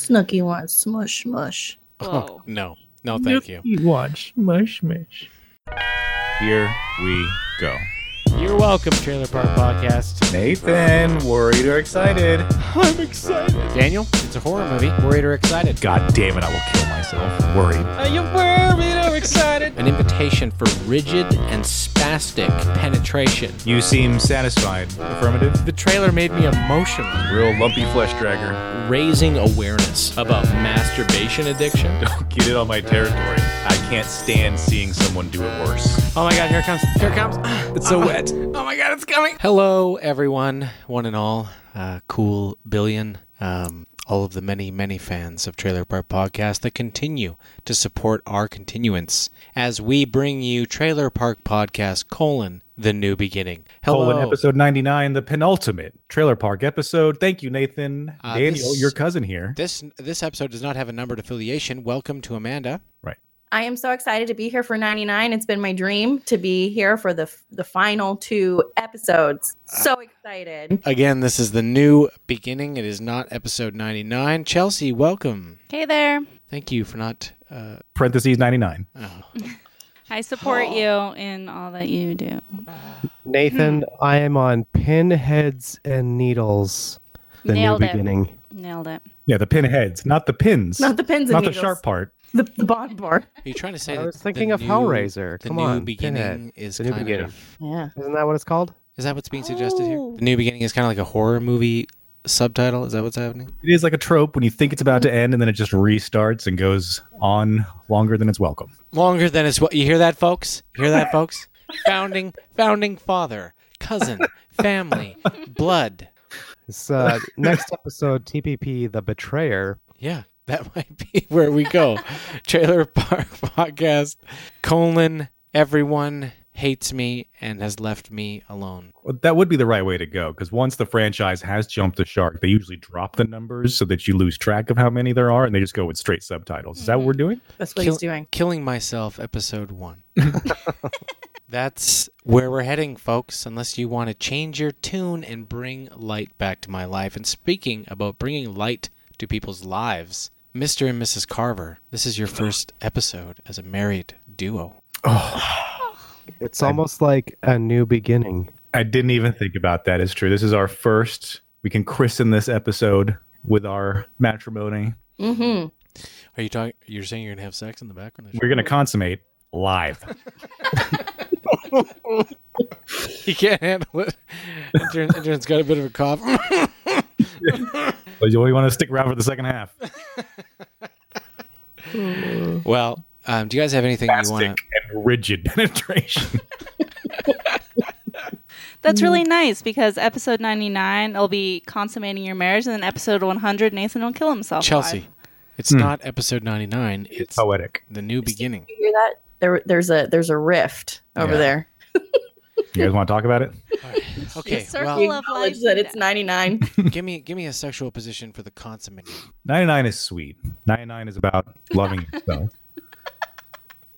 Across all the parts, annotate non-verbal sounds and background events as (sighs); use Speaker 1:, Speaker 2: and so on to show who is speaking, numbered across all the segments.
Speaker 1: Snooky wants smush smush.
Speaker 2: (laughs) Whoa.
Speaker 3: No, no, thank you.
Speaker 4: You watch Mush Mush.
Speaker 5: Here we go.
Speaker 2: You're welcome, Trailer Park Podcast.
Speaker 5: Nathan, worried or excited?
Speaker 2: I'm excited. Daniel, it's a horror movie. Worried or excited?
Speaker 5: God damn it, I will kill myself. Worried.
Speaker 2: Are you worried or excited? An invitation for rigid and spastic penetration.
Speaker 5: You seem satisfied. Affirmative.
Speaker 2: The trailer made me emotional.
Speaker 5: Real lumpy flesh dragger.
Speaker 2: Raising awareness about masturbation addiction.
Speaker 5: (laughs) Don't get it on my territory. I can't stand seeing someone do it worse.
Speaker 2: Oh my god, here it comes. Here it (sighs) comes.
Speaker 5: It's so wet.
Speaker 2: (laughs) Oh my god, it's coming. Hello, everyone, one and all. Uh, cool billion. Um, all of the many, many fans of Trailer Park Podcast that continue to support our continuance as we bring you Trailer Park Podcast colon the new beginning. Hello,
Speaker 5: Colon episode 99, the penultimate trailer park episode. Thank you, Nathan.
Speaker 2: Uh,
Speaker 5: Daniel,
Speaker 2: this-
Speaker 5: your cousin here.
Speaker 2: This this episode does not have a numbered affiliation. Welcome to Amanda.
Speaker 1: I am so excited to be here for 99. It's been my dream to be here for the the final two episodes. So excited.
Speaker 2: Again, this is the new beginning. It is not episode ninety nine. Chelsea, welcome.
Speaker 6: Hey there.
Speaker 2: Thank you for not. Uh,
Speaker 5: Parentheses 99.
Speaker 2: oh.
Speaker 6: I support you in all that you do.
Speaker 7: Nathan,
Speaker 1: Hmm.
Speaker 7: I am on pinheads and needles. The
Speaker 6: Nailed
Speaker 7: new
Speaker 6: it.
Speaker 7: beginning.
Speaker 6: Nailed it.
Speaker 5: Yeah, the pinheads, not the pins.
Speaker 1: Not the pins and
Speaker 5: Not the
Speaker 1: needles.
Speaker 5: sharp part.
Speaker 1: The, the bond board.
Speaker 2: Are you trying to say?
Speaker 7: I
Speaker 2: that
Speaker 7: was
Speaker 2: the
Speaker 7: thinking of
Speaker 2: new-
Speaker 7: Hellraiser.
Speaker 2: The
Speaker 7: Come
Speaker 2: new
Speaker 7: on,
Speaker 2: beginning
Speaker 7: Pinhead.
Speaker 2: is
Speaker 7: The new
Speaker 2: kind
Speaker 7: beginning.
Speaker 2: of.
Speaker 1: Yeah.
Speaker 7: Isn't that what it's called?
Speaker 2: Is that what's being suggested here?
Speaker 6: Oh.
Speaker 2: The new beginning is kind of like a horror movie subtitle. Is that what's happening?
Speaker 5: It is like a trope when you think it's about to end and then it just restarts and goes on longer than it's welcome.
Speaker 2: Longer than it's what you hear that, folks. You hear
Speaker 6: (laughs)
Speaker 2: that, folks. founding, founding father, cousin,
Speaker 6: (laughs)
Speaker 2: family, blood.
Speaker 7: It's
Speaker 2: (laughs)
Speaker 7: uh, next episode, TPP, The Betrayer.
Speaker 2: Yeah, (laughs) that might be where we go. Trailer Park Podcast. Colon. Everyone hates me and has left me alone.
Speaker 5: Well, that would be the right way to go because once the franchise has jumped the shark, they usually drop the numbers so that you lose track of how many there are and they just go with straight subtitles. Is that what we're doing?
Speaker 1: That's what
Speaker 2: Kill-
Speaker 1: he's doing.
Speaker 2: Killing Myself, Episode 1. That's where we're heading, folks, unless you want to change your tune and bring light back to my life. And speaking about bringing light to people's lives, Mr. and Mrs. Carver, this is your first episode as a married duo.
Speaker 7: It's almost like a new beginning.
Speaker 5: I didn't even think about that. It's true. This is our first. We can christen this episode with our matrimony.
Speaker 1: Mm-hmm.
Speaker 2: Are you talking? You're saying you're gonna have sex in the background?
Speaker 5: We're going to consummate live.
Speaker 2: (laughs) You can't handle it. Intern, intern's got a bit of a (laughs) cough.
Speaker 5: but you want to stick around for the second half. (laughs)
Speaker 2: well, um, do you guys have anything you
Speaker 5: Plastic
Speaker 2: want to?
Speaker 5: and
Speaker 2: (laughs)
Speaker 5: rigid penetration.
Speaker 6: That's really nice because episode 99 will be consummating your marriage, and then episode 100, Nathan will kill himself.
Speaker 2: Chelsea,
Speaker 6: live.
Speaker 2: it's not episode 99. It's
Speaker 5: Hmm. Poetic.
Speaker 2: the new beginning.
Speaker 1: You hear that? There, there's a there's a rift over
Speaker 2: Yeah.
Speaker 1: there.
Speaker 5: You guys want to talk about it?
Speaker 2: Okay,
Speaker 6: The circle
Speaker 2: well,
Speaker 6: of
Speaker 1: Acknowledge
Speaker 6: life
Speaker 1: that
Speaker 6: and
Speaker 1: it's
Speaker 6: death.
Speaker 1: 99.
Speaker 2: give me give me a sexual position for the consummate.
Speaker 5: 99 is sweet. 99 is about loving yourself.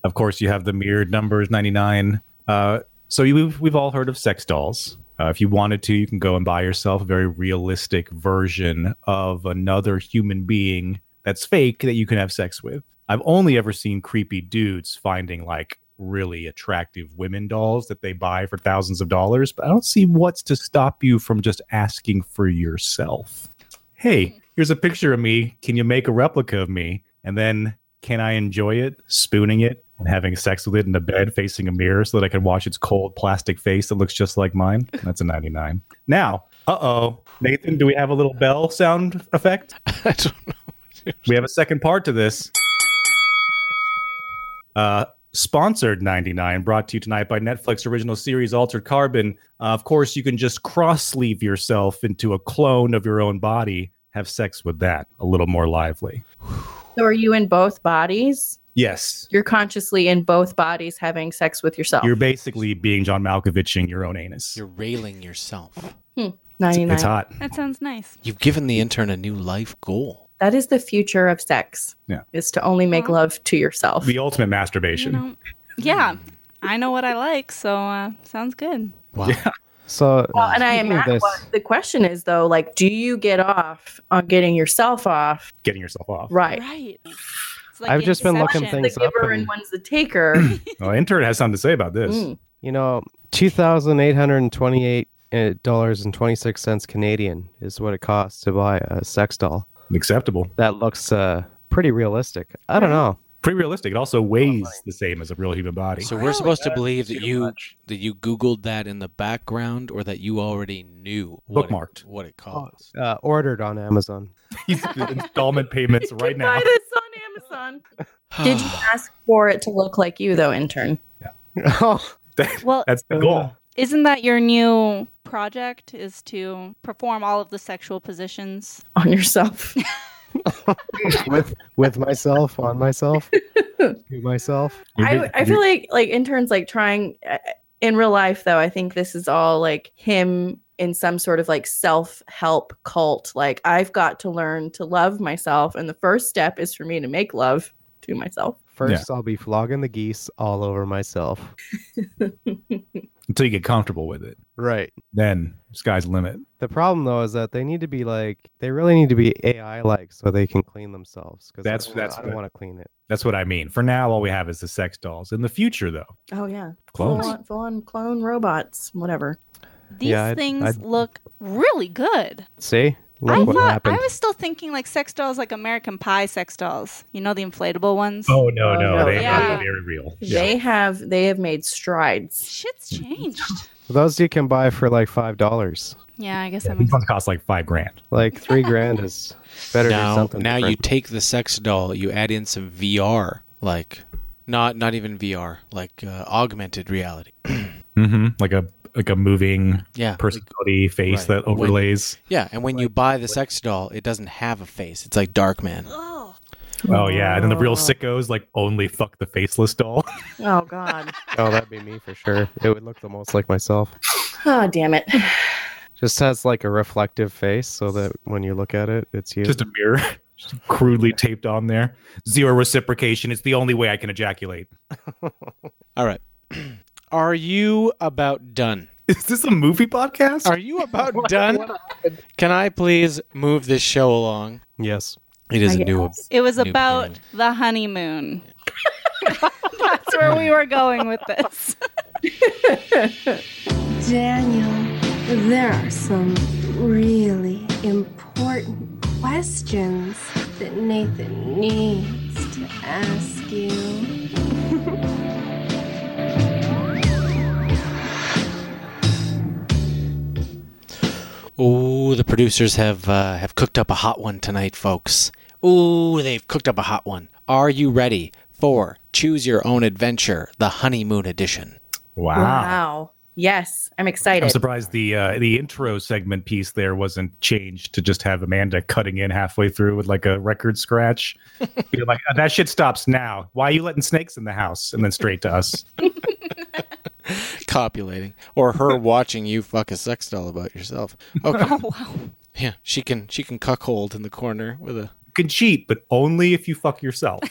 Speaker 5: of course, you have the mirrored numbers 99. Uh, so you, we've, we've all heard of sex dolls. Uh, if you wanted to, you can go and buy yourself a very realistic version of another human being that's fake that you can have sex with. I've only ever seen creepy dudes finding like really attractive women dolls that they buy for thousands of dollars, but I don't see what's to stop you from just asking for yourself hey, here's a picture of me. Can you make a replica of me? And then can I enjoy it, spooning it and having sex with it in the bed facing a mirror so that I can watch its cold plastic face that looks just like mine? That's a 99. Now, uh oh, Nathan, do we have a little bell sound effect?
Speaker 2: (laughs) I don't know.
Speaker 5: We have a second part to this. Uh, sponsored 99 brought to you tonight by netflix original series altered carbon uh, of course you can just cross sleeve yourself into a clone of your own body have sex with that a little more lively
Speaker 1: So are you in both bodies?
Speaker 5: yes
Speaker 1: You're consciously in both bodies having sex with yourself.
Speaker 5: you're basically being john malkoviching your own anus
Speaker 2: You're railing yourself.
Speaker 1: Hmm. 99.
Speaker 5: it's hot
Speaker 6: That sounds nice.
Speaker 2: You've given the intern a new life goal.
Speaker 1: That is the future of sex.
Speaker 5: Yeah.
Speaker 1: Is to only make
Speaker 6: Aw.
Speaker 1: love to yourself.
Speaker 5: the ultimate
Speaker 6: You
Speaker 5: masturbation
Speaker 6: know, yeah, I know what I like, so uh, sounds good.
Speaker 2: Wow.
Speaker 7: So,
Speaker 1: Well, and I am
Speaker 7: speaking of
Speaker 1: at one. the question is though, like, do you get off on getting yourself off?
Speaker 5: Getting yourself off.
Speaker 1: Right.
Speaker 6: Right. It's
Speaker 7: I've just been looking
Speaker 6: Inception.
Speaker 1: The
Speaker 7: things up
Speaker 1: giver and
Speaker 7: and-
Speaker 1: one's the
Speaker 7: (clears throat)
Speaker 1: taker.
Speaker 5: (laughs) Well, intern has something to say about this.
Speaker 1: Mm.
Speaker 7: you know, two thousand eight hundred twenty-eight dollars and twenty-six cents Canadian is what it costs to buy a sex doll.
Speaker 5: Acceptable.
Speaker 7: That looks uh, pretty realistic. I don't know.
Speaker 5: Pretty realistic. It also weighs the same as a real human body.
Speaker 2: So we're supposed to
Speaker 4: Really?
Speaker 2: believe
Speaker 4: Too
Speaker 2: that you
Speaker 4: much.
Speaker 2: that you Googled that in the background, or that you already knew what
Speaker 5: Bookmarked.
Speaker 2: it, what
Speaker 4: Oh. (laughs)
Speaker 2: it costs.
Speaker 7: Uh, ordered on Amazon.
Speaker 5: (laughs) He's
Speaker 1: (laughs)
Speaker 5: doing installment payments
Speaker 1: You
Speaker 5: right
Speaker 1: can
Speaker 5: now.
Speaker 1: Buy
Speaker 7: (laughs)
Speaker 1: this on Amazon. Did
Speaker 7: (sighs)
Speaker 1: you ask for it to look like you though, intern?
Speaker 7: oh,
Speaker 6: Well,
Speaker 5: That's the
Speaker 1: uh,
Speaker 5: goal.
Speaker 6: isn't that your new project? Is to perform all of the sexual positions?
Speaker 1: On yourself.
Speaker 7: (laughs) with with myself
Speaker 1: (laughs)
Speaker 7: on myself to myself.
Speaker 1: I, I feel like like interns like trying uh, in real life though i think this is all like him in some sort of like self-help cult like i've got to learn to love myself and the first step is for me to make love to myself
Speaker 7: First, I'll be flogging the geese all over myself.
Speaker 5: until you get comfortable with it.
Speaker 7: Right.
Speaker 5: Then sky's the limit.
Speaker 7: The problem though is that they need to be like they really need to be AI like so they can clean themselves. Because
Speaker 5: That's-
Speaker 7: I don't,
Speaker 5: that's
Speaker 7: I don't
Speaker 5: what-
Speaker 7: want to clean it.
Speaker 5: That's what I mean. For now, all we have is the sex dolls. In the future, though,
Speaker 1: oh yeah
Speaker 5: clones.
Speaker 1: Full, on, full on clone robots whatever
Speaker 6: These
Speaker 7: Yeah, I'd-
Speaker 6: things
Speaker 7: I'd-
Speaker 6: look really good.
Speaker 7: See, look
Speaker 6: I
Speaker 7: what
Speaker 6: thought
Speaker 7: happened.
Speaker 6: I was still thinking like sex dolls, like American Pie sex dolls. You know the inflatable ones.
Speaker 5: Oh no,
Speaker 1: Oh,
Speaker 5: no,
Speaker 1: no,
Speaker 5: they
Speaker 6: yeah.
Speaker 5: are very real.
Speaker 1: they have they have made strides
Speaker 6: Shit's
Speaker 2: Mm. (laughs)
Speaker 6: changed.
Speaker 7: Those you can buy for like five dollars.
Speaker 6: yeah, I guess
Speaker 5: Yeah,
Speaker 6: that
Speaker 5: these
Speaker 6: makes.
Speaker 5: ones cost like five grand.
Speaker 7: Like three grand is better than
Speaker 2: now,
Speaker 7: something.
Speaker 2: now you
Speaker 7: different.
Speaker 2: take the sex doll, you add in some VR, like not not even VR, like uh, augmented reality.
Speaker 5: Mm-hmm. Like a like a moving
Speaker 2: Yeah,
Speaker 5: personality face
Speaker 2: Right.
Speaker 5: that overlays.
Speaker 2: yeah. And when you buy the sex doll, it doesn't have a face. It's like Dark Man.
Speaker 6: Oh,
Speaker 5: Oh yeah, and then the real sickos like only fuck the faceless doll.
Speaker 1: oh
Speaker 5: (laughs)
Speaker 1: god
Speaker 7: Oh, that'd be me for sure. It would look the most like myself.
Speaker 1: oh damn it
Speaker 7: Just has like a reflective face so that when you look at it, it's you.
Speaker 5: Just a mirror, (laughs) just crudely taped on there. Zero reciprocation. It's the only way I
Speaker 7: (laughs)
Speaker 5: can ejaculate.
Speaker 2: All right. Are you about done?
Speaker 5: Is this a movie podcast?
Speaker 2: Are you about done? Can I please move this show along?
Speaker 7: yes.
Speaker 2: It is
Speaker 1: I
Speaker 2: a new.
Speaker 1: guess.
Speaker 6: it was
Speaker 2: New
Speaker 6: about
Speaker 2: beginning.
Speaker 6: the honeymoon. (laughs) That's where we were going with this.
Speaker 3: Daniel, there are some really important questions that Nathan needs to ask you.
Speaker 2: Ooh, the producers have uh, have cooked up a hot one tonight, folks. Ooh, they've cooked up a hot one. Are you ready for Choose Your Own Adventure, the honeymoon edition?
Speaker 5: Wow.
Speaker 1: wow yes i'm excited
Speaker 5: I'm surprised the uh, the intro segment piece there wasn't changed to just have Amanda cutting in halfway through with like a record scratch. You're like, "Oh, that shit stops now. Why are you letting snakes in the house? And then straight to us.
Speaker 2: Copulating, or her (laughs) watching you fuck a sex doll about yourself. Okay.
Speaker 6: Oh wow.
Speaker 2: Yeah, she can she can cuckold in the corner with a.
Speaker 5: You can cheat, but only if you fuck yourself.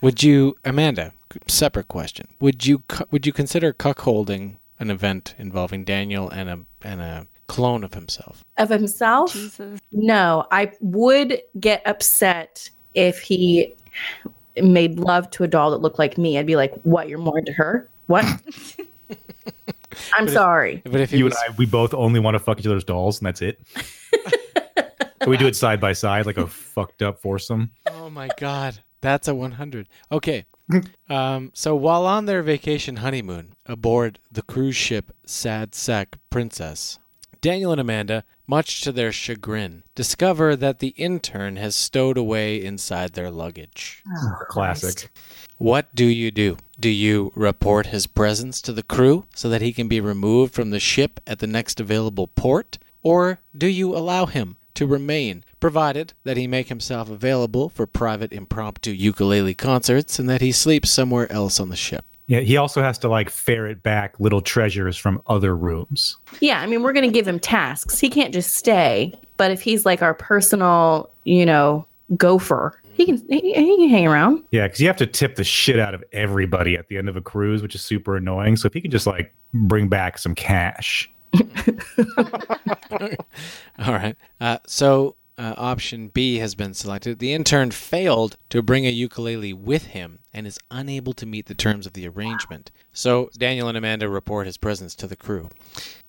Speaker 2: Would you, Amanda? Separate question. Would you cu- would you consider cuckolding an event involving Daniel and a and a clone of himself?
Speaker 1: of himself
Speaker 6: Jesus.
Speaker 1: No, I would get upset if he made love to a doll that looked like me. I'd be like, "What? You're more into her? What?" I'm sorry.
Speaker 2: But if he
Speaker 5: You and
Speaker 2: was,
Speaker 5: I, we both only want to fuck each other's dolls, and
Speaker 1: (laughs)
Speaker 5: that's it. And we do it side by side, like a fucked up foursome.
Speaker 2: Oh my god, that's a 100. Okay. Um, so while on their vacation honeymoon aboard the cruise ship Sad Sack Princess, Daniel and Amanda, much to their chagrin, discover that the intern has stowed away inside their luggage.
Speaker 5: Classic.
Speaker 2: What do you do? Do you report his presence to the crew so that he can be removed from the ship at the next available port? Or do you allow him to remain, provided that he make himself available for private impromptu ukulele concerts and that he sleeps somewhere else on the ship?
Speaker 5: Yeah, he also has to like ferret back little treasures from other rooms.
Speaker 1: Yeah, I mean, we're gonna give him tasks. He can't just stay. But if he's like our personal, you know, gopher, He can he, he can hang around.
Speaker 5: Yeah, because you have to tip the shit out of everybody at the end of a cruise, which is super annoying. So if he can just like bring back some cash,
Speaker 2: (laughs) All right. Uh, so uh, option B has been selected. The intern failed to bring a ukulele with him and is unable to meet the terms of the arrangement. So Daniel and Amanda report his presence to the crew.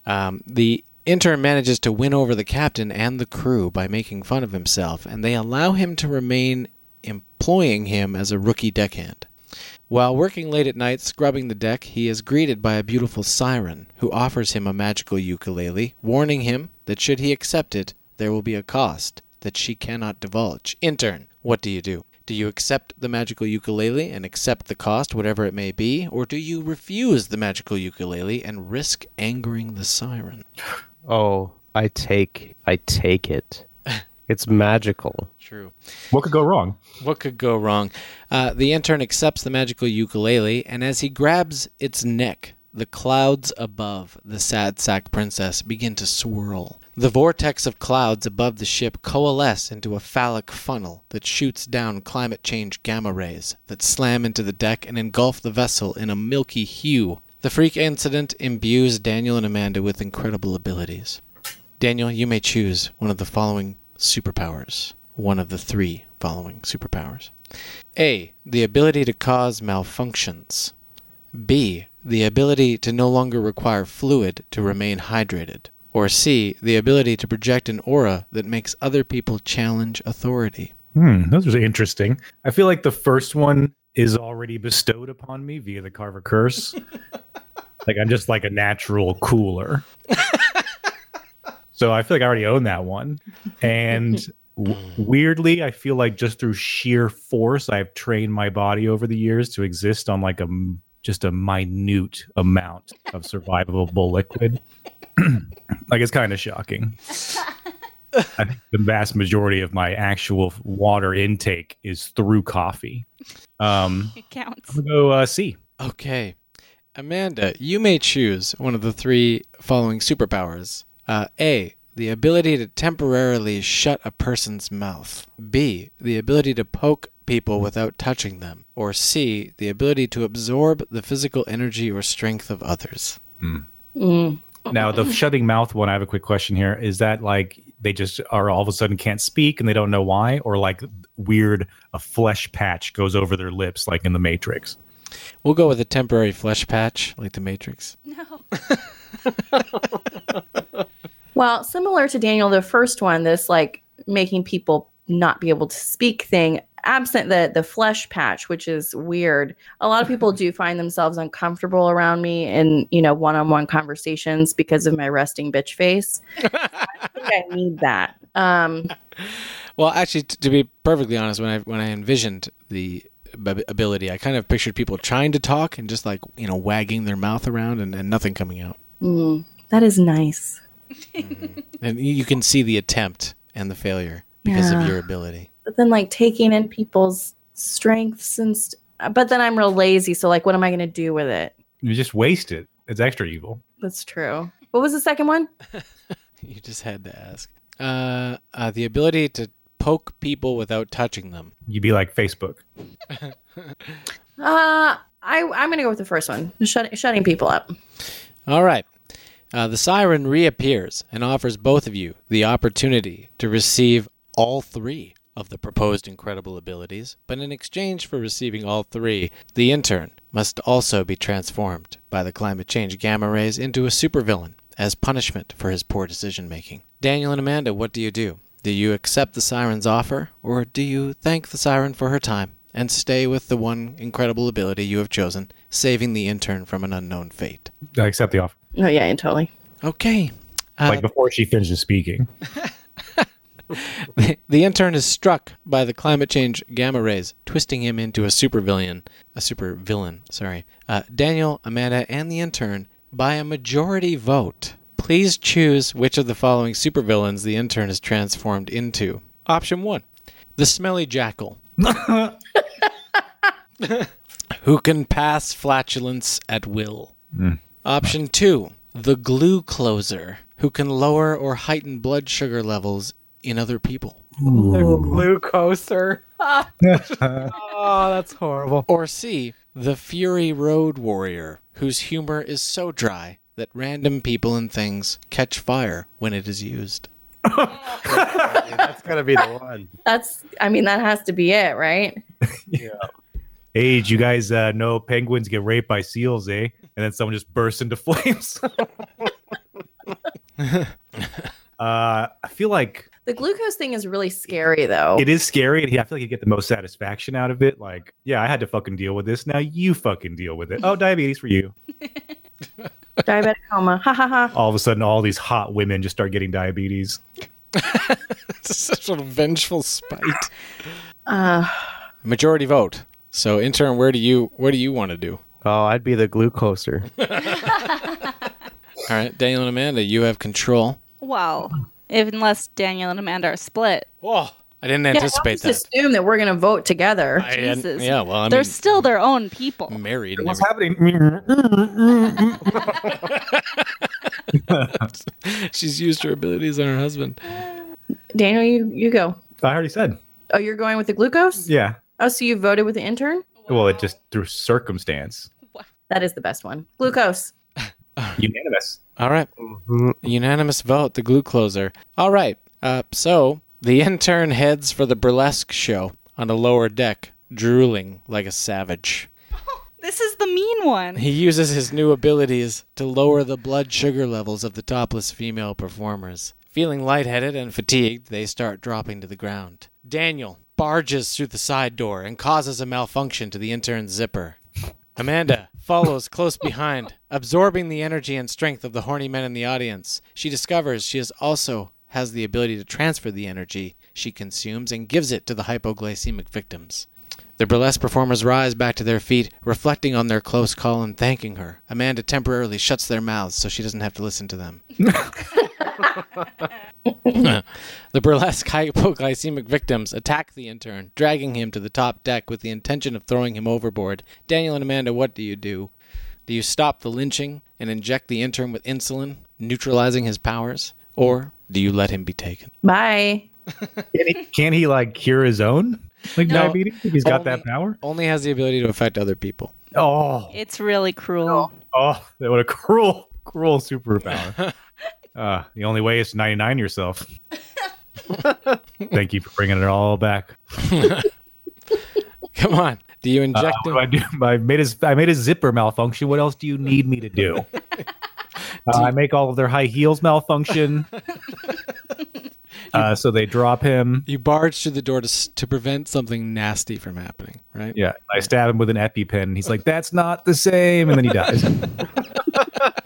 Speaker 2: Um, the intern manages to win over the captain and the crew by making fun of himself, and they allow him to remain employing him as a rookie deckhand. While working late at night scrubbing the deck, he is greeted by a beautiful siren who offers him a magical ukulele, warning him that should he accept it, there will be a cost that she cannot divulge. Intern, what do you do? Do you accept the magical ukulele and accept the cost, whatever it may be, or do you refuse the magical ukulele and risk angering the siren?
Speaker 7: Oh, I take I
Speaker 2: (laughs)
Speaker 7: take it. It's magical.
Speaker 2: True.
Speaker 5: what could go wrong?
Speaker 2: What could go wrong? Uh, the intern accepts the magical ukulele, and as he grabs its neck, the clouds above the sad sack princess begin to swirl. The vortex of clouds above the ship coalesce into a phallic funnel that shoots down climate change gamma rays that slam into the deck and engulf the vessel in a milky hue. The freak incident imbues Daniel and Amanda with incredible abilities. Daniel, you may choose one of the following superpowers. One of the three following superpowers A. The ability to cause malfunctions. B. The ability to no longer require fluid to remain hydrated. Or C. The ability to project an aura that makes other people challenge authority.
Speaker 5: Hmm, those are interesting. I feel like the first one is already bestowed upon me via the Carver curse. like I'm just like a natural cooler. so I feel like I already own that one. And w- weirdly, I feel like just through sheer force, I've trained my body over the years to exist on like a m- just a minute amount of survivable liquid. (clears throat) like it's kind of shocking. I think (laughs) the vast majority of my actual water intake is through coffee. Um,
Speaker 6: (laughs) It counts.
Speaker 5: I'm gonna go uh, C.
Speaker 2: Okay. Amanda, you may choose one of the three following superpowers. Uh, A. The ability to temporarily shut a person's mouth. B. The ability to poke people without touching them. Or C. The ability to absorb the physical energy or strength of others.
Speaker 1: Mm.
Speaker 6: Oh.
Speaker 5: Now the shutting mouth one. I have a quick question here. Is that like they just are all of a sudden can't speak and they don't know why, or like weird a flesh patch goes over their lips like in the Matrix?
Speaker 2: We'll go with a temporary flesh patch, like the Matrix.
Speaker 6: No.
Speaker 1: Well, similar to Daniel, the first one, this like making people not be able to speak thing, absent the the flesh patch, which is weird. A lot of people do find themselves uncomfortable around me in you know one on one conversations because of my resting bitch face. I think I need that. Um,
Speaker 2: Well, actually, t- to be perfectly honest, when I when I envisioned the ab- ability, I kind of pictured people trying to talk and just like you know wagging their mouth around and, and nothing coming out.
Speaker 1: mm, that is nice.
Speaker 2: And you can see the attempt and the failure because of
Speaker 1: Yeah.
Speaker 2: your ability.
Speaker 1: But then like taking in people's strengths and st- but then I'm real lazy, so like what am I going to do with it?
Speaker 5: You just waste it. It's extra evil.
Speaker 1: That's true. What was the second one?
Speaker 2: You just had to ask. Uh, uh, the ability to poke people without touching them.
Speaker 5: You'd be like Facebook.
Speaker 1: Uh, I I'm gonna go with the first one. Shut, shutting people up.
Speaker 2: All right. Uh, the siren reappears and offers both of you the opportunity to receive all three of the proposed incredible abilities, but in exchange for receiving all three, the intern must also be transformed by the climate change gamma rays into a supervillain as punishment for his poor decision making. Daniel and Amanda, what do you do? Do you accept the siren's offer, or do you thank the siren for her time and stay with the one incredible ability you have chosen, saving the intern from an unknown fate?
Speaker 5: I accept the offer.
Speaker 1: Oh yeah, and totally.
Speaker 2: Okay. Uh,
Speaker 5: like before she finishes speaking.
Speaker 2: the intern is struck by the climate change gamma rays, twisting him into a supervillain. A supervillain, sorry. Uh, Daniel, Amanda, and the intern, by a majority vote, please choose which of the following supervillains the intern is transformed into. Option one the smelly jackal, who can pass flatulence at will. Option two, the glue closer, who can lower or heighten blood sugar levels in other people. Glucoser.
Speaker 7: Oh, that's horrible.
Speaker 2: Or C, the Fury Road Warrior, whose humor is so dry that random people and things catch fire when it is used.
Speaker 7: (laughs) That's gotta be the one.
Speaker 1: That's, I mean, that has to be it, right?
Speaker 5: Age, you guys uh, know penguins get raped by seals, eh? And then someone just bursts into (laughs) flames. uh, I feel like
Speaker 1: The glucose thing is really scary, though.
Speaker 5: it is scary, and I feel like you get the most satisfaction out of it. Like, yeah, I had to fucking deal with this. Now you fucking deal with it. Oh, diabetes for you.
Speaker 1: Diabetic coma. Ha ha
Speaker 2: (laughs)
Speaker 1: ha.
Speaker 5: All of a sudden, all these hot women just start getting diabetes.
Speaker 2: It's such a
Speaker 3: (laughs)
Speaker 2: vengeful spite.
Speaker 1: Uh,
Speaker 2: Majority vote. So intern, where do you where do you want to do?
Speaker 7: Oh, I'd be the glucoser.
Speaker 2: All right, Daniel and Amanda, you have control.
Speaker 6: (laughs) Well, if, unless Daniel and Amanda are split.
Speaker 2: Whoa. I didn't
Speaker 1: yeah,
Speaker 2: anticipate
Speaker 1: I
Speaker 2: that.
Speaker 1: just assume that we're going to vote together.
Speaker 2: I didn't-
Speaker 6: Jesus.
Speaker 2: yeah, well, I
Speaker 6: They're
Speaker 2: mean,
Speaker 6: still their own
Speaker 2: (laughs)
Speaker 6: people.
Speaker 2: married. And
Speaker 5: What's
Speaker 2: everything.
Speaker 5: happening?
Speaker 2: (laughs) She's used her abilities on her husband.
Speaker 1: (laughs) Daniel, you, you go.
Speaker 5: I already said.
Speaker 1: Oh, you're going with the glucose?
Speaker 5: Yeah.
Speaker 1: Oh, so you voted with the intern?
Speaker 5: Well, it just through circumstance.
Speaker 1: That is the best one. Glucose.
Speaker 5: Unanimous. Mm-hmm.
Speaker 2: All right. Unanimous vote, the glue closer. All right. Uh, so the intern heads for the burlesque show on a lower deck, drooling like a savage.
Speaker 6: This is the mean one.
Speaker 2: He uses his new abilities to lower the blood sugar levels of the topless female performers. Feeling lightheaded and fatigued, they start dropping to the ground. Daniel barges through the side door and causes a malfunction to the intern's zipper. Amanda follows close behind, absorbing the energy and strength of the horny men in the audience. She discovers she is also has the ability to transfer the energy she consumes and gives it to the hypoglycemic victims. The burlesque performers rise back to their feet, reflecting on their close call and thanking her. Amanda temporarily shuts their mouths so she doesn't have to listen to them. (laughs) the burlesque hypoglycemic victims attack the intern, dragging him to the top deck with the intention of throwing him overboard. Daniel and Amanda, what do you do? Do you stop the lynching and inject the intern with insulin, neutralizing his powers? Or do you let him be taken?
Speaker 1: Bye.
Speaker 5: Can he, can he like cure his own like
Speaker 2: No.
Speaker 5: diabetes? If he's got
Speaker 2: Only-
Speaker 5: that power.
Speaker 2: Only has the ability to affect other people.
Speaker 5: Oh,
Speaker 6: It's really cruel.
Speaker 5: oh, that what a cruel,
Speaker 2: (laughs)
Speaker 5: cruel superpower. uh, the only way is to 99 yourself. Thank you for bringing it all back.
Speaker 2: (laughs) Come on. Do you
Speaker 5: Uh,
Speaker 2: inject
Speaker 5: what
Speaker 2: him?
Speaker 5: do I do? I made his I made his zipper malfunction. What else do you need me
Speaker 2: (laughs)
Speaker 5: to do? Uh, I make all of their high heels
Speaker 2: (laughs)
Speaker 5: malfunction. uh, so they drop him.
Speaker 2: You barge through the door to, s- to prevent something nasty from happening, right?
Speaker 5: Yeah, I stab him with an EpiPen. And he's like, "That's not the same," and then he dies.
Speaker 1: Oh.
Speaker 6: (laughs)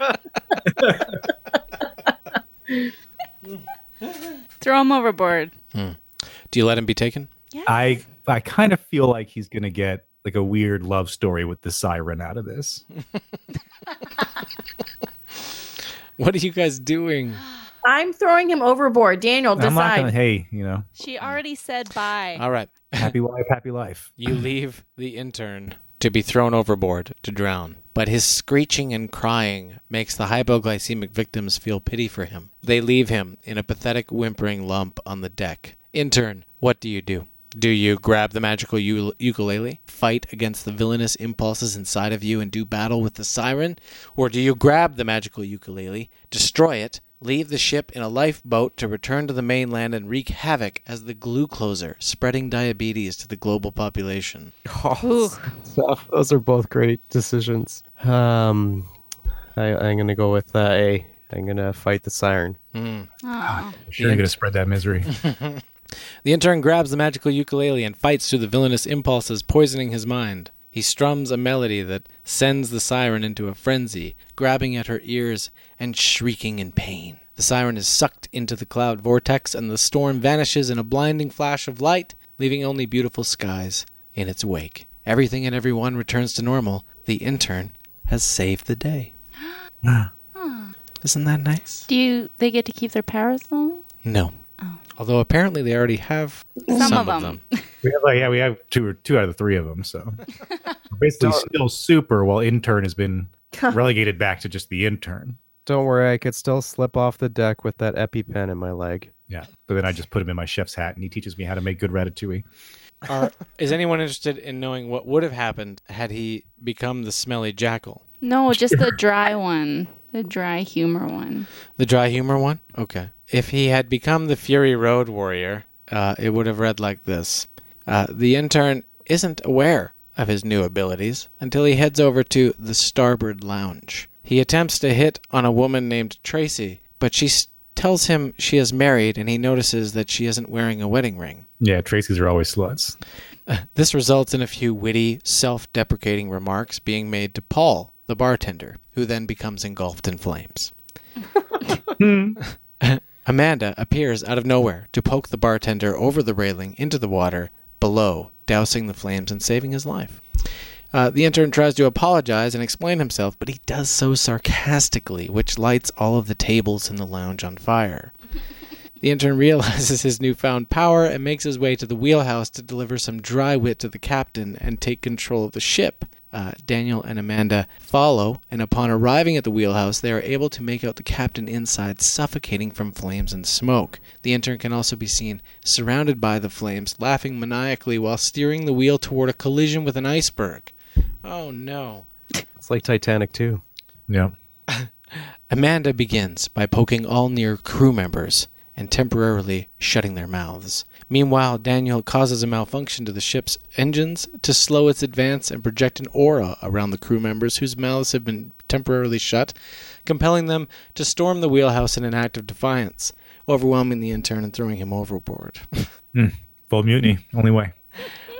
Speaker 6: Throw him overboard.
Speaker 2: Hmm. Do you let him be taken?
Speaker 6: Yeah.
Speaker 5: I I kind of feel like he's gonna get like a weird love story with the siren out of this.
Speaker 2: (laughs) What are you guys doing?
Speaker 1: I'm throwing him overboard. Daniel,
Speaker 5: I'm not gonna.
Speaker 1: decide.
Speaker 5: Hey, you know,
Speaker 6: she already said bye.
Speaker 2: All right. (laughs)
Speaker 5: happy life, happy life.
Speaker 2: You leave the (laughs) intern to be thrown overboard to drown, but his screeching and crying makes the hypoglycemic victims feel pity for him. They leave him in a pathetic whimpering lump on the deck. Intern, what do you do? Do you grab the magical u- ukulele, fight against the villainous impulses inside of you, and do battle with the siren? Or do you grab the magical ukulele, destroy it, leave the ship in a lifeboat to return to the mainland and wreak havoc as the glue closer, spreading diabetes to the global population.
Speaker 7: Stuff. Those are both great decisions. Um, I, I'm gonna go with uh, A. I'm gonna fight the siren.
Speaker 2: Mm.
Speaker 5: Sure, you're gonna spread
Speaker 2: (laughs)
Speaker 5: that misery.
Speaker 2: The intern grabs the magical ukulele and fights through the villainous impulses poisoning his mind. He strums a melody that sends the siren into a frenzy, grabbing at her ears and shrieking in pain. The siren is sucked into the cloud vortex, and the storm vanishes in a blinding flash of light, leaving only beautiful skies in its wake. Everything and everyone returns to normal. The intern has saved the day. Isn't that nice?
Speaker 6: Do you, they get to keep their powers though?
Speaker 2: No. Although apparently they already have Oh. some,
Speaker 6: of
Speaker 2: of
Speaker 6: them.
Speaker 2: them. (laughs)
Speaker 5: we have like, yeah, we have two two out of the three of them. So basically, still super. While intern has been relegated back to just the intern.
Speaker 7: Don't worry, I could still slip off the deck with that EpiPen in my leg.
Speaker 5: Yeah. But then I just put him in my chef's hat and he teaches me how to make good ratatouille.
Speaker 2: Are, is anyone interested in knowing what would have happened had he become the smelly jackal? (laughs)
Speaker 6: No, just the dry one, the dry humor one.
Speaker 2: The dry humor one? Okay. If he had become the Fury Road Warrior, uh, it would have read like this uh, The intern isn't aware of his new abilities until he heads over to the Starboard Lounge. He attempts to hit on a woman named Tracy, but she s- tells him she is married and he notices that she isn't wearing a wedding ring.
Speaker 5: Yeah, Tracy's are always sluts.
Speaker 2: (clears throat) This results in a few witty, self deprecating remarks being made to Paul, the bartender, who then becomes engulfed in flames. (laughs) Amanda appears out of nowhere to poke the bartender over the railing into the water below, dousing the flames and saving his life. Uh, the intern tries to apologize and explain himself, but he does so sarcastically, which lights all of the tables in the lounge on fire. The intern (laughs) realizes his newfound power and makes his way to the wheelhouse to deliver some dry wit to the captain and take control of the ship. Uh, Daniel and Amanda follow, and upon arriving at the wheelhouse, they are able to make out the captain inside suffocating from flames and smoke. The intern can also be seen surrounded by the flames, laughing maniacally while steering the wheel toward a collision with an iceberg. Oh no.
Speaker 7: It's like Titanic 2.
Speaker 5: Yeah.
Speaker 2: Amanda begins by poking all near crew members and temporarily shutting their mouths. Meanwhile, Daniel causes a malfunction to the ship's engines to slow its advance and project an aura around the crew members whose mouths have been temporarily shut, compelling them to storm the wheelhouse in an act of defiance, overwhelming the intern and throwing him overboard. (laughs)
Speaker 5: Full mutiny, only way.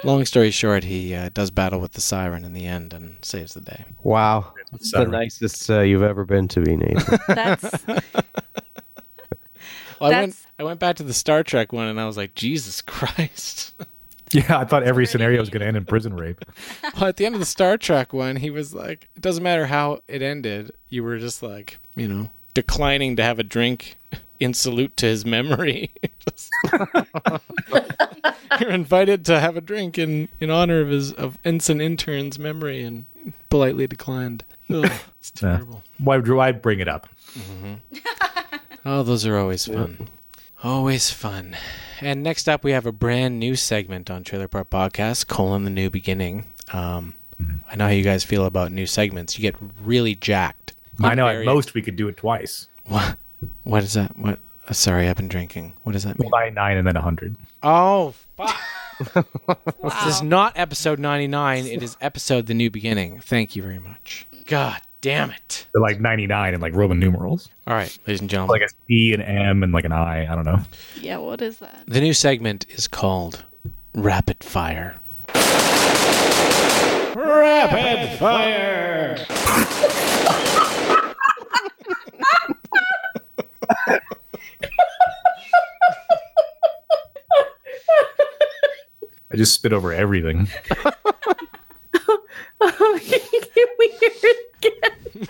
Speaker 2: Long story short, he uh, does battle with the siren in the end and saves the day.
Speaker 7: Wow. It's the
Speaker 5: Siren.
Speaker 7: nicest uh, you've ever been to me, Nathan.
Speaker 2: (laughs)
Speaker 6: That's
Speaker 2: Well, I, went,
Speaker 6: That's-
Speaker 2: I went back to the Star Trek one and I was like, Jesus (laughs) Christ.
Speaker 5: Yeah, I thought every scenario was going to end in prison rape.
Speaker 2: Well, at the end of the Star Trek one, he was like, it doesn't matter how it ended. You were just like, you know, declining to have a drink in salute to his memory. (laughs) Just- (laughs) You're invited to have a drink in, in honor of his of ensign intern's memory and politely declined. Ugh, it's
Speaker 5: Yeah.
Speaker 2: terrible.
Speaker 5: Why do I bring it up?
Speaker 2: Mm-hmm. Oh, those are always fun. Always fun. And next up, we have a brand new segment on Trailer Park Podcast: colon the new beginning. Um,
Speaker 5: Mm-hmm.
Speaker 2: I know how you guys feel about new segments. You get really jacked.
Speaker 5: I know at
Speaker 2: Very-
Speaker 5: most we could do it twice.
Speaker 2: What? What is that? What? uh, sorry, I've been drinking. What does that mean?
Speaker 5: 99 and then 100.
Speaker 2: Oh, (laughs) fuck. This is not episode 99. It is episode The New Beginning. Thank you very much. God damn it.
Speaker 5: They're like 99 and like Roman numerals.
Speaker 2: All right, ladies and gentlemen.
Speaker 5: Like a C and M and like an I. I don't know.
Speaker 6: yeah. What is that?
Speaker 2: The new segment is called Rapid Fire.
Speaker 3: (laughs)
Speaker 2: Rapid Fire!
Speaker 5: I just spit over everything.
Speaker 3: Oh, (laughs)
Speaker 1: Can we hear it again?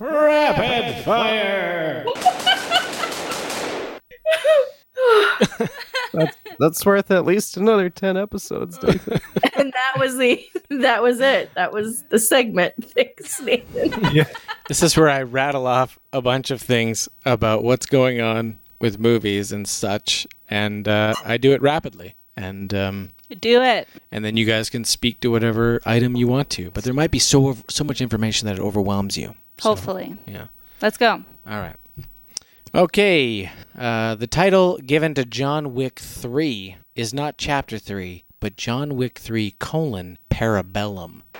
Speaker 2: Rapid Fire!
Speaker 7: That's worth at least another 10 episodes, Nathan.
Speaker 1: (laughs) And that was the that was it. That was the segment. (laughs) Thanks, Nathan.
Speaker 2: This is where I rattle off a bunch of things about what's going on with movies and such, and uh, I do it rapidly. And um,
Speaker 6: Do it.
Speaker 2: and then you guys can speak to whatever item you want to. But there might be so so much information that it overwhelms you. So,
Speaker 6: Hopefully,
Speaker 2: yeah.
Speaker 6: let's go.
Speaker 2: All right. Okay. Uh, the title given to John Wick 3 is not Chapter 3, but John Wick 3 colon Parabellum.
Speaker 5: (laughs)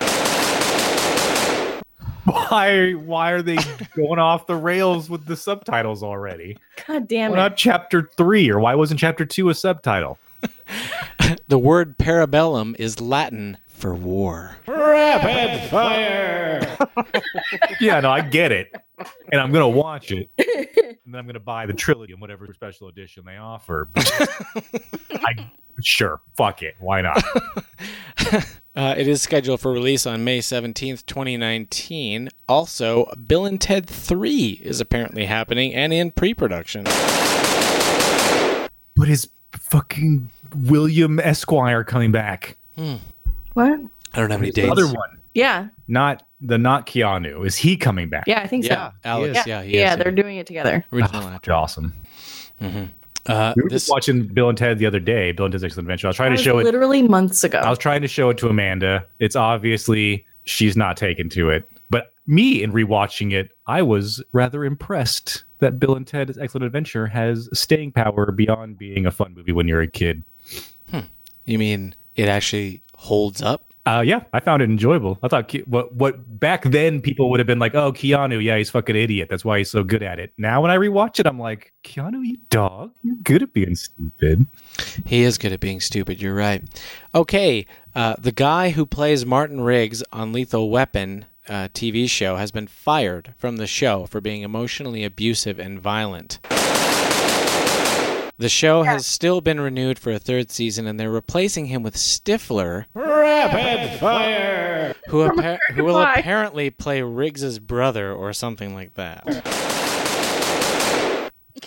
Speaker 5: Why why are they going off the rails with the subtitles already?
Speaker 1: God damn
Speaker 5: Why
Speaker 1: it.
Speaker 5: not chapter three? Or why wasn't chapter two a subtitle?
Speaker 2: (laughs) The word parabellum is Latin for war.
Speaker 5: (laughs) Yeah, no, I get it. And I'm gonna
Speaker 1: (laughs)
Speaker 5: watch it. And then I'm gonna buy the trilogy and whatever special edition they offer.
Speaker 2: (laughs)
Speaker 5: But I sure, fuck it. Why not?
Speaker 2: (laughs) Uh, it is scheduled for release on May 17th, 2019. Also, Bill and Ted 3 is apparently happening and in pre production.
Speaker 5: But is fucking William Esquire coming back?
Speaker 1: What?
Speaker 2: I don't have any
Speaker 5: The
Speaker 2: dates.
Speaker 5: other one.
Speaker 1: Yeah.
Speaker 5: Not the not Keanu, is he coming back?
Speaker 1: Yeah, I think
Speaker 2: Yeah,
Speaker 1: so.
Speaker 2: Alice.
Speaker 1: Yeah,
Speaker 2: Yeah,
Speaker 1: yeah,
Speaker 2: he is,
Speaker 1: they're doing it together.
Speaker 2: original
Speaker 5: Which
Speaker 2: actor.
Speaker 5: is Ah, awesome.
Speaker 2: Uh,
Speaker 5: We were
Speaker 2: this
Speaker 5: just watching Bill and Ted the other day, Bill and Ted's Excellent Adventure. I was trying
Speaker 1: That
Speaker 5: to
Speaker 1: was
Speaker 5: show it.
Speaker 1: literally months ago.
Speaker 5: I was trying to show it to Amanda. It's obviously she's not taken to it. But me in rewatching it, I was rather impressed that Bill and Ted's Excellent Adventure has staying power beyond being a fun movie when you're a kid.
Speaker 2: you mean it actually holds up?
Speaker 5: Uh, yeah, I found it enjoyable. I thought Ke- what what back then people would have been like, "Oh, Keanu, yeah, he's a fucking idiot. That's why he's so good at it." Now when I rewatch it, I'm like, "Keanu, you dog, you're good at being stupid."
Speaker 2: He is good at being stupid. You're right. Okay, uh, the guy who plays Martin Riggs on Lethal Weapon uh, TV show has been fired from the show for being emotionally abusive and violent. The show has still been renewed for a third season, and they're replacing him with Stifler, who, appa- who will
Speaker 1: Goodbye.
Speaker 2: apparently play Riggs's brother or something like that.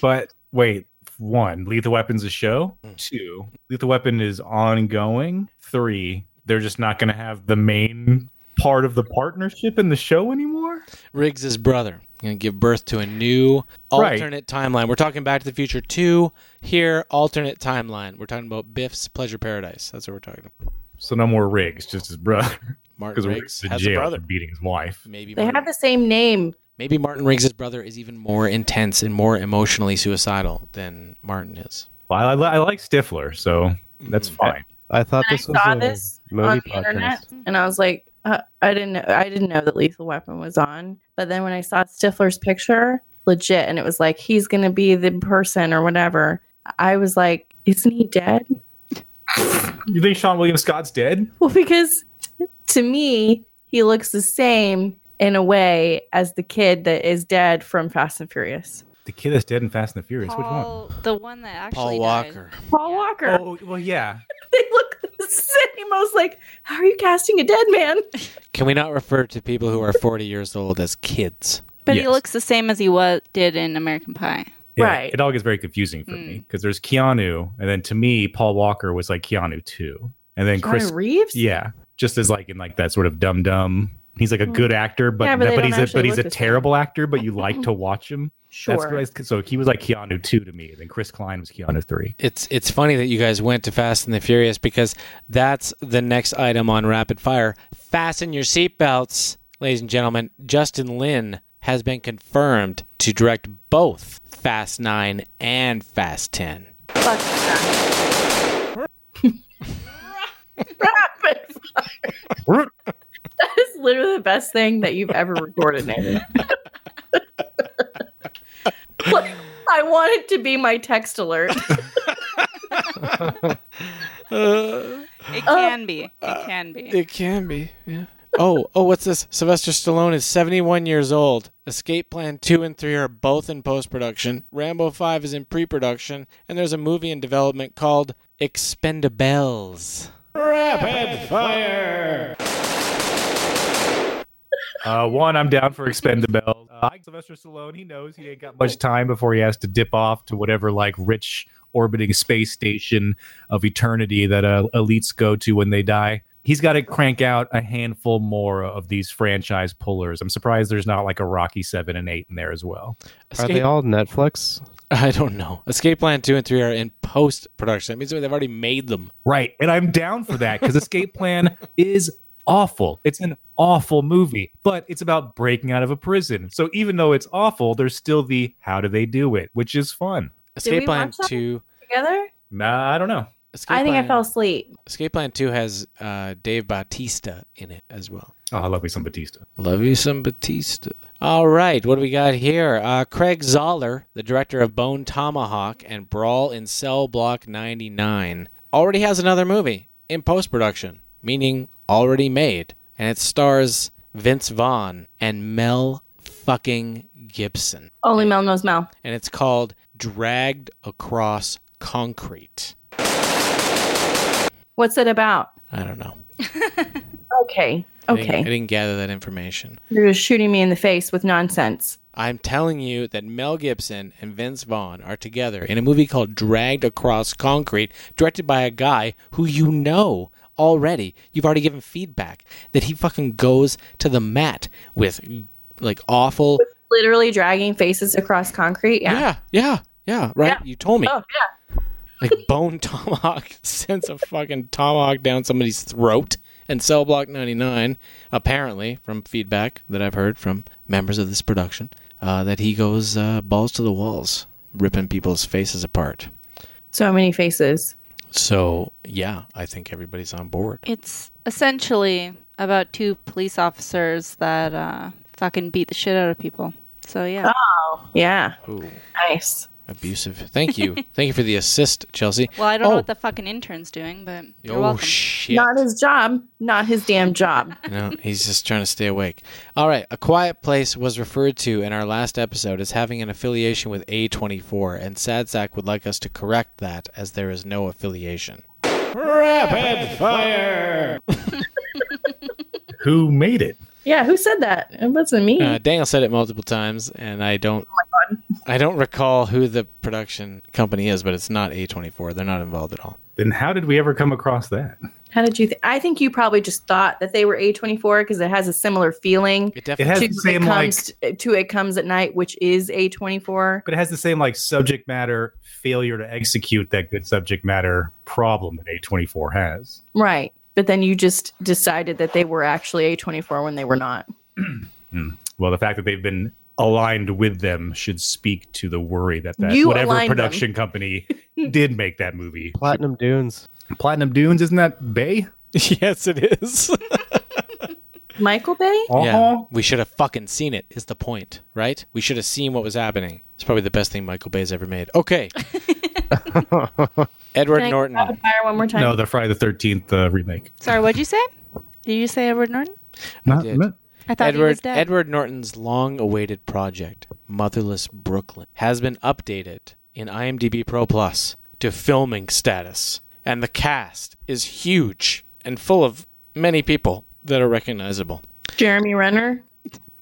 Speaker 5: But wait, one, Lethal Weapon's a show.
Speaker 2: Hmm.
Speaker 5: Two, Lethal Weapon is ongoing. Three, they're just not going to have the main part of the partnership in the show anymore.
Speaker 2: Riggs's brother going to give birth to a new
Speaker 5: Right.
Speaker 2: alternate timeline. We're talking Back to the Future 2 here, alternate timeline. We're talking about Biff's Pleasure Paradise. That's what we're talking about.
Speaker 5: So no more Riggs, just his brother.
Speaker 2: (laughs) Martin
Speaker 5: Because
Speaker 2: Riggs
Speaker 5: Riggs in
Speaker 2: has a
Speaker 5: jail for
Speaker 2: brother.
Speaker 5: beating his wife.
Speaker 2: Maybe
Speaker 1: they
Speaker 2: Martin,
Speaker 1: have the same name.
Speaker 2: maybe Martin Riggs' brother is even more intense and more emotionally suicidal than Martin is. Hmm.
Speaker 5: Well, I, I like Stifler, so that's fine.
Speaker 7: I thought
Speaker 1: And I
Speaker 7: this was
Speaker 1: saw
Speaker 7: a
Speaker 1: this on
Speaker 7: movie
Speaker 1: the internet,
Speaker 7: podcast.
Speaker 1: and I was like, uh, I didn't, know, I didn't know that Lethal Weapon was on. But then when I saw Stifler's picture, legit, and it was like he's gonna be the person or whatever. I was like, isn't he dead?
Speaker 5: You think Sean William Scott's dead?
Speaker 1: Well, because to me, he looks the same in a way as the kid that is dead from Fast and Furious.
Speaker 5: The kid that's dead in Fast and the Furious.
Speaker 6: Paul, the one that actually
Speaker 2: Paul
Speaker 6: died.
Speaker 1: (laughs)
Speaker 2: Walker.
Speaker 1: Paul Walker.
Speaker 6: (laughs)
Speaker 5: Which one? Oh,
Speaker 1: (laughs)
Speaker 5: well, yeah.
Speaker 1: They look the same. I was like, how are you casting a dead man?
Speaker 2: Can we not refer to people who are 40 years old as kids?
Speaker 6: (laughs) But he
Speaker 5: Yes.
Speaker 6: looks the same as he was did in American Pie.
Speaker 2: (laughs)
Speaker 5: Yeah,
Speaker 1: Right.
Speaker 5: It all gets very confusing for me
Speaker 6: Hmm.
Speaker 5: because there's Keanu, and then to me, Paul Walker was like Keanu too, and then Chris
Speaker 1: Keanu Reeves?
Speaker 5: Yeah, just as like in like that sort of dumb dumb. He's like a good actor, but
Speaker 1: Hmm. Yeah, but
Speaker 5: but,
Speaker 1: they don't
Speaker 5: he's a,
Speaker 1: actually
Speaker 5: but he's
Speaker 1: look
Speaker 5: a
Speaker 1: the same.
Speaker 5: terrible actor. But you
Speaker 1: (laughs)
Speaker 5: like to watch him. That's
Speaker 1: Sure.
Speaker 5: what I- so he was like Keanu two to me, and then Chris Klein was Keanu three.
Speaker 2: It's it's funny that you guys went to Fast and the Furious because that's the next item on rapid fire. Fasten your seatbelts, ladies and gentlemen. Justin Lin has been confirmed to direct both Fast 9 and Fast 10.
Speaker 1: Fuck that. Rapid fire. That is literally the best thing that you've ever recorded, Nathan. Like, I want it to be my text alert.
Speaker 6: It
Speaker 1: (laughs)
Speaker 6: can be. It can be.
Speaker 2: Uh, It can be, yeah. Oh, oh, what's this? Sylvester Stallone is 71 years old. Escape Plan 2 and 3 are both in post production. Rambo 5 is in pre production. And there's a movie in development called Expendables. (laughs)
Speaker 5: Uh, one, I'm down for Expendables. Uh, I like Sylvester Stallone, he knows he ain't got much time before he has to dip off to whatever like rich orbiting space station of eternity that uh, elites go to when they die. He's got to crank out a handful more of these franchise pullers. I'm surprised there's not like a Rocky seven and eight in there as well.
Speaker 7: Are they all Netflix?
Speaker 2: I don't know. Escape Plan 2 and 3 are in post production. That means they've already made them.
Speaker 5: Right. And I'm down for that because Escape Plan is awful. It's an awful movie, but it's about breaking out of a prison. So even though it's awful, there's still the how do they do it, which is fun.
Speaker 2: Escape
Speaker 1: we
Speaker 2: Plan
Speaker 1: watch that?
Speaker 2: 2.
Speaker 1: Um, Together?
Speaker 5: Nah, I don't know.
Speaker 2: Escape
Speaker 1: I think I
Speaker 2: Plan-
Speaker 1: fell asleep.
Speaker 2: Escape Plan 2 has uh, Dave Bautista in it as well.
Speaker 5: Oh, I love me some Batista.
Speaker 2: Love you some Batista. All right, what do we got here? Uh, Craig Zoller, the director of Bone Tomahawk and Brawl in Cell Block 99, already has another movie in post production, meaning already made. And it stars Vince Vaughn and Mel fucking Gibson.
Speaker 1: Only Mel knows Mel.
Speaker 2: And it's called Dragged Across Concrete.
Speaker 1: What's it about?
Speaker 2: I don't know.
Speaker 1: Okay.
Speaker 2: I didn't- I
Speaker 1: Okay.
Speaker 2: didn't gather that information.
Speaker 1: You're just shooting me in the face with nonsense.
Speaker 2: I'm telling you that Mel Gibson and Vince Vaughn are together in a movie called Dragged Across Concrete, directed by a guy who you know already. You've already given feedback that he fucking goes to the mat with like awful.
Speaker 1: Literally dragging faces across concrete. Yeah.
Speaker 2: Yeah, yeah, yeah. Right?
Speaker 1: Yeah.
Speaker 2: You told me.
Speaker 1: Oh yeah.
Speaker 2: Like bone (laughs) tomahawk sends a fucking tomahawk down somebody's throat. And Cell Block 99, apparently, from feedback that I've heard from members of this production, uh, that he goes uh, balls to the walls, ripping people's faces apart.
Speaker 1: So many faces.
Speaker 2: So, yeah, I think everybody's on board.
Speaker 6: It's essentially about two police officers that uh, fucking beat the shit out of people. So yeah,
Speaker 1: Oh. Yeah.
Speaker 2: Ooh,
Speaker 1: Nice.
Speaker 2: abusive. Thank you. Thank you for the assist, Chelsea.
Speaker 6: well I don't
Speaker 2: Oh.
Speaker 6: know what the fucking intern's doing, but you're
Speaker 2: oh,
Speaker 6: welcome.
Speaker 2: shit.
Speaker 1: Not his job. Not his
Speaker 6: (laughs)
Speaker 1: damn job.
Speaker 2: No, he's just trying to stay awake. All right, A Quiet Place was referred to in our last episode as having an affiliation with A24, and Sadsack would like us to correct that as there is no affiliation.
Speaker 5: Who made it?
Speaker 1: yeah. Who said that? It wasn't me.
Speaker 2: Uh, Daniel said it multiple times, and I don't, I don't recall who the production company is, but it's not A24. They're not involved at all.
Speaker 5: Then how did we ever come across that?
Speaker 1: How did you? Th- I think you probably just thought that they were A twenty four because it has a similar feeling.
Speaker 2: It
Speaker 5: It
Speaker 2: definitely
Speaker 5: has
Speaker 1: to
Speaker 5: the same
Speaker 1: it
Speaker 5: like,
Speaker 1: comes to it comes at night, which is a twenty four.
Speaker 5: but it has the same like subject matter failure to execute that good subject matter problem that A24 has.
Speaker 1: Right. But then you just decided that they were actually a twenty four when they were not.
Speaker 2: Hmm.
Speaker 5: Well, the fact that they've been aligned with them should speak to the worry that that
Speaker 1: You
Speaker 5: whatever
Speaker 1: aligned them.
Speaker 5: production
Speaker 1: (laughs)
Speaker 5: company did make that movie.
Speaker 7: Platinum Dunes.
Speaker 5: Platinum Dunes, isn't that Bay?
Speaker 2: (laughs) yes, it
Speaker 5: (laughs)
Speaker 2: is.
Speaker 1: Michael Bay.
Speaker 5: Uh-huh.
Speaker 2: Yeah, we should have fucking seen it. Is the point, right? We should have seen what was happening. It's probably the best thing Michael Bay's ever made. Okay, Edward
Speaker 1: Can I
Speaker 2: Norton.
Speaker 1: rapid fire one more time?
Speaker 5: No, the Friday the Thirteenth uh, remake.
Speaker 6: Sorry, what'd you say? Did you say Edward Norton?
Speaker 5: Not,
Speaker 2: did.
Speaker 5: not-
Speaker 6: I thought he
Speaker 2: Edward
Speaker 6: was dead.
Speaker 2: Edward Norton's long-awaited project, Motherless Brooklyn, has been updated in IMDb Pro Plus to filming status, and the cast is huge and full of many people that are recognizable.
Speaker 1: Jeremy Renner.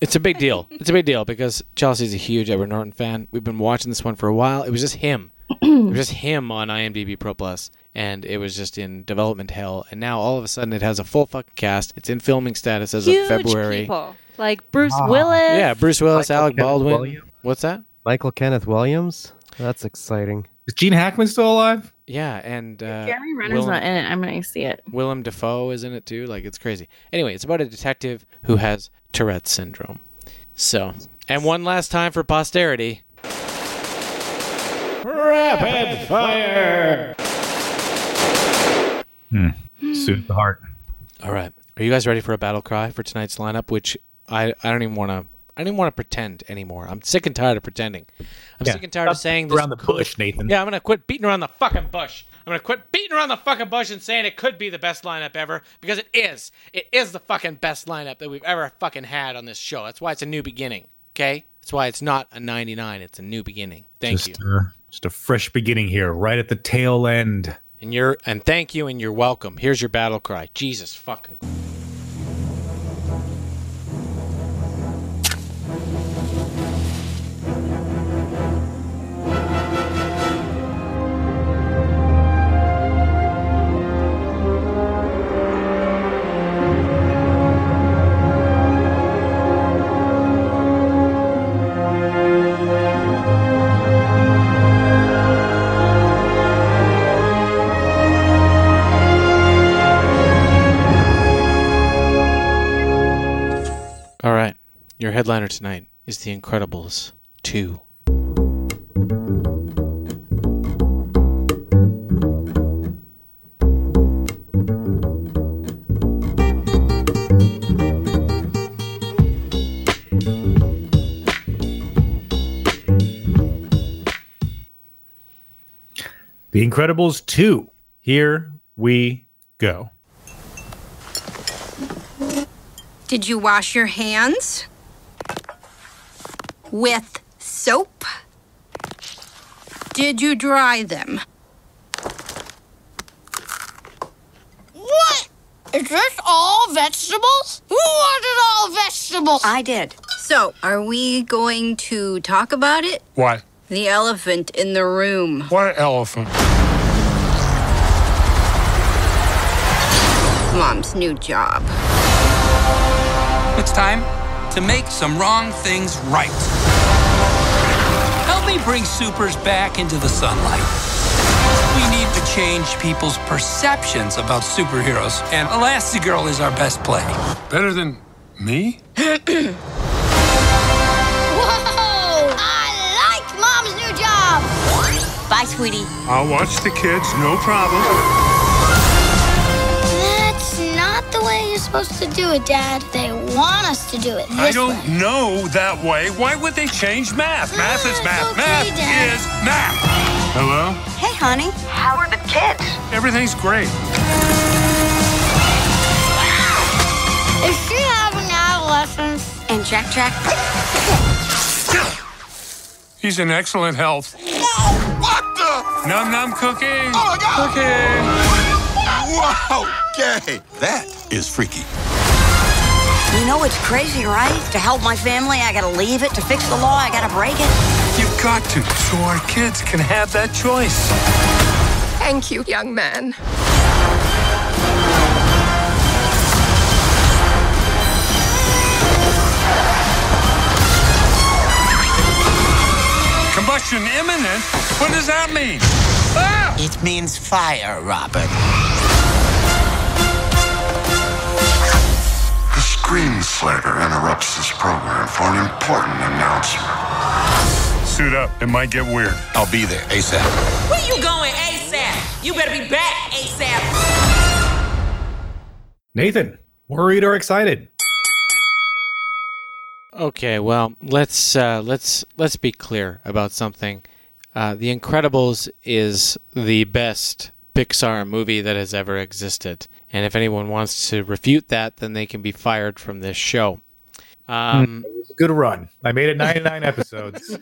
Speaker 2: It's a big deal. It's a big deal because Chelsea's a huge Edward Norton fan. We've been watching this one for a while. It was
Speaker 1: (clears throat)
Speaker 2: just him. it was just him on IMDb Pro Plus, and it was just in development hell. And now all of a sudden, it has a full fucking cast. It's in filming status as
Speaker 6: Huge
Speaker 2: of February.
Speaker 6: people like Bruce Willis.
Speaker 2: Yeah, Bruce Willis,
Speaker 7: Michael
Speaker 2: Alec
Speaker 7: Kenneth
Speaker 2: Baldwin.
Speaker 7: Williams.
Speaker 2: What's that?
Speaker 7: Michael Kenneth Williams. That's exciting.
Speaker 5: is Gene Hackman still alive?
Speaker 2: Yeah, and uh,
Speaker 1: Jeremy Renner's
Speaker 2: Willem-
Speaker 1: not in it. I'm not gonna see it.
Speaker 2: Willem Dafoe is in it too. Like it's crazy. Anyway, it's about a detective who has Tourette's syndrome. So, and one last time for posterity. Rapid fire.
Speaker 5: Suit the heart.
Speaker 2: All right. Are you guys ready for a battle cry for tonight's lineup? Which I I don't even want to. I don't even want to pretend anymore. I'm sick and tired of pretending. I'm sick and tired of saying this
Speaker 5: around the bush, Nathan.
Speaker 2: Yeah, I'm gonna quit beating around the fucking bush. I'm gonna quit beating around the fucking bush and saying it could be the best lineup ever because it is. It is the fucking best lineup that we've ever fucking had on this show. That's why it's a new beginning. Okay, that's why it's not a 99. It's a new beginning. Thank
Speaker 5: just,
Speaker 2: you,
Speaker 5: uh, just a fresh beginning here, right at the tail end.
Speaker 2: and you're and thank you, and you're welcome. Here's your battle cry. Jesus fucking. All right, your headliner tonight is The Incredibles two.
Speaker 5: The Incredibles two. Here we go.
Speaker 8: Did you wash your hands? With soap? Did you dry them?
Speaker 9: What? Is this all vegetables? Who wanted all vegetables?
Speaker 8: I did. So, are we going to talk about it?
Speaker 10: What?
Speaker 8: The elephant in the room.
Speaker 10: What elephant?
Speaker 8: mom's new job.
Speaker 10: It's time to make some wrong things right. Help me bring supers back into the sunlight. We need to change people's perceptions about superheroes, and Elastigirl is our best play.
Speaker 11: Better than me? (clears throat)
Speaker 9: Whoa! I like Mom's new job! Bye, sweetie.
Speaker 11: I'll watch the kids, no problem.
Speaker 9: That's not the way you're supposed to do it, Dad. They want us to do it this
Speaker 11: I don't
Speaker 9: way.
Speaker 11: know that way. Why would they change math? Math is math. Math
Speaker 9: Dad.
Speaker 11: is math. Hello?
Speaker 9: Hey, honey. How are the kids?
Speaker 11: Everything's great.
Speaker 9: Is she having adolescence? And Jack Jack.
Speaker 11: He's in excellent health. Oh, what the? Num num cooking. Oh my god.
Speaker 12: Wow, gay. That is freaky.
Speaker 13: You know it's crazy, right? To help my family, I gotta leave it. To fix the law, I gotta break it.
Speaker 11: You've got to, so our kids can have that choice.
Speaker 14: Thank you, young man.
Speaker 11: Combustion imminent? What does that mean? Ah!
Speaker 15: It means fire, Robert.
Speaker 16: The screenslayer interrupts this program for an important announcement.
Speaker 11: Suit up. It might get weird. I'll be there ASAP.
Speaker 17: Where you going ASAP? You better be back ASAP.
Speaker 5: Nathan, worried or excited?
Speaker 2: Okay, well, let's uh, let's let's be clear about something. Uh, the Incredibles is the best Pixar movie that has ever existed, and if anyone wants to refute that, then they can be fired from this show. Um,
Speaker 5: it was a good run. I made it
Speaker 1: (laughs)
Speaker 5: 99 episodes.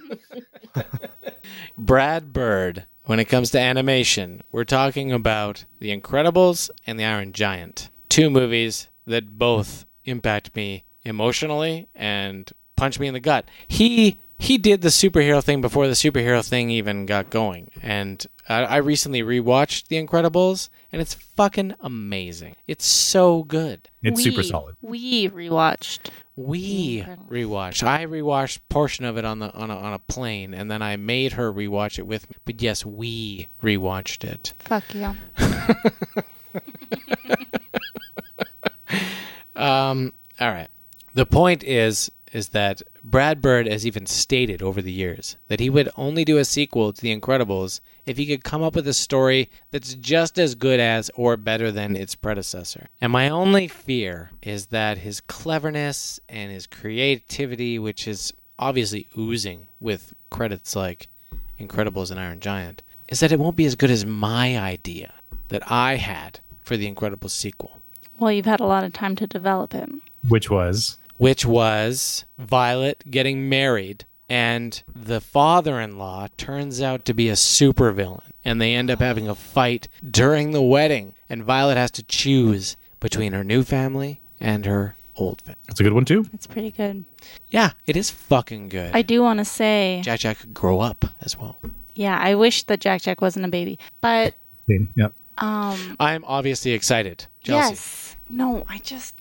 Speaker 2: Brad Bird, when it comes to animation, we're talking about The Incredibles and The Iron Giant. Two movies that both impact me emotionally and punch me in the gut. He he did the superhero thing before the superhero thing even got going. And I, I recently rewatched The Incredibles, and it's fucking amazing. It's so good.
Speaker 5: It's super solid.
Speaker 6: We rewatched.
Speaker 2: We rewatched. I rewatched portion of it on the on a, on a plane, and then I made her rewatch it with me. But yes, we rewatched it.
Speaker 6: Fuck
Speaker 2: (laughs)
Speaker 6: you.
Speaker 2: (laughs) Um, all right. The point is is that Brad Bird has even stated over the years that he would only do a sequel to The Incredibles if he could come up with a story that's just as good as or better than its predecessor. And my only fear is that his cleverness and his creativity, which is obviously oozing with credits like Incredibles and Iron Giant, is that it won't be as good as my idea that I had for the Incredibles sequel.
Speaker 6: Well, you've had a lot of time to develop it.
Speaker 5: Which was?
Speaker 2: which was Violet getting married, and the father in law turns out to be a supervillain, and they end up having a fight during the wedding, and Violet has to choose between her new family and her old family.
Speaker 5: That's a good one, too.
Speaker 6: It's pretty good.
Speaker 2: Yeah, it is fucking good.
Speaker 6: I do want to say,
Speaker 2: Jack Jack could grow up as well.
Speaker 6: yeah, I wish that Jack Jack wasn't a baby, but
Speaker 5: Yep.
Speaker 6: um,
Speaker 2: I'm obviously excited. Jealousy.
Speaker 6: yes, no, I just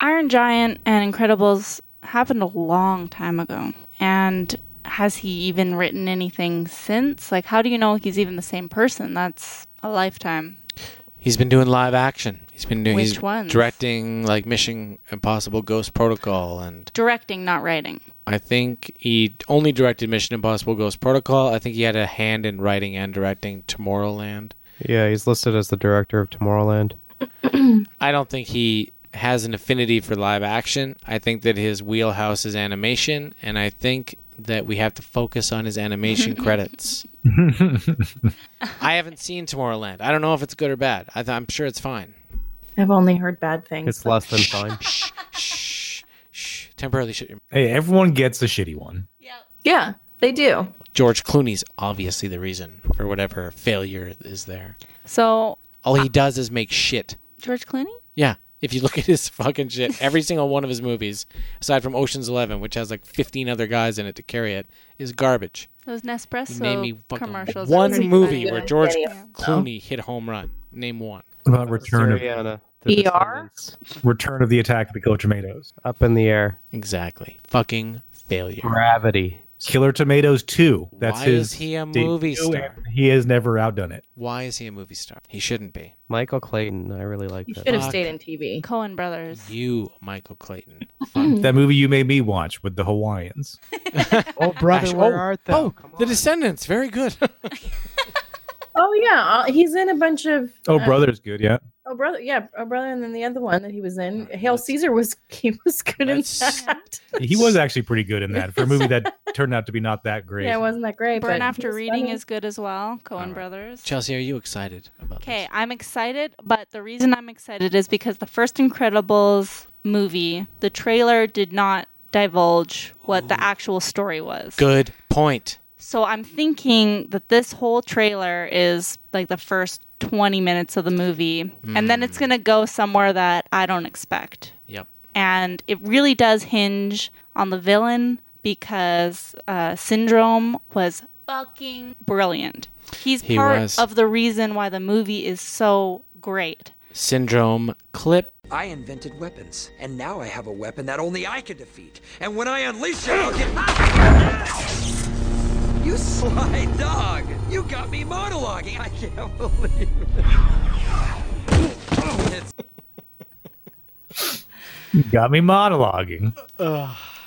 Speaker 6: Iron Giant and Incredibles happened a long time ago, and has he even written anything since? Like, how do you know he's even the same person? That's a lifetime.
Speaker 2: He's been doing live action. He's been doing he's
Speaker 6: Which ones?
Speaker 2: directing like Mission Impossible Ghost Protocol and
Speaker 6: Directing, not writing.
Speaker 2: I think he only directed Mission Impossible Ghost Protocol. I think he had a hand in writing and directing Tomorrowland.
Speaker 7: Yeah, he's listed as the director of Tomorrowland.
Speaker 2: I don't think he has an affinity for live action. I think that his wheelhouse is animation, and I think that we have to focus on
Speaker 6: (laughs)
Speaker 2: his animation credits. I haven't seen Tomorrowland. I don't know if it's good or bad. I th- I'm sure it's fine.
Speaker 1: I've only heard bad things.
Speaker 7: It's less than fine.
Speaker 2: Temporarily shut your
Speaker 5: Hey, everyone gets a shitty one.
Speaker 1: Yeah, they do.
Speaker 2: George Clooney's obviously the reason for whatever failure is there.
Speaker 6: So,
Speaker 2: All
Speaker 5: Ah.
Speaker 2: he does is make shit.
Speaker 6: George Clooney?
Speaker 2: Yeah. If you look at his fucking shit, every single one of his movies, aside from Ocean's Eleven, which has like 15 other guys in it to carry it, is garbage.
Speaker 6: Those
Speaker 2: You name me
Speaker 6: Nespresso
Speaker 2: fucking
Speaker 6: commercials. are
Speaker 2: one
Speaker 6: pretty
Speaker 2: movie
Speaker 6: funny.
Speaker 2: where George Clooney hit a home run. Name one.
Speaker 5: What about Return of
Speaker 7: Suriana.
Speaker 6: E
Speaker 7: The
Speaker 1: ER?
Speaker 5: Return of the attack of the killer tomatoes.
Speaker 7: Up in the air.
Speaker 2: Exactly. Fucking failure.
Speaker 7: Gravity.
Speaker 5: Killer Tomatoes 2. That's
Speaker 2: Why
Speaker 5: his
Speaker 2: is he a
Speaker 5: debut,
Speaker 2: movie star?
Speaker 5: and He has never outdone it.
Speaker 2: Why is he a movie star? He shouldn't be.
Speaker 7: Michael Clayton. I really like that.
Speaker 1: Should have stayed in TV.
Speaker 6: Cohen Brothers.
Speaker 2: You, Michael Clayton.
Speaker 5: that movie you made me watch with the Hawaiians.
Speaker 7: oh, brother,
Speaker 2: Ash-
Speaker 7: where
Speaker 2: oh,
Speaker 7: art thou?
Speaker 2: oh, The Descendants. Very good. (laughs)
Speaker 1: Oh yeah, uh, he's in a bunch of. (laughs)
Speaker 5: Oh,
Speaker 1: uh,
Speaker 5: brother's good, yeah.
Speaker 1: Oh brother, yeah, oh brother, and then the other one that he was in,
Speaker 5: Ah,
Speaker 1: Hail Caesar was (laughs) he was good in that.
Speaker 5: He was actually pretty good in that for a movie that turned out to be not that great.
Speaker 1: Yeah, it wasn't that great.
Speaker 6: Burn
Speaker 1: but he
Speaker 6: After
Speaker 1: was
Speaker 6: Reading
Speaker 1: funny.
Speaker 6: is good as well. Cohen Brothers.
Speaker 2: Chelsea, are you excited about
Speaker 6: Okay, I'm excited, but the reason I'm excited is because the first Incredibles movie, the trailer did not divulge what the actual story was.
Speaker 2: Good point.
Speaker 6: So I'm thinking that this whole trailer is like the first 20 minutes of the movie, and then
Speaker 2: Hmm.
Speaker 6: it's going to go somewhere that I don't expect.
Speaker 2: Yep.
Speaker 6: And it really does hinge on the villain because uh, Syndrome was fucking brilliant. He's
Speaker 2: He
Speaker 6: part
Speaker 2: was.
Speaker 6: of the reason why the movie is so great.
Speaker 2: Syndrome clip.
Speaker 17: I invented weapons, and now I have a weapon that only I can defeat. And when I unleash it, I'll get. (laughs) You sly dog! You got me monologuing! I can't believe it. (laughs) It's
Speaker 5: You Got me monologuing.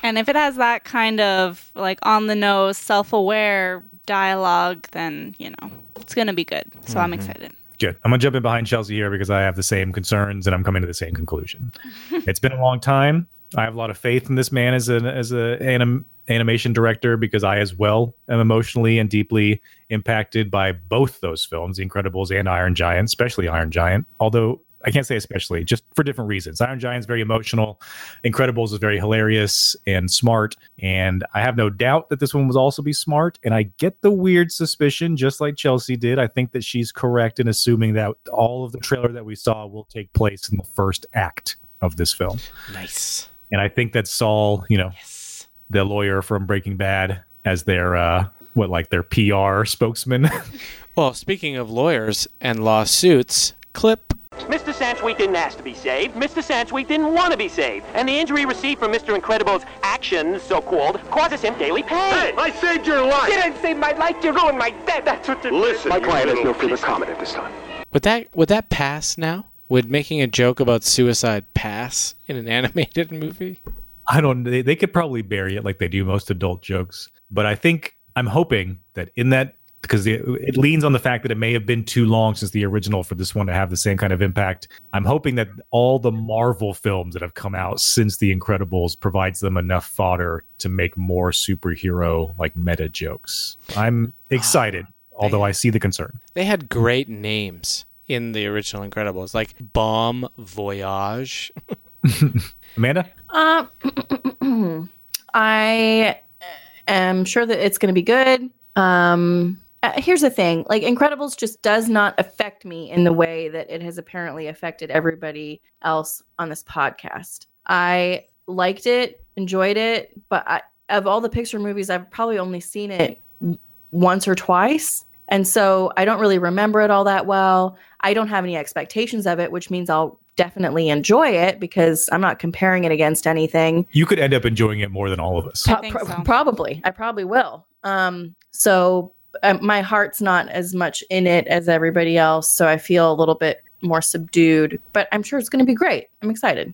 Speaker 6: And if it has that kind of like on the nose, self aware dialogue, then, you know, it's going to be good. So I'm excited.
Speaker 5: Good. I'm gonna jump in behind Chelsea here because I have the same concerns and I'm coming to the same conclusion. it's been a long time. I have a lot of faith in this man as an as a anim, animation director because I as well am emotionally and deeply impacted by both those films, The Incredibles and Iron Giant, especially Iron Giant. Although I can't say especially, just for different reasons. Iron Giant's very emotional. Incredibles is very hilarious and smart. And I have no doubt that this one will also be smart. And I get the weird suspicion, just like Chelsea did. I think that she's correct in assuming that all of the trailer that we saw will take place in the first act of this film.
Speaker 2: Nice.
Speaker 5: And I think that Saul, you know, the lawyer from Breaking Bad, as their, uh, what, like their PR spokesman. (laughs)
Speaker 2: Well, speaking of lawyers and lawsuits, clip.
Speaker 18: Mr. Sansweet didn't ask to be saved. Mr. Sansweet didn't want to be saved. And the injury received from Mr. Incredible's actions, so called, causes him daily pain.
Speaker 19: Hey, I saved your life.
Speaker 18: You didn't save my life. You ruined my debt. That's what you
Speaker 19: Listen,
Speaker 18: My
Speaker 19: you
Speaker 18: client has
Speaker 19: little
Speaker 18: no further
Speaker 19: piece of-
Speaker 18: comment at this time.
Speaker 2: Would that would that pass now? Would making a joke about suicide pass in an (laughs) animated movie?
Speaker 5: I don't. They, they could probably bury it like they do most adult jokes, but I think I'm hoping that in that because it, it leans on the fact that it may have been too long since the original for this one to have the same kind of impact. I'm hoping that all the Marvel films that have come out since The Incredibles provides them enough fodder to make more superhero like meta jokes. I'm excited, although I see the concern.
Speaker 2: They had great names in the original Incredibles, like Bomb
Speaker 7: (laughs)
Speaker 2: Voyage.
Speaker 5: Amanda?
Speaker 1: Um, Uh, (clears throat) I am sure that it's going to be good. Um, uh, here's the thing: like Incredibles just does not affect me in the way that it has apparently affected everybody else on this podcast. I liked it, enjoyed it, but I, of all the Pixar movies, I've probably only seen it once or twice. And so I don't really remember it all that well. I don't have any expectations of it, which means I'll definitely enjoy it because I'm not comparing it against anything.
Speaker 5: You could end up enjoying it more than all of us.
Speaker 1: Pro- pro- Probably. I probably will. Um, so uh, my heart's not as much in it as everybody else. So I feel a little bit more subdued, but I'm sure it's going to be great. I'm excited.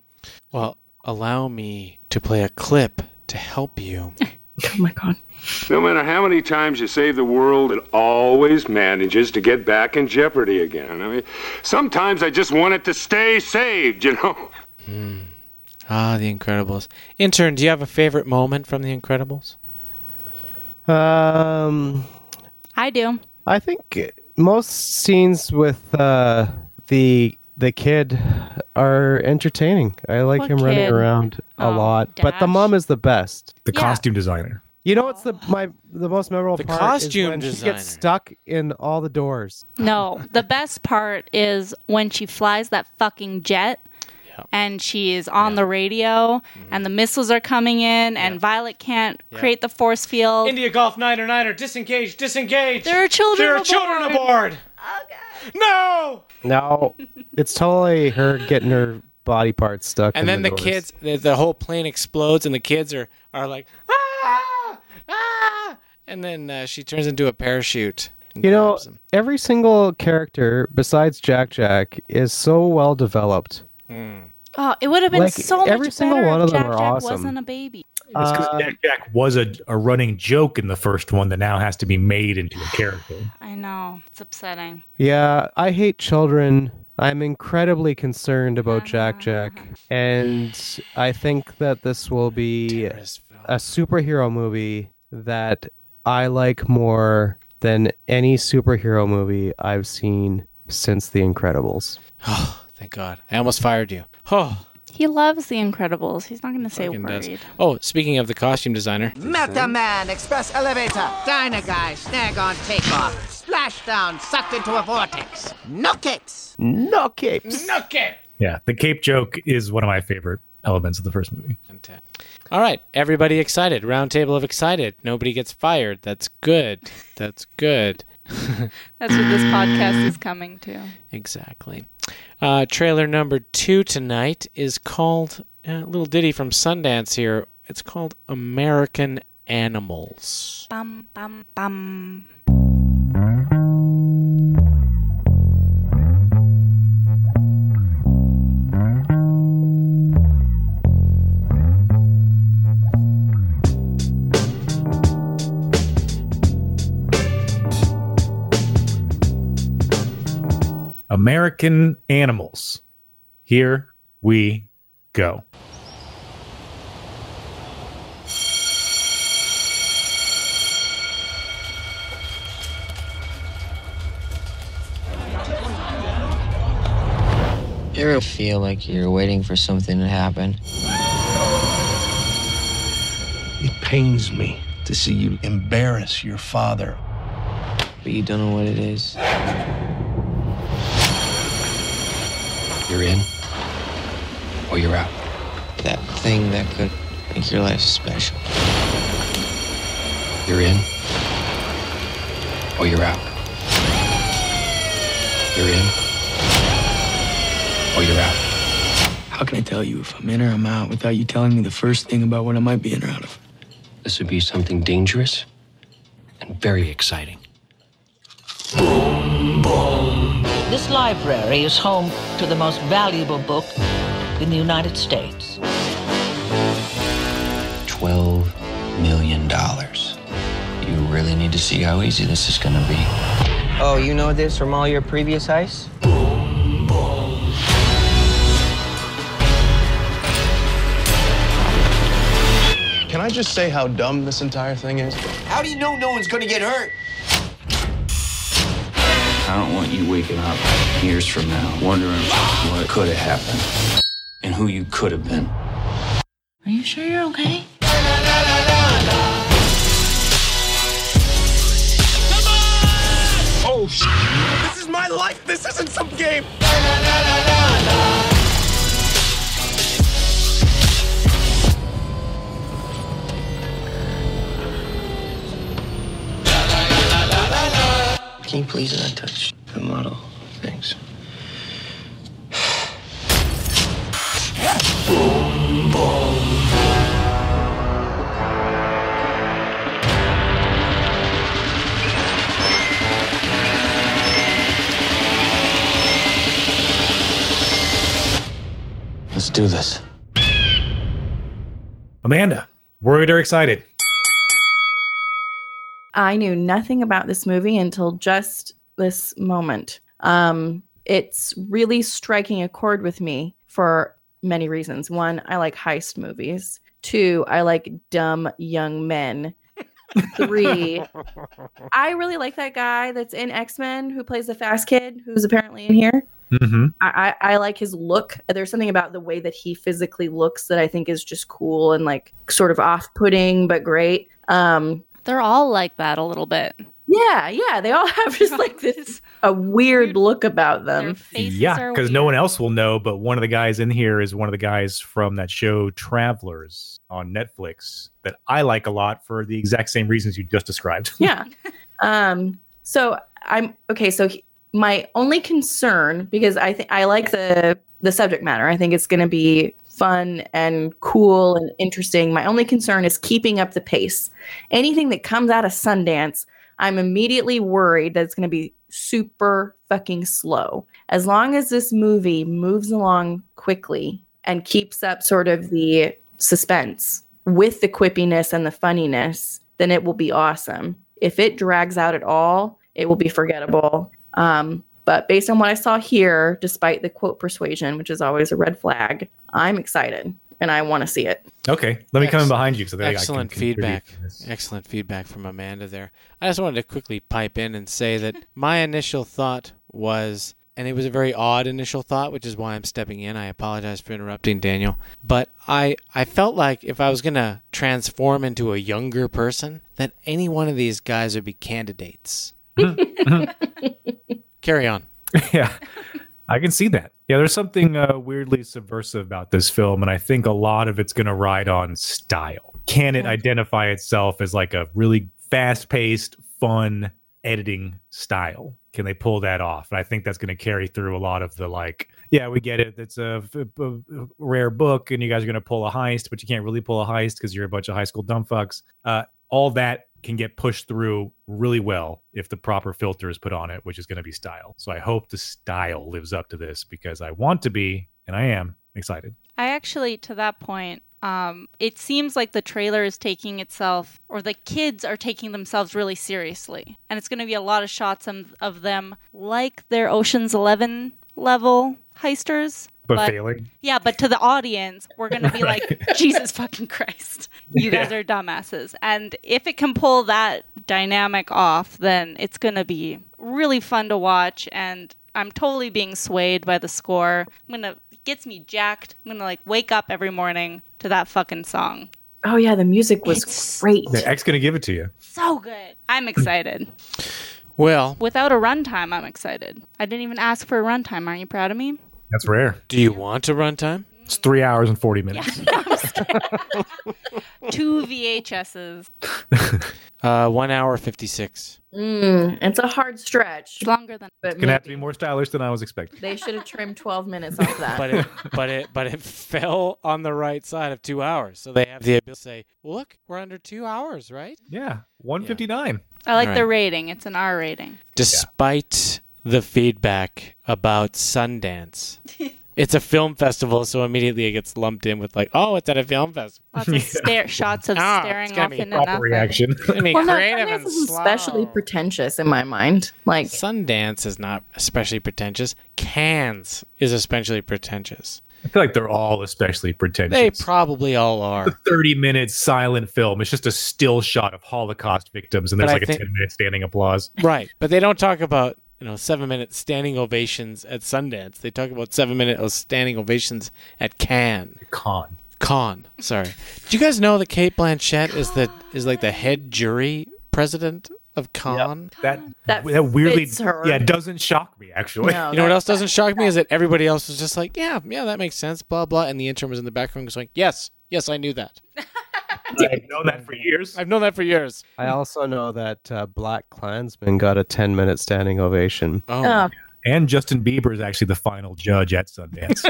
Speaker 2: Well, allow me to play a clip to help you.
Speaker 20: No matter how many times you save the world, it always manages to get back in jeopardy again. I mean, sometimes I just want it to stay saved, you know?
Speaker 2: Ah, The Incredibles. Intern, do you have a favorite moment from The Incredibles?
Speaker 7: Um,
Speaker 6: I do.
Speaker 7: I think most scenes with uh, the the kid are entertaining. I like
Speaker 6: What
Speaker 7: him running
Speaker 6: kid?
Speaker 7: around a
Speaker 6: Oh,
Speaker 7: lot, but the
Speaker 6: Dash.
Speaker 7: mom is the best.
Speaker 5: The costume designer.
Speaker 7: You know what's the my the most memorable
Speaker 2: The
Speaker 7: part
Speaker 2: costume
Speaker 7: is when she
Speaker 2: designer.
Speaker 7: gets stuck in all the doors.
Speaker 6: No, the best part is when she flies that fucking jet and she is on the radio and the missiles are coming in and Violet can't
Speaker 2: Yeah.
Speaker 6: create the force field.
Speaker 2: Golf Niner Niner, disengage, disengage.
Speaker 6: There are children There are aboard. children aboard.
Speaker 2: no.
Speaker 6: (laughs)
Speaker 7: No, it's totally her getting her body parts stuck.
Speaker 2: And
Speaker 7: in
Speaker 2: then the,
Speaker 7: doors.
Speaker 2: kids, the, the whole plane explodes, and the kids are are like, ah, ah, and then uh, she turns into a parachute.
Speaker 7: You know, every single character besides Jack Jack is so well developed.
Speaker 2: Hmm.
Speaker 6: Oh, it would have been
Speaker 7: Like,
Speaker 6: so
Speaker 7: every
Speaker 6: much
Speaker 7: single
Speaker 6: better
Speaker 7: one
Speaker 6: if
Speaker 7: of them
Speaker 6: Jack
Speaker 7: are
Speaker 6: Jack
Speaker 7: awesome.
Speaker 6: wasn't a baby.
Speaker 5: It's because Jack Jack was a, a running joke in the first one that now has to be made into a character.
Speaker 6: I know. It's upsetting.
Speaker 7: Yeah, I hate children. I'm incredibly concerned
Speaker 21: Uh-huh.
Speaker 7: about Jack Jack, and I think that this will be a superhero movie that I like more than any superhero movie I've seen since The Incredibles.
Speaker 2: Thank God, I almost fired you. Oh,
Speaker 6: He loves The Incredibles. He's not going to say
Speaker 2: fucking does.
Speaker 6: worried.
Speaker 2: Oh, speaking of the costume designer,
Speaker 15: Meta Man, Express Elevator, Diner Guy, Snag on Takeoff, Splashdown, Sucked into a Vortex, No Capes!
Speaker 7: No capes.
Speaker 2: No capes.
Speaker 5: Yeah, the cape joke is one of my favorite elements of the first movie.
Speaker 2: All right, everybody excited. Round table of excited. Nobody gets fired. That's good. That's good. (laughs)
Speaker 6: That's what this podcast is coming to.
Speaker 2: Exactly. Uh, trailer number two tonight is called uh, a little ditty from Sundance here. It's called American Animals.
Speaker 6: Bum, bum, bum.
Speaker 5: American animals. Here we go.
Speaker 19: You ever feel like you're waiting for something to happen?
Speaker 22: It pains me to see you embarrass your father. But you don't know what it is.
Speaker 19: You're in or you're out. That thing that could make your life special. You're in or you're out. You're in or you're out.
Speaker 22: How can I tell you if I'm in or I'm out without you telling me the first thing about what I might be in or out of?
Speaker 19: This would be something dangerous and very exciting.
Speaker 21: This library is home to the most valuable book in the United States.
Speaker 19: $12 million. You really need to see how easy this is going to be.
Speaker 15: Oh, you know this from all your previous heists?
Speaker 22: Can I just say how dumb this entire thing is?
Speaker 15: How do you know no one's gonna get hurt?
Speaker 22: I don't want you waking up years from now wondering what could have happened and who you could have been.
Speaker 21: Are you sure you're okay?
Speaker 15: Oh, sh- this is my life. This isn't some game.
Speaker 19: Can you please not touch the model? Thanks.
Speaker 22: Let's do this.
Speaker 5: Amanda, worried or excited?
Speaker 1: I knew nothing about this movie until just this moment. Um, it's really striking a chord with me for many reasons. One, I like heist movies. Two, I like dumb young men. Three, I really like that guy that's in X Men who plays the fast kid who's apparently in here.
Speaker 5: Mm-hmm.
Speaker 1: I, I I like his look. There's something about the way that he physically looks that I think is just cool and like sort of off-putting but great. Um,
Speaker 6: They're all like that a little bit.
Speaker 1: yeah, yeah, they all (laughs) have just like this a weird look about them.
Speaker 5: Yeah, because no one else will know, but one of the guys in here is one of the guys from that show Travelers on Netflix that I like a lot
Speaker 1: (laughs)
Speaker 5: for the exact same reasons you just described.
Speaker 1: yeah. Um. So I'm okay. So he, My only concern, because I think I like the the subject matter. I think it's going to be fun and cool and interesting. My only concern is keeping up the pace. Anything that comes out of Sundance, I'm immediately worried that it's going to be super fucking slow. As long as this movie moves along quickly and keeps up sort of the suspense with the quippiness and the funniness, then it will be awesome. If it drags out at all, it will be forgettable. Um, but based on what I saw here, despite the quote persuasion, which is always a red flag, I'm excited and I want to see it.
Speaker 5: (laughs) Okay, let me come in behind you. So that I can
Speaker 2: Excellent
Speaker 5: contribute.
Speaker 2: feedback. Excellent feedback from Amanda there. I just wanted to quickly pipe in and say that my initial thought was, and it was a very odd initial thought, which is why I'm stepping in. I apologize for interrupting, Daniel. But I, I felt like if I was going to transform into a younger person, that any one of these guys would be candidates. Carry on.
Speaker 5: yeah, I can see that. Yeah, there's something uh, weirdly subversive about this film, and I think a lot of it's going to ride on style. Can it identify itself as like a really fast paced, fun editing style? Can they pull that off? And I think that's going to carry through a lot of the like, yeah, we get it. It's a, f- uh, a rare book, and you guys are going to pull a heist, but you can't really pull a heist because you're a bunch of high school dumb fucks. Uh, all that can get pushed through really well if the proper filter is put on it, which is going to be style. So I hope the style lives up to this because I want to be, and I am excited.
Speaker 6: I actually, to that point, um, it seems like the trailer is taking itself, or the kids are taking themselves really seriously. And it's going to be a lot of shots of, of them like their Ocean's Eleven level heisters.
Speaker 5: But failing.
Speaker 6: Yeah, but to the audience, we're going to be like, Jesus fucking Christ, you guys are dumbasses. And if it can pull that dynamic off, then it's going to be really fun to watch. And I'm totally being swayed by the score. I'm going to, it gets me jacked. I'm going to like wake up every morning to that fucking song.
Speaker 1: Oh yeah, the music was great.
Speaker 5: The X going to give it to you.
Speaker 6: So good. I'm excited.
Speaker 2: Well,
Speaker 6: Without a runtime, I'm excited. I didn't even ask for a runtime. Aren't you proud of (laughs) me?
Speaker 5: that's rare.
Speaker 2: Do you want a runtime?
Speaker 5: It's three hours and 40 minutes.
Speaker 6: Two VHSs.
Speaker 2: Uh, one hour fifty-six.
Speaker 1: Mm, it's a hard stretch.
Speaker 6: longer than
Speaker 1: but
Speaker 5: Gonna have to
Speaker 1: maybe.
Speaker 5: be more stylish than I was expecting.
Speaker 1: They should have trimmed 12 minutes off that. (laughs)
Speaker 2: but it, but it, but it fell on the right side of two hours, so they have the ability to say, "Look, we're under two hours, right?"
Speaker 5: Yeah, 159.
Speaker 6: I like
Speaker 2: All
Speaker 6: the
Speaker 2: right.
Speaker 6: rating. It's an R rating.
Speaker 2: Despite the feedback
Speaker 1: (laughs)
Speaker 2: about Sundance, it's a film festival, so immediately it gets lumped in with like, "Oh, it's at a film festival."
Speaker 6: Lots of stare shots of
Speaker 2: Ah,
Speaker 6: staring
Speaker 2: it's gonna
Speaker 6: off
Speaker 2: be
Speaker 5: Oh,
Speaker 6: into
Speaker 2: proper
Speaker 6: nothing.
Speaker 2: (laughs) reaction. It's gonna be
Speaker 1: Well, no,
Speaker 2: creative
Speaker 1: Sundance
Speaker 2: and
Speaker 1: is especially pretentious in my mind. Like
Speaker 2: Sundance is not especially pretentious. Cannes is especially pretentious.
Speaker 5: I feel like they're all especially
Speaker 2: They
Speaker 5: pretentious.
Speaker 2: probably all are.
Speaker 5: The 30 minute silent film. It's just a still shot of Holocaust victims, and
Speaker 2: But
Speaker 5: there's
Speaker 2: I
Speaker 5: like a
Speaker 2: think-
Speaker 5: 10 minute standing applause.
Speaker 2: Right. But they don't talk about, you know, seven minute standing ovations at Sundance. They talk about seven minute o- standing ovations at Cannes.
Speaker 5: Con.
Speaker 2: Con. Sorry. Do you guys know that Kate Blanchett is the is like the head jury president of Con?
Speaker 5: That
Speaker 1: that,
Speaker 5: weirdly,
Speaker 2: fits her.
Speaker 5: yeah, it doesn't shock me actually.
Speaker 2: you know what else doesn't shock me is that everybody else was just like, yeah, yeah, that makes sense, blah blah, and the intern was in the background going, yes, yes, I knew that.
Speaker 5: I've known that for years.
Speaker 2: I've known that for years.
Speaker 7: I also know that uh, Black Klansman got a 10 minute standing ovation.
Speaker 2: Oh.
Speaker 5: And Justin Bieber is actually the final judge at Sundance.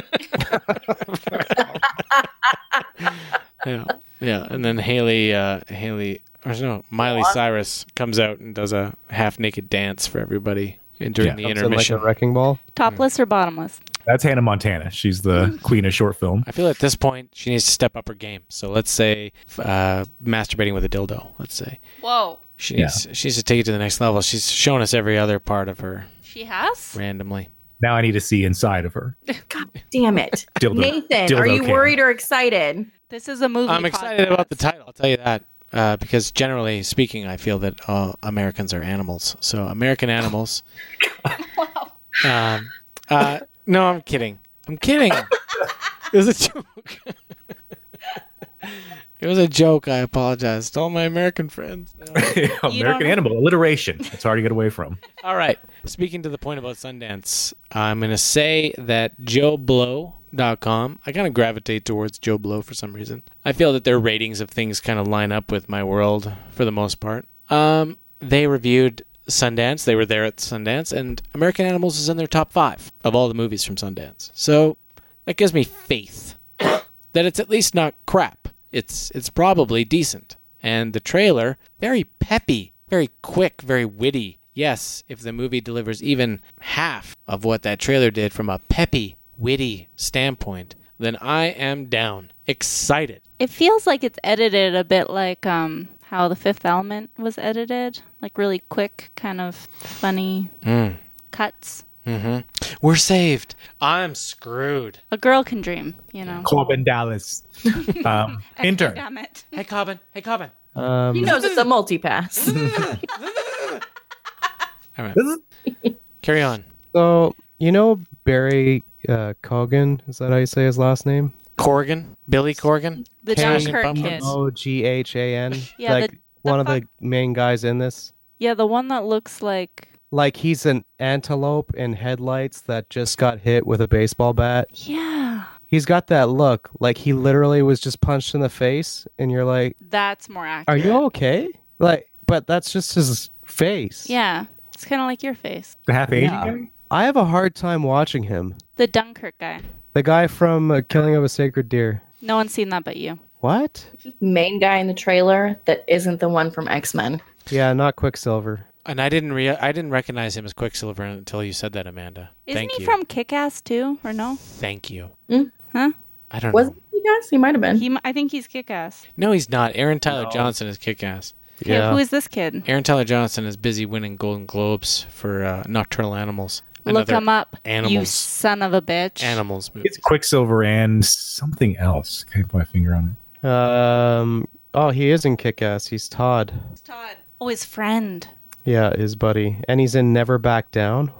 Speaker 2: yeah, yeah. And then Haley, uh, Haley, or no, Miley Cyrus comes out and does a half naked dance for everybody in- during
Speaker 5: Yeah.
Speaker 2: the
Speaker 5: Comes in like a
Speaker 2: intermission.
Speaker 7: wrecking ball.
Speaker 6: Topless or bottomless?
Speaker 5: That's Hannah Montana. She's the queen of short film.
Speaker 2: I feel at this point she needs to step up her game. So let's say uh, masturbating with a dildo. Let's say
Speaker 6: Whoa.
Speaker 2: she needs she needs to take it to the next level. She's shown us every other part of her
Speaker 6: She has?
Speaker 2: randomly.
Speaker 5: Now I need to see inside of her.
Speaker 1: Damn it.
Speaker 5: (laughs) Dildo-
Speaker 1: Nathan,
Speaker 5: dildo
Speaker 1: are you
Speaker 5: cam.
Speaker 1: worried or excited?
Speaker 6: This is a movie.
Speaker 2: I'm excited about the title. I'll tell you that. Uh, because generally speaking, I feel that all Americans are animals. So American animals. wow. Um, uh, no, I'm kidding. I'm kidding. it was a joke. (laughs) it was a joke. I apologize to all my American friends.
Speaker 5: (laughs) American animal alliteration. It's hard to get away from.
Speaker 2: All right. Speaking to the point about Sundance, I'm going to say that JoeBlow.com, I kind of gravitate towards Joe Blow for some reason. I feel that their ratings of things kind of line up with my world for the most part. Um, they reviewed Sundance. They were there at Sundance, and American Animals is in their top five of all the movies from Sundance. So that gives me faith that it's at least not crap. It's it's probably decent. And the trailer, very peppy, very quick, very witty. Yes, if the movie delivers even half of what that trailer did from a peppy, witty standpoint, then I am down. Excited.
Speaker 6: It feels like it's edited a bit like um, how The Fifth Element was edited, like really quick, kind of funny
Speaker 2: Mm.
Speaker 6: cuts.
Speaker 2: Mm-hmm. We're saved. I'm screwed.
Speaker 6: A girl can dream, you know. (laughs)
Speaker 5: Corbin Dallas. Um, intern.
Speaker 6: Damn it.
Speaker 2: Hey, Cobbin. Hey, Cobbin.
Speaker 7: Um,
Speaker 1: He knows it's
Speaker 6: (laughs)
Speaker 1: a multipass.
Speaker 2: All right.
Speaker 6: (laughs)
Speaker 2: Carry on.
Speaker 7: So you know Barry uh, Cogan? Is that how you say his last name?
Speaker 2: Corgan, Billy Corgan,
Speaker 6: The
Speaker 2: Cash
Speaker 6: Dunkirk
Speaker 2: and Bumper.
Speaker 6: kid.
Speaker 7: O G H A N.
Speaker 6: (laughs) Yeah,
Speaker 7: Like
Speaker 6: the-
Speaker 7: one of the main guys in this.
Speaker 6: Yeah, the one that looks like
Speaker 7: Like he's an antelope in headlights that just got hit with a baseball bat.
Speaker 6: yeah,
Speaker 7: He's got that look. Like he literally was just punched in the face, and you're like,
Speaker 6: that's more accurate.
Speaker 7: "Are you okay?" Like, but that's just his face.
Speaker 6: Yeah, it's kind of like your face.
Speaker 7: The half
Speaker 6: Asian
Speaker 7: guy. I have a hard time watching him.
Speaker 6: The Dunkirk guy.
Speaker 7: The guy from uh, Killing of a Sacred Deer.
Speaker 6: No one's seen that but you.
Speaker 7: What?
Speaker 1: Main guy in the trailer that isn't the one from X Men.
Speaker 6: (laughs)
Speaker 7: Yeah, not Quicksilver.
Speaker 2: And I didn't rea- I didn't recognize him as Quicksilver until you said that, Amanda.
Speaker 6: Isn't
Speaker 2: Thank
Speaker 6: he
Speaker 2: you.
Speaker 6: from Kick Ass too, or no?
Speaker 2: Thank you.
Speaker 6: Huh?
Speaker 2: I don't know.
Speaker 1: Hmm? Wasn't he guys? He might have been.
Speaker 6: He, mi- I think he's Kick Ass.
Speaker 2: No, he's not. Aaron Tyler Johnson is kick ass.
Speaker 6: Okay, who is this kid?
Speaker 2: Aaron Tyler Johnson is busy winning Golden Globes for uh, Nocturnal Animals.
Speaker 6: Look
Speaker 2: Another
Speaker 6: him up, you
Speaker 2: Animals.
Speaker 6: son of a bitch.
Speaker 2: Animals movie.
Speaker 5: It's Quicksilver and something else. Can't put my finger on it.
Speaker 7: Um. Oh, he is in Kick Ass. He's Todd.
Speaker 6: Oh, his friend.
Speaker 7: Yeah, his buddy, and he's in Never Back Down,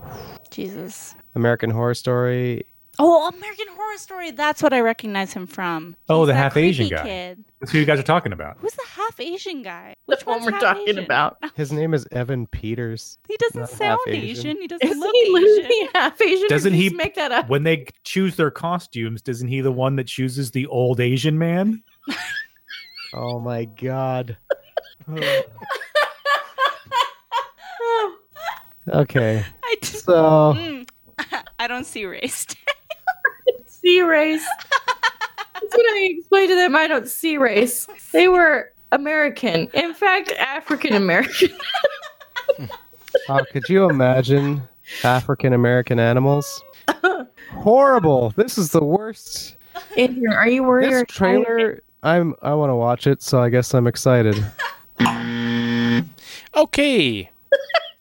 Speaker 6: Jesus.
Speaker 7: American Horror Story.
Speaker 6: Oh, American Horror Story. That's what I recognize him from.
Speaker 5: Oh, the
Speaker 6: that
Speaker 5: half Asian
Speaker 6: creepy
Speaker 5: guy.
Speaker 6: kid.
Speaker 5: That's who you guys are talking about.
Speaker 6: Who's the half Asian guy? Which one
Speaker 1: we're talking about.
Speaker 7: His name is Evan Peters.
Speaker 6: He doesn't
Speaker 7: Not half
Speaker 6: sound
Speaker 7: Asian.
Speaker 6: Asian. He doesn't look
Speaker 1: he
Speaker 6: Asian.
Speaker 1: (laughs) literally half Asian? or
Speaker 5: (laughs) Doesn't
Speaker 1: did
Speaker 5: he
Speaker 1: just make that up?
Speaker 5: When they choose their costumes, isn't he the one that chooses the old Asian man?
Speaker 7: (laughs) oh my
Speaker 5: (laughs)
Speaker 7: god. Okay.
Speaker 6: (laughs) I just
Speaker 7: So-
Speaker 6: Mm. (laughs) I don't see race. (laughs)
Speaker 1: see race. That's what I explained to them. I don't see race. They were American. In fact, African American.
Speaker 7: Wow, could you imagine African American animals? Horrible. This is the worst.
Speaker 1: In here, are you worried?
Speaker 7: This
Speaker 1: or-
Speaker 7: trailer. I'm. I want to watch it, so I guess I'm excited.
Speaker 2: Okay.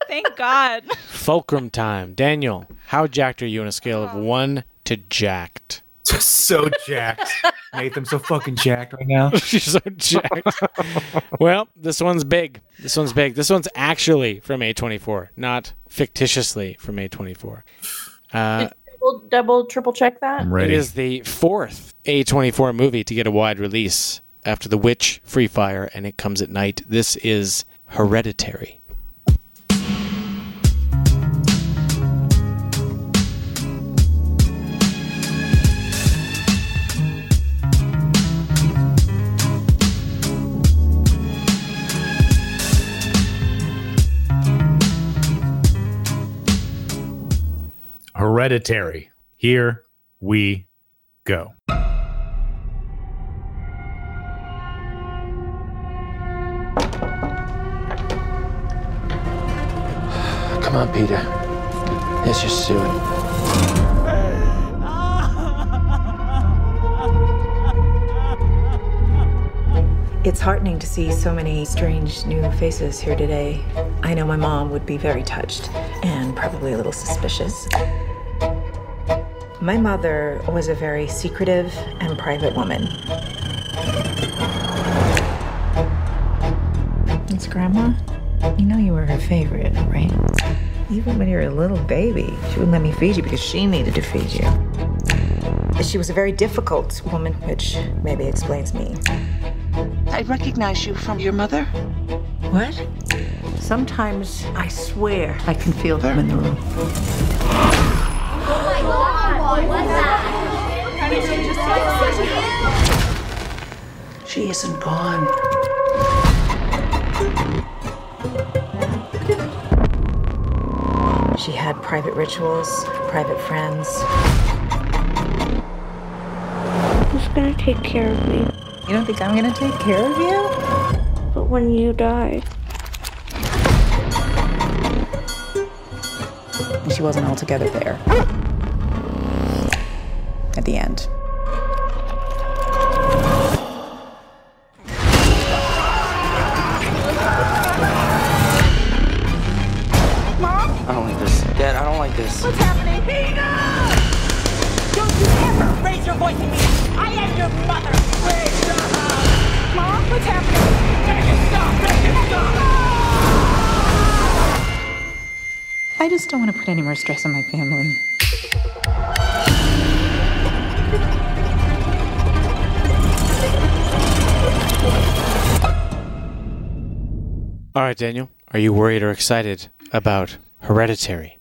Speaker 6: Thank God.
Speaker 2: Fulcrum time. Daniel, how jacked are you on a scale
Speaker 6: Uh-huh.
Speaker 2: of one to jacked?
Speaker 5: (laughs) so
Speaker 6: (laughs)
Speaker 5: jacked. Nathan, so fucking (laughs) jacked right
Speaker 2: (laughs)
Speaker 5: now.
Speaker 2: She's so jacked. well, this one's big. This one's big. This one's actually from A24, not fictitiously from A24. Uh,
Speaker 1: Double, double, triple check that.
Speaker 2: It is the fourth A24 movie to get a wide release after The Witch, Free Fire, and It Comes at Night. This is Hereditary.
Speaker 5: Hereditary. Here we go.
Speaker 19: Come on, Peter. Let's just do it.
Speaker 3: It's heartening to see so many strange new faces here today. I know my mom would be very touched and probably a little suspicious. My mother was a very secretive and private woman. It's grandma. You know you were her favorite, right? Even when you were a little baby, she wouldn't let me feed you because she needed to feed you. She was a very difficult woman, which maybe explains me.
Speaker 21: I recognize you from your mother.
Speaker 3: What? Sometimes I swear I can feel them in the room.
Speaker 21: She isn't gone.
Speaker 3: She had private rituals, private friends.
Speaker 4: Who's gonna take care of me?
Speaker 3: You don't think I'm gonna take care of you?
Speaker 4: But when you die,
Speaker 3: She wasn't altogether there. At the end.
Speaker 8: I don't like this. Dad, I don't like this.
Speaker 9: What's happening? Enough! Don't you ever raise your voice at me! I am your mother! Raise your hand! Mom, what's happening? Make it stop! Make it stop!
Speaker 3: I just don't want to put any more stress on my family.
Speaker 2: All right, Daniel. Are you worried or excited about Hereditary?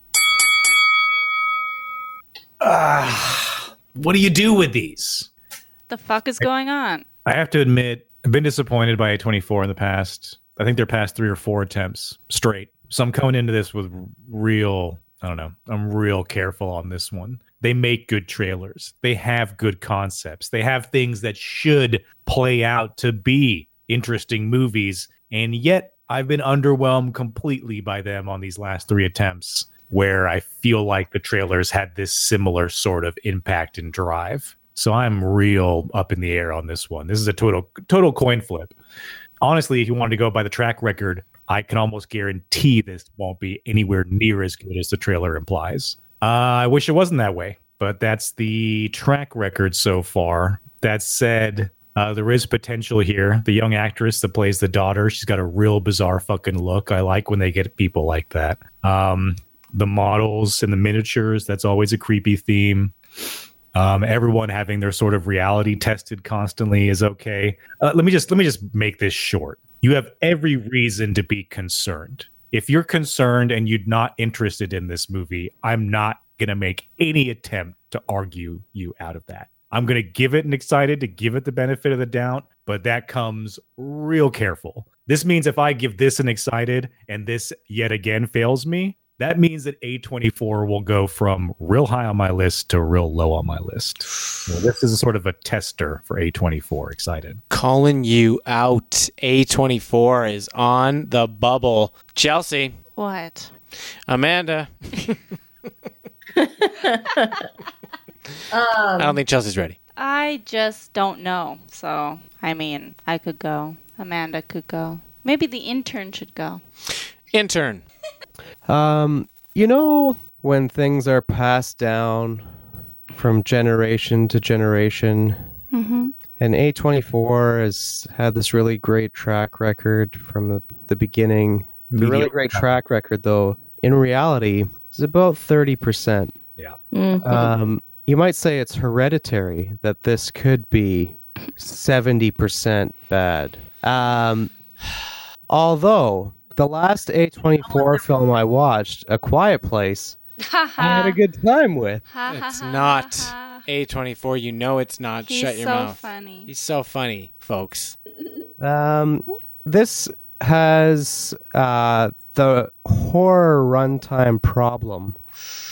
Speaker 5: What do you do with these?
Speaker 6: The fuck is going on?
Speaker 5: I have to admit, I've been disappointed by A24 in the past. I think their past three or four attempts straight. So I'm coming into this with real, I don't know, I'm real careful on this one. They make good trailers, they have good concepts, they have things that should play out to be interesting movies. And yet, I've been underwhelmed completely by them on these last three attempts, where I feel like the trailers had this similar sort of impact and drive. So I'm real up in the air on this one. This is a total total coin flip honestly, if you wanted to go by the track record, I can almost guarantee this won't be anywhere near as good as the trailer implies. Uh, I wish it wasn't that way, but that's the track record so far. That said, uh, there is potential here. The young actress that plays the daughter, she's got a real bizarre fucking look. I like when they get people like that. Um, the models and the miniatures, that's always a creepy theme um, everyone having their sort of reality tested constantly is okay. Uh, let me just let me just make this short. You have every reason to be concerned. If you're concerned and you're not interested in this movie, I'm not gonna make any attempt to argue you out of that. I'm gonna give it an excited to give it the benefit of the doubt, but that comes real careful. This means if I give this an excited and this yet again fails me, that means that A24 will go from real high on my list to real low on my list. So this is sort of a tester for A24. Excited.
Speaker 2: Calling you out. A24 is on the bubble. Chelsea,
Speaker 6: (laughs) What?
Speaker 2: Amanda.
Speaker 6: Um,
Speaker 2: I don't think Chelsea's ready.
Speaker 6: I just don't know. So, I mean, I could go. Amanda could go. Maybe the intern should go.
Speaker 2: Intern.
Speaker 7: Um, you know, when things are passed down from generation to generation,
Speaker 6: Mhm.
Speaker 7: and A24 has had this really great track record from the, the beginning. The really
Speaker 5: Mediocre.
Speaker 7: great track record, though, in reality, is about 30%.
Speaker 5: Yeah.
Speaker 1: Mhm.
Speaker 7: Um, you might say it's hereditary that this could be 70% bad. Um, although, the last A24 film I watched, A Quiet Place,
Speaker 6: Ha
Speaker 7: I had
Speaker 6: ha.
Speaker 7: a good time with.
Speaker 2: It's not A24. You know it's not.
Speaker 6: He's
Speaker 2: Shut your
Speaker 6: so
Speaker 2: mouth.
Speaker 6: funny.
Speaker 2: He's so funny, folks.
Speaker 7: Um, this has uh, the horror runtime problem,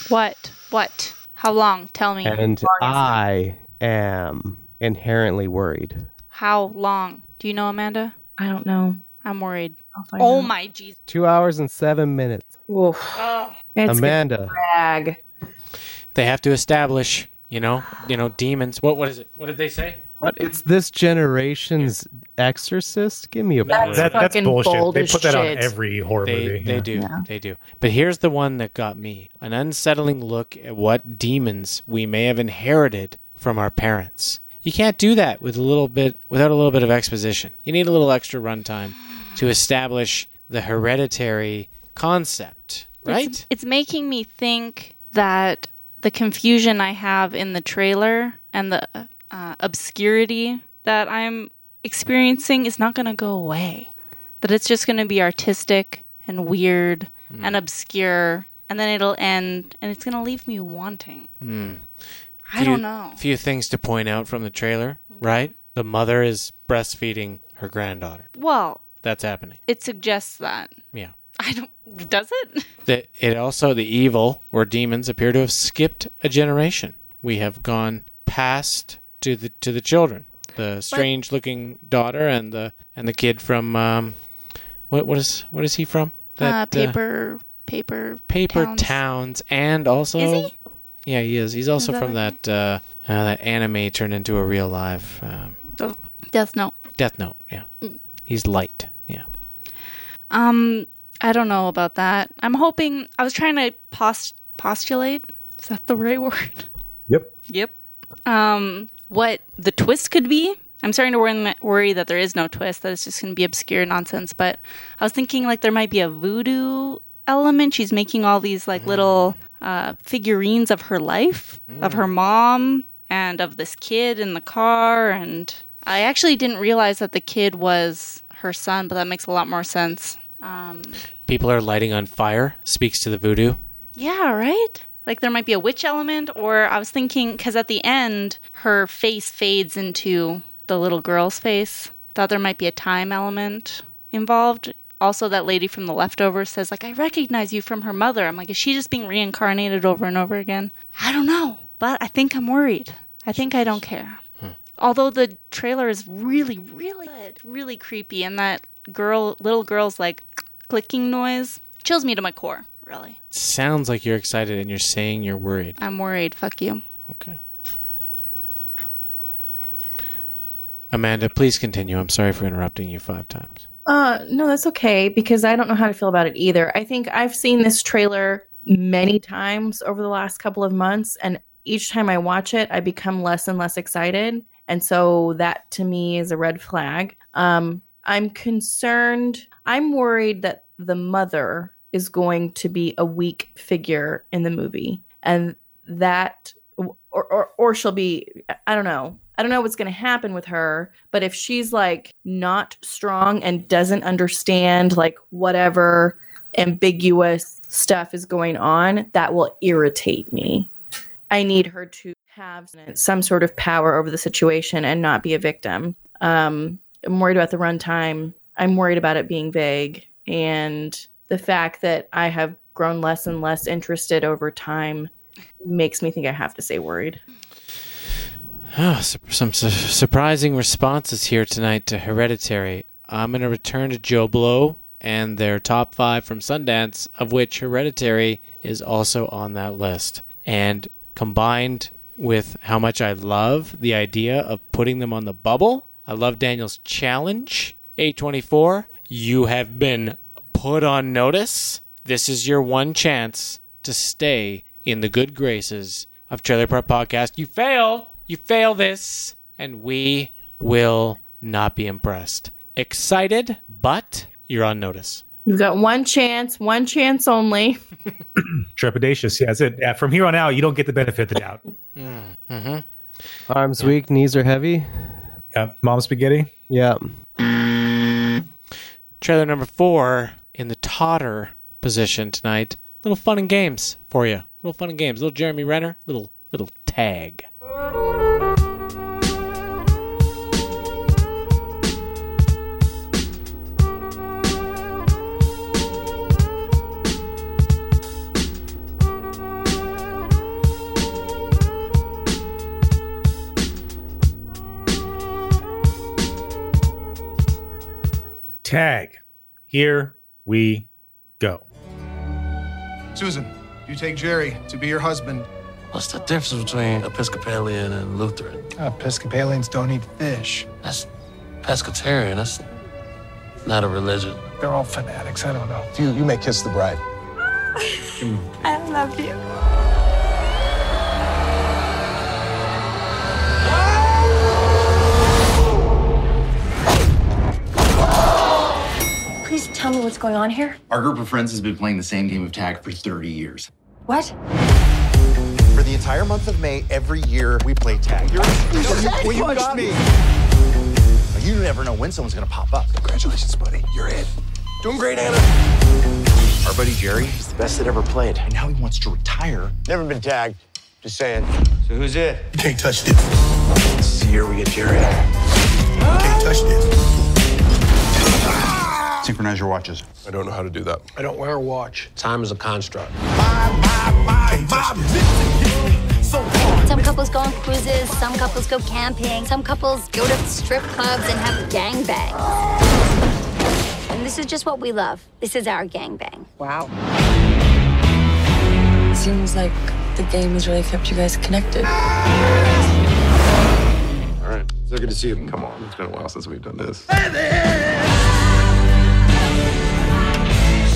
Speaker 6: What? What? How long? Tell me.
Speaker 7: and I am inherently worried.
Speaker 6: How long? Do you know, Amanda?
Speaker 1: I don't know.
Speaker 6: I'm worried.
Speaker 1: find
Speaker 6: Oh
Speaker 1: out.
Speaker 6: my Jesus.
Speaker 7: Two hours and seven minutes. Amanda.
Speaker 1: Drag.
Speaker 2: They have to establish, you know, you know, demons. What? What is it? What did they say?
Speaker 7: What? It's this generation's exorcist? Give me a break.
Speaker 5: That- that's bullshit. They put that on every horror
Speaker 2: They,
Speaker 5: movie.
Speaker 2: they
Speaker 5: yeah.
Speaker 2: do. They do. But here's the one that got me an unsettling look at what demons we may have inherited from our parents. You can't do that with a little bit without a little bit of exposition. You need a little extra runtime to establish the hereditary concept, right?
Speaker 6: It's, it's making me think that the confusion I have in the trailer and the uh, obscurity that I'm experiencing is not going to go away. That it's just going to be artistic and weird
Speaker 2: Hmm.
Speaker 6: and obscure, and then it'll end, and it's going to leave me wanting.
Speaker 2: Hmm.
Speaker 6: I
Speaker 2: Few-
Speaker 6: don't know. Mm-hmm.
Speaker 2: Few things to point out from the trailer, right? The mother is breastfeeding her granddaughter.
Speaker 6: Well,
Speaker 2: That's happening.
Speaker 6: it suggests that.
Speaker 2: Yeah.
Speaker 6: I don't. Does it?
Speaker 2: The, it also, the evil or demons appear to have skipped a generation. We have gone past to the to the children, the strange looking daughter and the and the kid from um, what what is what is he from?
Speaker 6: uh,
Speaker 2: That,
Speaker 6: paper, paper,
Speaker 2: paper
Speaker 6: towns.
Speaker 2: towns. and also
Speaker 6: Is
Speaker 2: yeah he is he's also
Speaker 6: that
Speaker 2: from that uh, uh, that anime turned into a real live um,
Speaker 6: Death- Death Note.
Speaker 2: Death Note yeah
Speaker 6: Mm.
Speaker 2: he's light yeah
Speaker 6: Um, I don't know about that. I'm hoping. I was trying to post postulate. Is that the right (laughs) word?
Speaker 5: Yep.
Speaker 6: Yep. Um, what the twist could be. I'm starting to worry, worry that there is no twist. That it's just going to be obscure nonsense. But I was thinking like there might be a voodoo element. She's making all these like little uh, figurines of her life, of her mom, and of this kid in the car. And I actually didn't realize that the kid was her son, but that makes a lot more sense. Um,
Speaker 2: people are lighting on fire speaks to the voodoo
Speaker 6: yeah, right? Like there might be a witch element, or I was thinking, because at the end, her face fades into the little girl's face. Thought there might be a time element involved. Also, that lady from The Leftovers says, like, I recognize you from her mother. I'm like, is she just being reincarnated over and over again? I don't know, but I think I'm worried. I think I don't care.
Speaker 1: Hmm.
Speaker 6: Although the trailer is really, really good, really creepy, and that girl, little girl's like clicking noise chills me to my core, really.
Speaker 2: sounds like you're excited and you're saying you're worried
Speaker 6: I'm worried. Fuck you.
Speaker 2: Okay. Amanda please continue I'm sorry for interrupting you five times
Speaker 1: Uh, no, that's okay because I don't know how to feel about it either. I think I've seen this trailer many times over the last couple of months, and each time I watch it, I become less and less excited. And so that to me is a red flag. Um, I'm concerned, I'm worried that the mother is going to be a weak figure in the movie, and that or or, or she'll be i don't know i don't know what's going to happen with her but if she's like not strong and doesn't understand like whatever ambiguous stuff is going on that will irritate me i need her to have some sort of power over the situation and not be a victim um i'm worried about the runtime i'm worried about it being vague and the fact that i have grown less and less interested over time makes me think I have to say worried.
Speaker 2: Ah, su- some su- surprising responses here tonight to Hereditary. I'm going to return to Joe Blow and their top five from Sundance, of which Hereditary is also on that list. And combined with how much I love the idea of putting them on the bubble, I love Daniel's challenge. A24, you have been put on notice. This is your one chance to stay in the good graces of Trailer Park Podcast. You fail, you fail this, and we will not be impressed. Excited, but you're on notice.
Speaker 1: You've got one chance, one chance only.
Speaker 5: Trepidatious. Yeah, that's it. Yeah, from here on out, you don't get the benefit of the doubt.
Speaker 2: Mm-hmm.
Speaker 7: Arms weak, knees are heavy.
Speaker 5: Yeah, mom spaghetti.
Speaker 7: Yeah.
Speaker 2: Trailer number four in the totter position tonight. Little fun and games for you. Little fun and games. Little Jeremy Renner. Little little tag.
Speaker 5: Tag. Here we go.
Speaker 10: Susan, you take Jerry to be your husband.
Speaker 12: What's the difference between Episcopalian and Lutheran?
Speaker 10: Uh, Episcopalians don't eat fish.
Speaker 12: That's pescatarian. That's not a religion.
Speaker 10: They're all fanatics. I don't know. You, you may kiss the bride.
Speaker 9: I love you.
Speaker 23: Please tell me what's going on here.
Speaker 24: Our group of friends has been playing the same game of tag for 30 years.
Speaker 23: What?
Speaker 10: For the entire month of May, every year, we play tag. You're,
Speaker 12: you- well, you got
Speaker 10: me.
Speaker 24: You never know when someone's gonna pop up.
Speaker 10: Congratulations, buddy. You're it. Doing great, Anna.
Speaker 24: Our buddy Jerry, he's the best that ever played, and now he wants to retire.
Speaker 10: Never been tagged. Just saying. So who's it? You can't touch this. This is the year we get Jerry. You can't touch this.
Speaker 13: Synchronize your watches.
Speaker 14: I don't know how to do that.
Speaker 16: I don't wear a watch.
Speaker 14: Time is a construct.
Speaker 23: Some couples go on cruises, some couples go camping, some couples go to strip clubs and have gangbangs. And this is just what we love. This is our gangbang. Wow.
Speaker 25: Seems like the game has really kept you guys connected.
Speaker 14: All right. So good to see you. Come on. It's been a while since we've done this.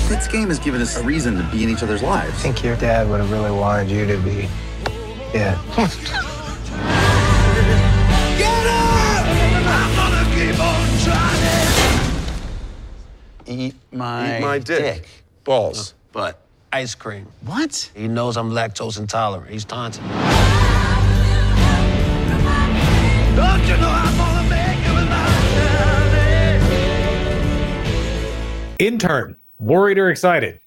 Speaker 13: This game has given us a reason to be in each other's lives.
Speaker 26: I think your dad would have really wanted you to be. Yeah.
Speaker 14: Eat my, Eat my dick. Balls.
Speaker 16: But ice cream.
Speaker 14: What?
Speaker 16: He knows I'm lactose intolerant. He's taunting.
Speaker 5: Intern, worried or excited?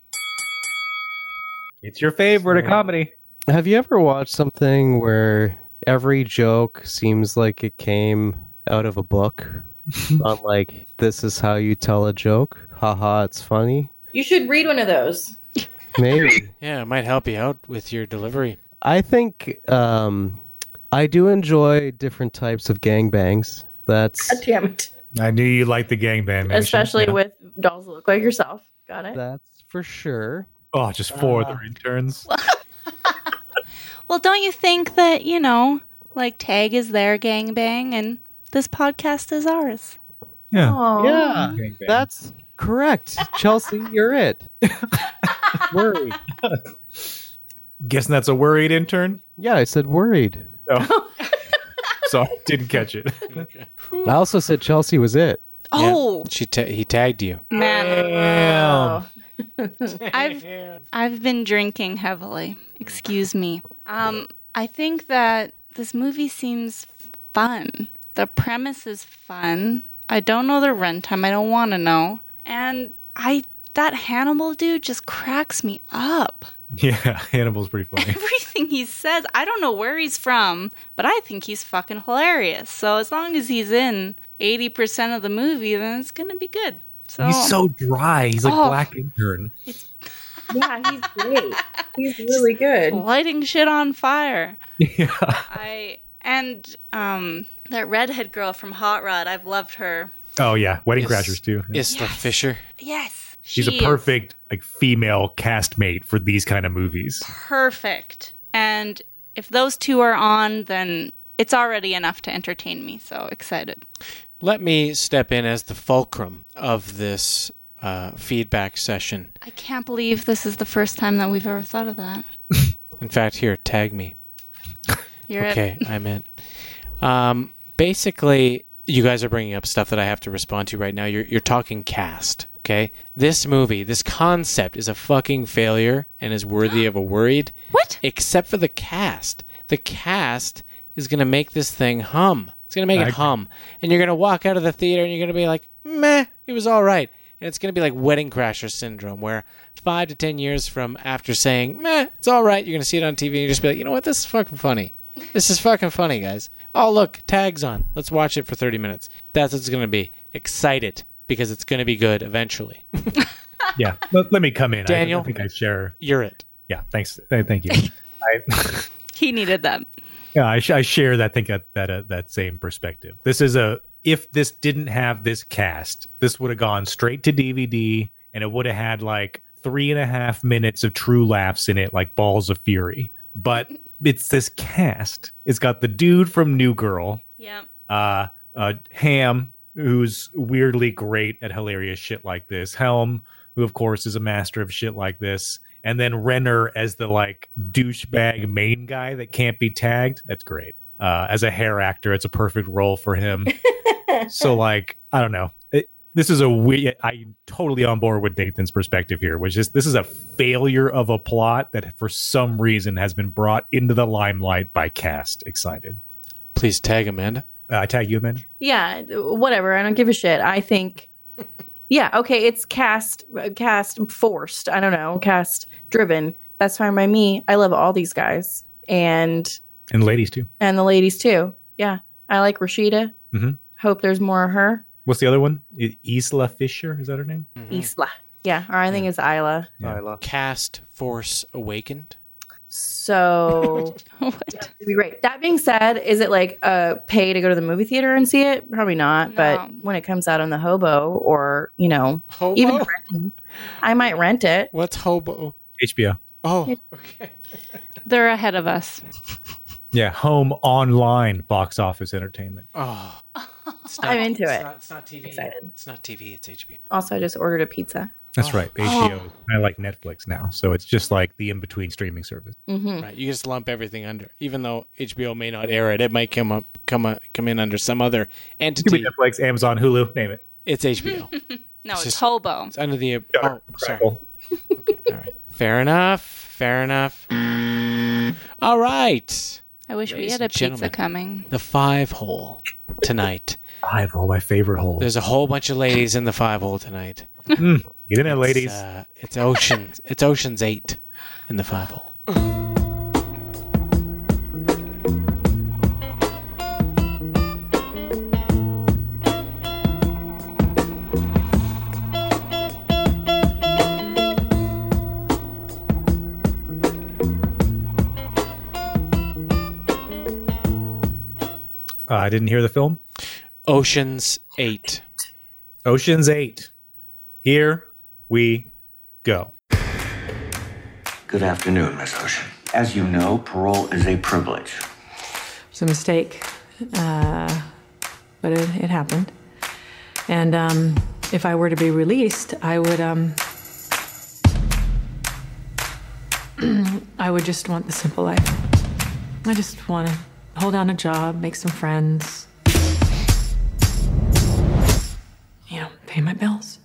Speaker 5: It's your favorite a comedy.
Speaker 7: Have you ever watched something where every joke seems like it came out of a
Speaker 5: (laughs)
Speaker 7: book? On like, this is how you tell a joke. Haha, it's funny.
Speaker 1: You should read one of those.
Speaker 7: (laughs) Maybe.
Speaker 2: Yeah, it might help you out with your delivery.
Speaker 7: I think um, I do enjoy different types of gangbangs. That's
Speaker 1: God damn it.
Speaker 5: I knew you liked the gangbang.
Speaker 1: Especially with dolls that look like yourself. Got it?
Speaker 7: that's for sure.
Speaker 5: Oh, just four other interns.
Speaker 6: Well, don't you think that, you know, like Tag is their gangbang and this podcast is ours?
Speaker 5: Yeah.
Speaker 6: Aw.
Speaker 7: Yeah, that's correct. Chelsea, you're
Speaker 5: (laughs)
Speaker 7: it. worried.
Speaker 5: Guessing that's a worried intern?
Speaker 7: Yeah, I said worried.
Speaker 5: Oh. Sorry, didn't catch it.
Speaker 7: I also said Chelsea was it.
Speaker 6: Oh,
Speaker 2: She ta- he tagged you.
Speaker 6: man. (laughs) I've I've been drinking heavily. Excuse me. Um, I think that this movie seems fun. The premise is fun. I don't know the runtime. I don't want to know. And I that Hannibal dude just cracks me up.
Speaker 5: (laughs)
Speaker 6: (laughs)
Speaker 5: Yeah, Hannibal's pretty funny.
Speaker 6: Everything he says, I don't know where he's from, but I think he's fucking hilarious. So as long as he's in 80% of the movie, then it's going to be good. (laughs) So
Speaker 5: He's so dry. He's like
Speaker 6: Oh.
Speaker 5: black intern.
Speaker 1: Yeah, he's great. He's really
Speaker 6: (laughs)
Speaker 1: good.
Speaker 6: lighting shit on fire. Yeah. I and um that redhead girl from Hot Rod, I've loved her.
Speaker 5: Oh yeah, Wedding
Speaker 2: Yes.
Speaker 5: Crashers too. Yeah.
Speaker 2: Isla Fisher.
Speaker 6: Yes.
Speaker 5: She's
Speaker 6: she
Speaker 5: a
Speaker 6: is
Speaker 5: perfect like female castmate for these kind
Speaker 6: (laughs)
Speaker 5: of movies.
Speaker 6: perfect. And if those two are on, then it's already enough to entertain me. So excited.
Speaker 2: Let me step in as the fulcrum of this uh, feedback session.
Speaker 6: I can't believe this is the first time that we've ever thought of that.
Speaker 2: In fact, here, tag me.
Speaker 6: (laughs) You're it.
Speaker 2: okay, I'm in. Um, basically, you guys are bringing up stuff that I have to respond to right now. You're, you're talking cast, okay? This movie, this concept is a fucking failure and is
Speaker 6: (gasps)
Speaker 2: worthy of a worried.
Speaker 6: What?
Speaker 2: Except for the cast. The cast is going to make this thing hum. It's going to make
Speaker 27: I
Speaker 2: it
Speaker 27: agree.
Speaker 2: hum. And you're going to walk out of the theater and you're going to be like, meh, it was all right. And it's going to be like Wedding Crasher Syndrome, where five to 10 years from after saying, meh, it's all right, you're going to see it on TV and you just be like, you know what? This is fucking funny. This is fucking funny, guys. Oh, look, tags on. Let's watch it for 30 minutes. That's what it's going to be. Excited because it's going to be good eventually.
Speaker 5: Yeah. Let, let me come in. I-
Speaker 2: Daniel?
Speaker 5: I, think I share.
Speaker 2: You're it.
Speaker 5: Yeah. Thanks. Uh,
Speaker 6: (laughs)
Speaker 5: Thank you. I,
Speaker 6: He needed that.
Speaker 5: yeah, I, sh- I share that. Think that that uh, that same perspective. This is a if this didn't have this cast, this would have gone straight to DVD, and it would have had like three and a half minutes of true laughs in it, like Balls of Fury.
Speaker 6: (laughs)
Speaker 5: But it's this cast. It's got the dude from New Girl,
Speaker 6: Yeah.
Speaker 5: uh, uh, Ham, who's weirdly great at hilarious shit like this, Helm, who of course is a master of shit like this, and then Renner as the like douchebag main guy that can't be tagged. That's great. Uh, as a hair actor, it's a perfect role for him. so like, I don't know. It, this is a we. I'm totally on board with Nathan's perspective here, which is this is a failure of a plot that for some reason has been brought into the limelight by cast. Excited.
Speaker 2: Please tag Amanda.
Speaker 5: Uh, tag you, Amanda.
Speaker 1: Yeah, whatever. I don't give a shit. I
Speaker 6: (laughs)
Speaker 1: think, yeah, okay, it's cast, cast forced. I don't know, cast driven. That's fine by me. I love all these guys and
Speaker 5: And ladies too.
Speaker 1: and the ladies too. Yeah, I like Rashida.
Speaker 5: Mm-hmm.
Speaker 1: Hope there's more of her.
Speaker 5: What's the other one? I- Isla Fisher is that her name?
Speaker 1: Mm-hmm. Isla. Yeah, or I think it's Isla.
Speaker 2: Isla. Cast Force
Speaker 1: (laughs)
Speaker 2: Awakened.
Speaker 6: (laughs)
Speaker 1: So what? be great. That being said, is it like a pay to go to the movie theater and see it? Probably not. But when it comes out on the hobo or you know, even
Speaker 2: Hobo?
Speaker 1: renting, I might rent it.
Speaker 2: What's hobo?
Speaker 5: HBO.
Speaker 2: Oh,
Speaker 6: okay. They're ahead of us.
Speaker 5: Yeah, home online box office entertainment.
Speaker 2: Oh, it's
Speaker 1: I'm into
Speaker 2: it's
Speaker 1: it.
Speaker 2: Not, it's not TV. It's not TV. It's HBO.
Speaker 1: Also, I just ordered a pizza.
Speaker 5: That's right. E
Speaker 1: Oh.
Speaker 5: HBO. I like Netflix now, so it's just like the in between streaming service.
Speaker 1: Mhm.
Speaker 2: Right. You just lump everything under, even though HBO may not air it. It might come up, come up, come in under some other
Speaker 5: (laughs) Give me
Speaker 2: entity.
Speaker 5: Netflix, Amazon, Hulu, name it.
Speaker 2: It's
Speaker 5: Hmm.
Speaker 2: HBO.
Speaker 6: (laughs) No,
Speaker 2: It's
Speaker 6: it's,
Speaker 2: just-
Speaker 6: hobo.
Speaker 2: It's under the. Oh, sorry. Okay, all right. Fair enough. Fair enough. All right.
Speaker 6: I wish we
Speaker 2: Ladies
Speaker 6: had a
Speaker 2: and
Speaker 6: pizza
Speaker 2: gentlemen,
Speaker 6: coming.
Speaker 2: The five hole tonight.
Speaker 5: Five hole, my favorite hole.
Speaker 2: There's a whole bunch of ladies in the five hole tonight.
Speaker 5: Mm, get in there,
Speaker 2: It's,
Speaker 5: ladies.
Speaker 2: uh, it's oceans. it's oceans eight in the five hole.
Speaker 5: Uh, I didn't hear the film.
Speaker 2: Oceans Eight.
Speaker 5: Oceans Eight. Here we go.
Speaker 11: Good afternoon, Miss Ocean. As you know, parole is a privilege.
Speaker 25: It's a mistake, uh, but it, it happened. And um, if I were to be released, I would um, (clears throat) I would just want the simple life. I just want to hold down a job, make some friends, you know, pay my bills.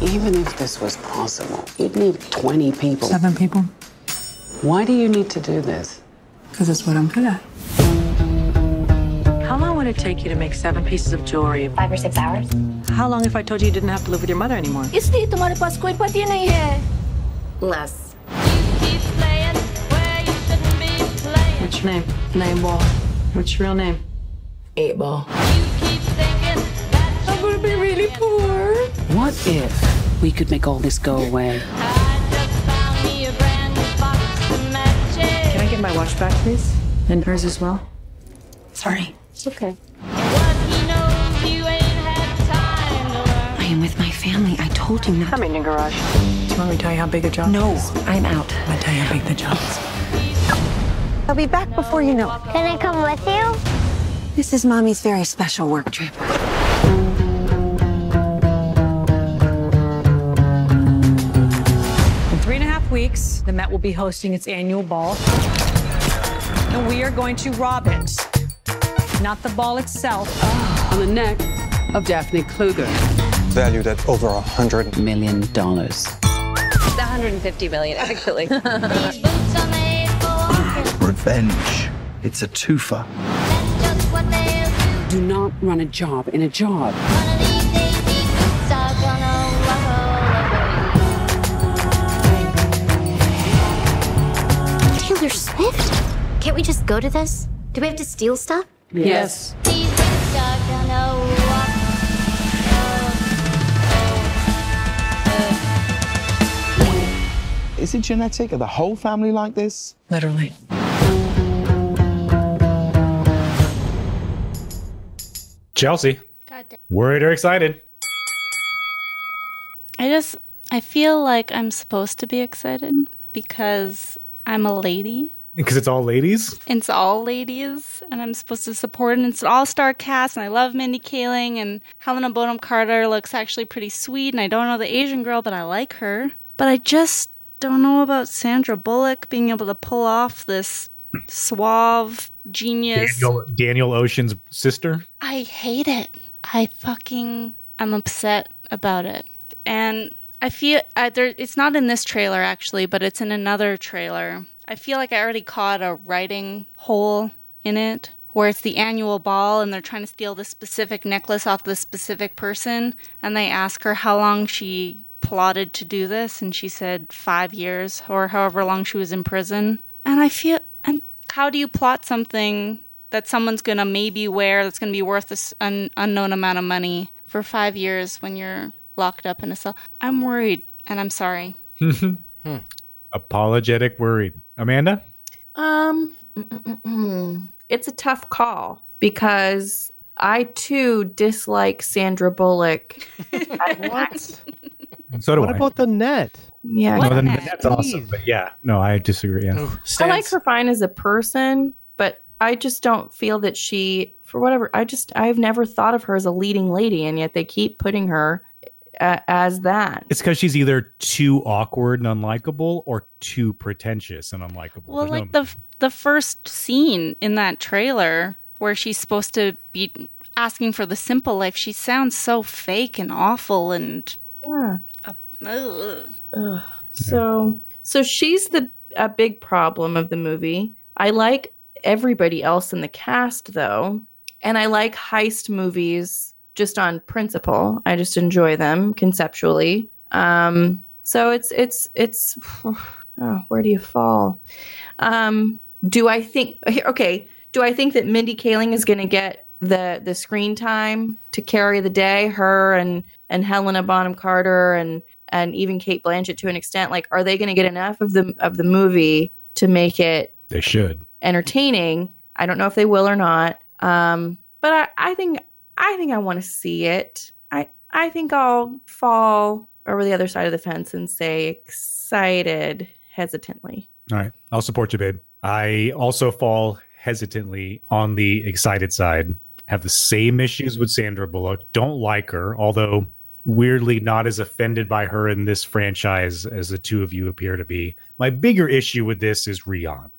Speaker 15: Even if this was possible, you'd need 20 people.
Speaker 25: Seven people,
Speaker 15: Why do you need to do this?
Speaker 25: because that's what I'm good at. How long would it take you to make seven pieces of jewelry? Five or six hours. How long if I told you you didn't have to live with your mother anymore?
Speaker 23: इसलिए तुम्हारे पास कोई पति नहीं है Less.
Speaker 25: What's your name? Name Ball. What's your real name? Eight Ball.
Speaker 15: I'm gonna be really poor. What if we could make all this go away?
Speaker 25: Can I get my watch back, please? And hers as well? Sorry.
Speaker 15: It's okay. I am with my family. I told you not. Come in your garage.
Speaker 25: Do you want me to tell you how big the job no, is? No, I'm out. I'll tell you how big the job is.
Speaker 23: I'll be back before you know. Can I come with you?
Speaker 25: This is Mommy's very special work trip. In three and a half weeks, the Met will be hosting its annual ball. And we are going to rob it. Not the ball itself.
Speaker 15: On the neck of Daphne Kluger.
Speaker 13: Valued at over a hundred million dollars.
Speaker 23: 150 million
Speaker 25: (laughs)
Speaker 23: actually.
Speaker 11: Revenge. It's a twofer.
Speaker 15: Do not run a job in a job.
Speaker 23: Taylor Swift? Can't we just go to this? Do we have to steal stuff?
Speaker 15: Yes.
Speaker 24: Is it genetic? Are the whole family like this?
Speaker 25: Literally.
Speaker 5: Chelsea. Worried or excited?
Speaker 6: I just I feel like I'm supposed to be excited because I'm a lady.
Speaker 5: Because it's all ladies.
Speaker 6: and It's all ladies, and I'm supposed to support. And it's an all-star cast, and I love Mindy Kaling and Helena Bonham Carter looks actually pretty sweet. And I don't know the Asian girl, but I like her. But I just don't know about Sandra Bullock being able to pull off this suave genius.
Speaker 5: Daniel, Daniel Ocean's sister. (laughs)
Speaker 6: I hate it. I fucking I'm upset about it. And I feel I, there, it's not in this trailer actually, but it's in another trailer. I feel like I already caught a writing hole in it where it's the annual ball and they're trying to steal this specific necklace off this specific person and they ask her how long she plotted to do this and she said 5 years or however long she was in prison. And I feel and how do you plot something that someone's gonna maybe wear that's gonna be worth this un- unknown amount of money for five years when you're locked up in a cell. I'm worried and I'm sorry.
Speaker 5: hmm. Apologetic worried. Amanda?
Speaker 1: Um, it's a tough call because I too dislike
Speaker 6: (laughs)
Speaker 1: Sandra Bullock.
Speaker 7: what?
Speaker 5: So do
Speaker 7: what
Speaker 5: I.
Speaker 7: about the net?
Speaker 1: Yeah,
Speaker 5: no,
Speaker 1: What
Speaker 5: the
Speaker 1: the
Speaker 5: net's awesome, but yeah, no, I disagree. Yeah.
Speaker 1: I like her fine as a person, but I just don't feel that she, for whatever, I just, I've never thought of her as a leading lady, and yet they keep putting her uh, as that.
Speaker 5: It's because she's either too awkward and unlikable or too pretentious and unlikable.
Speaker 6: Well,
Speaker 5: There's
Speaker 6: like
Speaker 5: no-
Speaker 6: the f- the first scene in that trailer where she's supposed to be asking for the simple life, she sounds so fake and awful and
Speaker 1: Yeah.
Speaker 6: ugh.
Speaker 1: Ugh. So, so she's the a big problem of the movie. I like everybody else in the cast though, and I like heist movies just on principle. I just enjoy them conceptually. Um, so it's it's it's (sighs) oh, where do you fall? Um, do I think okay? Do I think that Mindy Kaling is going to get the the screen time to carry the day? Her and and Helena Bonham Carter and and even Kate Blanchett to an extent. Like, are they going to get enough of the of the movie to make it
Speaker 5: they should.
Speaker 1: entertaining? I don't know if they will or not. Um, but I, I think I think I want to see it. I I think I'll fall over the other side of the fence and say excited hesitantly.
Speaker 5: All right. I'll support you, babe. I also fall hesitantly on the excited side. Have the same issues with Sandra Bullock. Don't like her, although weirdly not as offended by her in this franchise as the two of you appear to be. My bigger issue with this is Rion.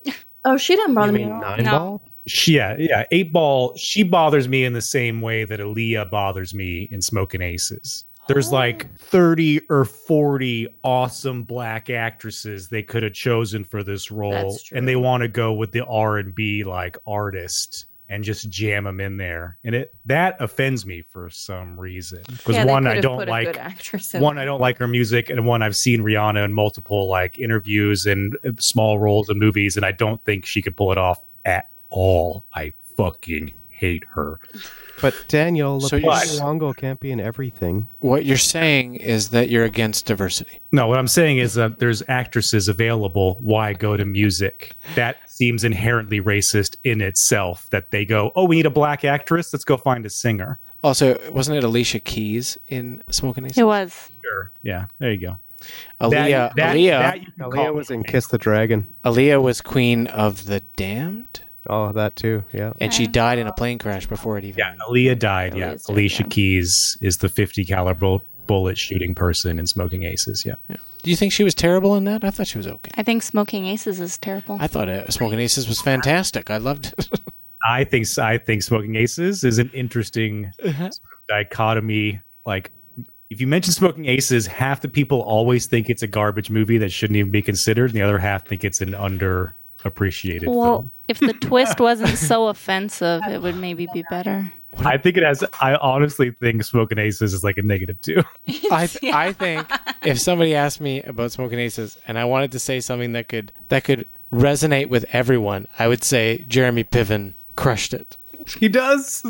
Speaker 1: Oh, she didn't bother me. at all.
Speaker 5: She, yeah, yeah. Eight ball, she bothers me in the same way that Aaliyah bothers me in Smoking Aces. There's
Speaker 1: Oh.
Speaker 5: like 30 or 40 awesome black actresses they could have chosen for this role.
Speaker 17: That's true.
Speaker 5: And they want to go with the R and B like artist and just jam them in there. And it that offends me for some reason. Because
Speaker 1: Yeah, they
Speaker 5: one,
Speaker 1: could
Speaker 5: I
Speaker 1: have
Speaker 5: don't
Speaker 1: put a
Speaker 5: like
Speaker 1: good actress in
Speaker 5: one,
Speaker 1: there.
Speaker 5: I don't like her music, and one I've seen Rihanna in multiple like interviews and uh, small roles in movies, and I don't think she could pull it off at all. I fucking hate her.
Speaker 7: But Daniel,
Speaker 5: So
Speaker 7: Lupita
Speaker 5: you're-
Speaker 7: Nyong'o can't be in everything.
Speaker 2: What you're saying is that you're against diversity.
Speaker 5: No, what I'm saying is that there's actresses available. Why go to music? That seems inherently racist in itself. That they go, oh, we need a black actress. Let's go find a singer.
Speaker 2: Also, wasn't it Alicia Keys in Smoking Aces?
Speaker 6: It was.
Speaker 5: Sure. Yeah, there you go.
Speaker 2: Aaliyah,
Speaker 5: That- that-
Speaker 2: Aaliyah,
Speaker 5: that you can call-
Speaker 7: was in Kiss the Dragon.
Speaker 2: Aaliyah was Queen of the Damned.
Speaker 7: Oh, that too. Yeah.
Speaker 2: And she died in a plane crash before it even. Yeah,
Speaker 5: Aaliyah died. Yeah, Alicia Keys is the 50 caliber bullet shooting person in Smoking Aces. Yeah.
Speaker 2: Do you think she was terrible in that? I thought she was okay. (laughs)
Speaker 6: I think Smoking Aces is terrible.
Speaker 2: I thought uh, Smoking Aces was fantastic. I loved it. (laughs)
Speaker 5: I think I think Smoking Aces is an interesting sort of dichotomy. Like, if you mention Smoking Aces, half the people always think it's a garbage movie that shouldn't even be considered, and the other half think it's an underappreciated.
Speaker 6: Well, if the
Speaker 2: (laughs)
Speaker 6: twist wasn't so offensive, it would maybe be better.
Speaker 5: film. I think it has. I honestly think Smoking Aces is like a negative two. (laughs)
Speaker 2: I I think if somebody asked me about Smoking Aces and I wanted to say something that could that could resonate with everyone, I would say Jeremy Piven crushed it. (laughs)
Speaker 5: He does.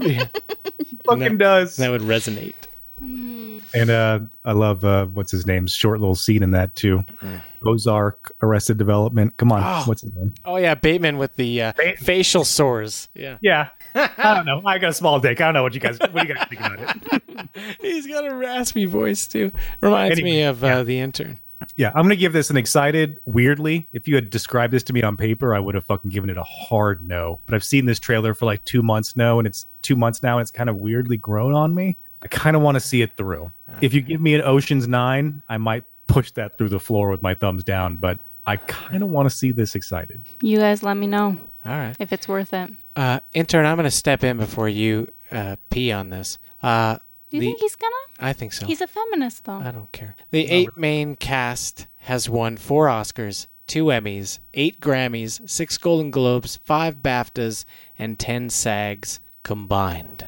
Speaker 5: Fucking does.
Speaker 2: That would resonate.
Speaker 5: And uh, I love uh, what's his name's short little scene in that too. Ozark, Arrested Development. Come on,
Speaker 2: Oh.
Speaker 5: what's his name?
Speaker 2: Oh yeah, Bateman with the uh, facial sores. Yeah. (laughs)
Speaker 5: Yeah. I don't know. I got a small dick. I don't know what you guys what do you guys think about it.
Speaker 2: (laughs) He's got a raspy voice too. Reminds
Speaker 5: Anyway,
Speaker 2: me of uh, the intern.
Speaker 5: Yeah, I'm gonna give this an excited. Weirdly, if you had described this to me on paper, I would have fucking given it a hard no. But I've seen this trailer for like two months now, and it's two months now, and it's kind of weirdly grown on me. I kind of want to see it through. If you give me an Ocean's Nine, I might push that through the floor with my thumbs down. But I kind of want to see this excited.
Speaker 6: You guys let me know.
Speaker 2: All right.
Speaker 6: If it's worth it.
Speaker 2: Uh, intern, I'm going to step in before you uh, pee on this. Uh,
Speaker 6: Do you
Speaker 2: the-
Speaker 6: think he's gonna?
Speaker 2: I think so.
Speaker 6: He's a feminist though. I
Speaker 2: don't care. The eight main cast has won four Oscars, two Emmys, eight Grammys, six Golden Globes, five BAFTAs, and ten SAGs combined.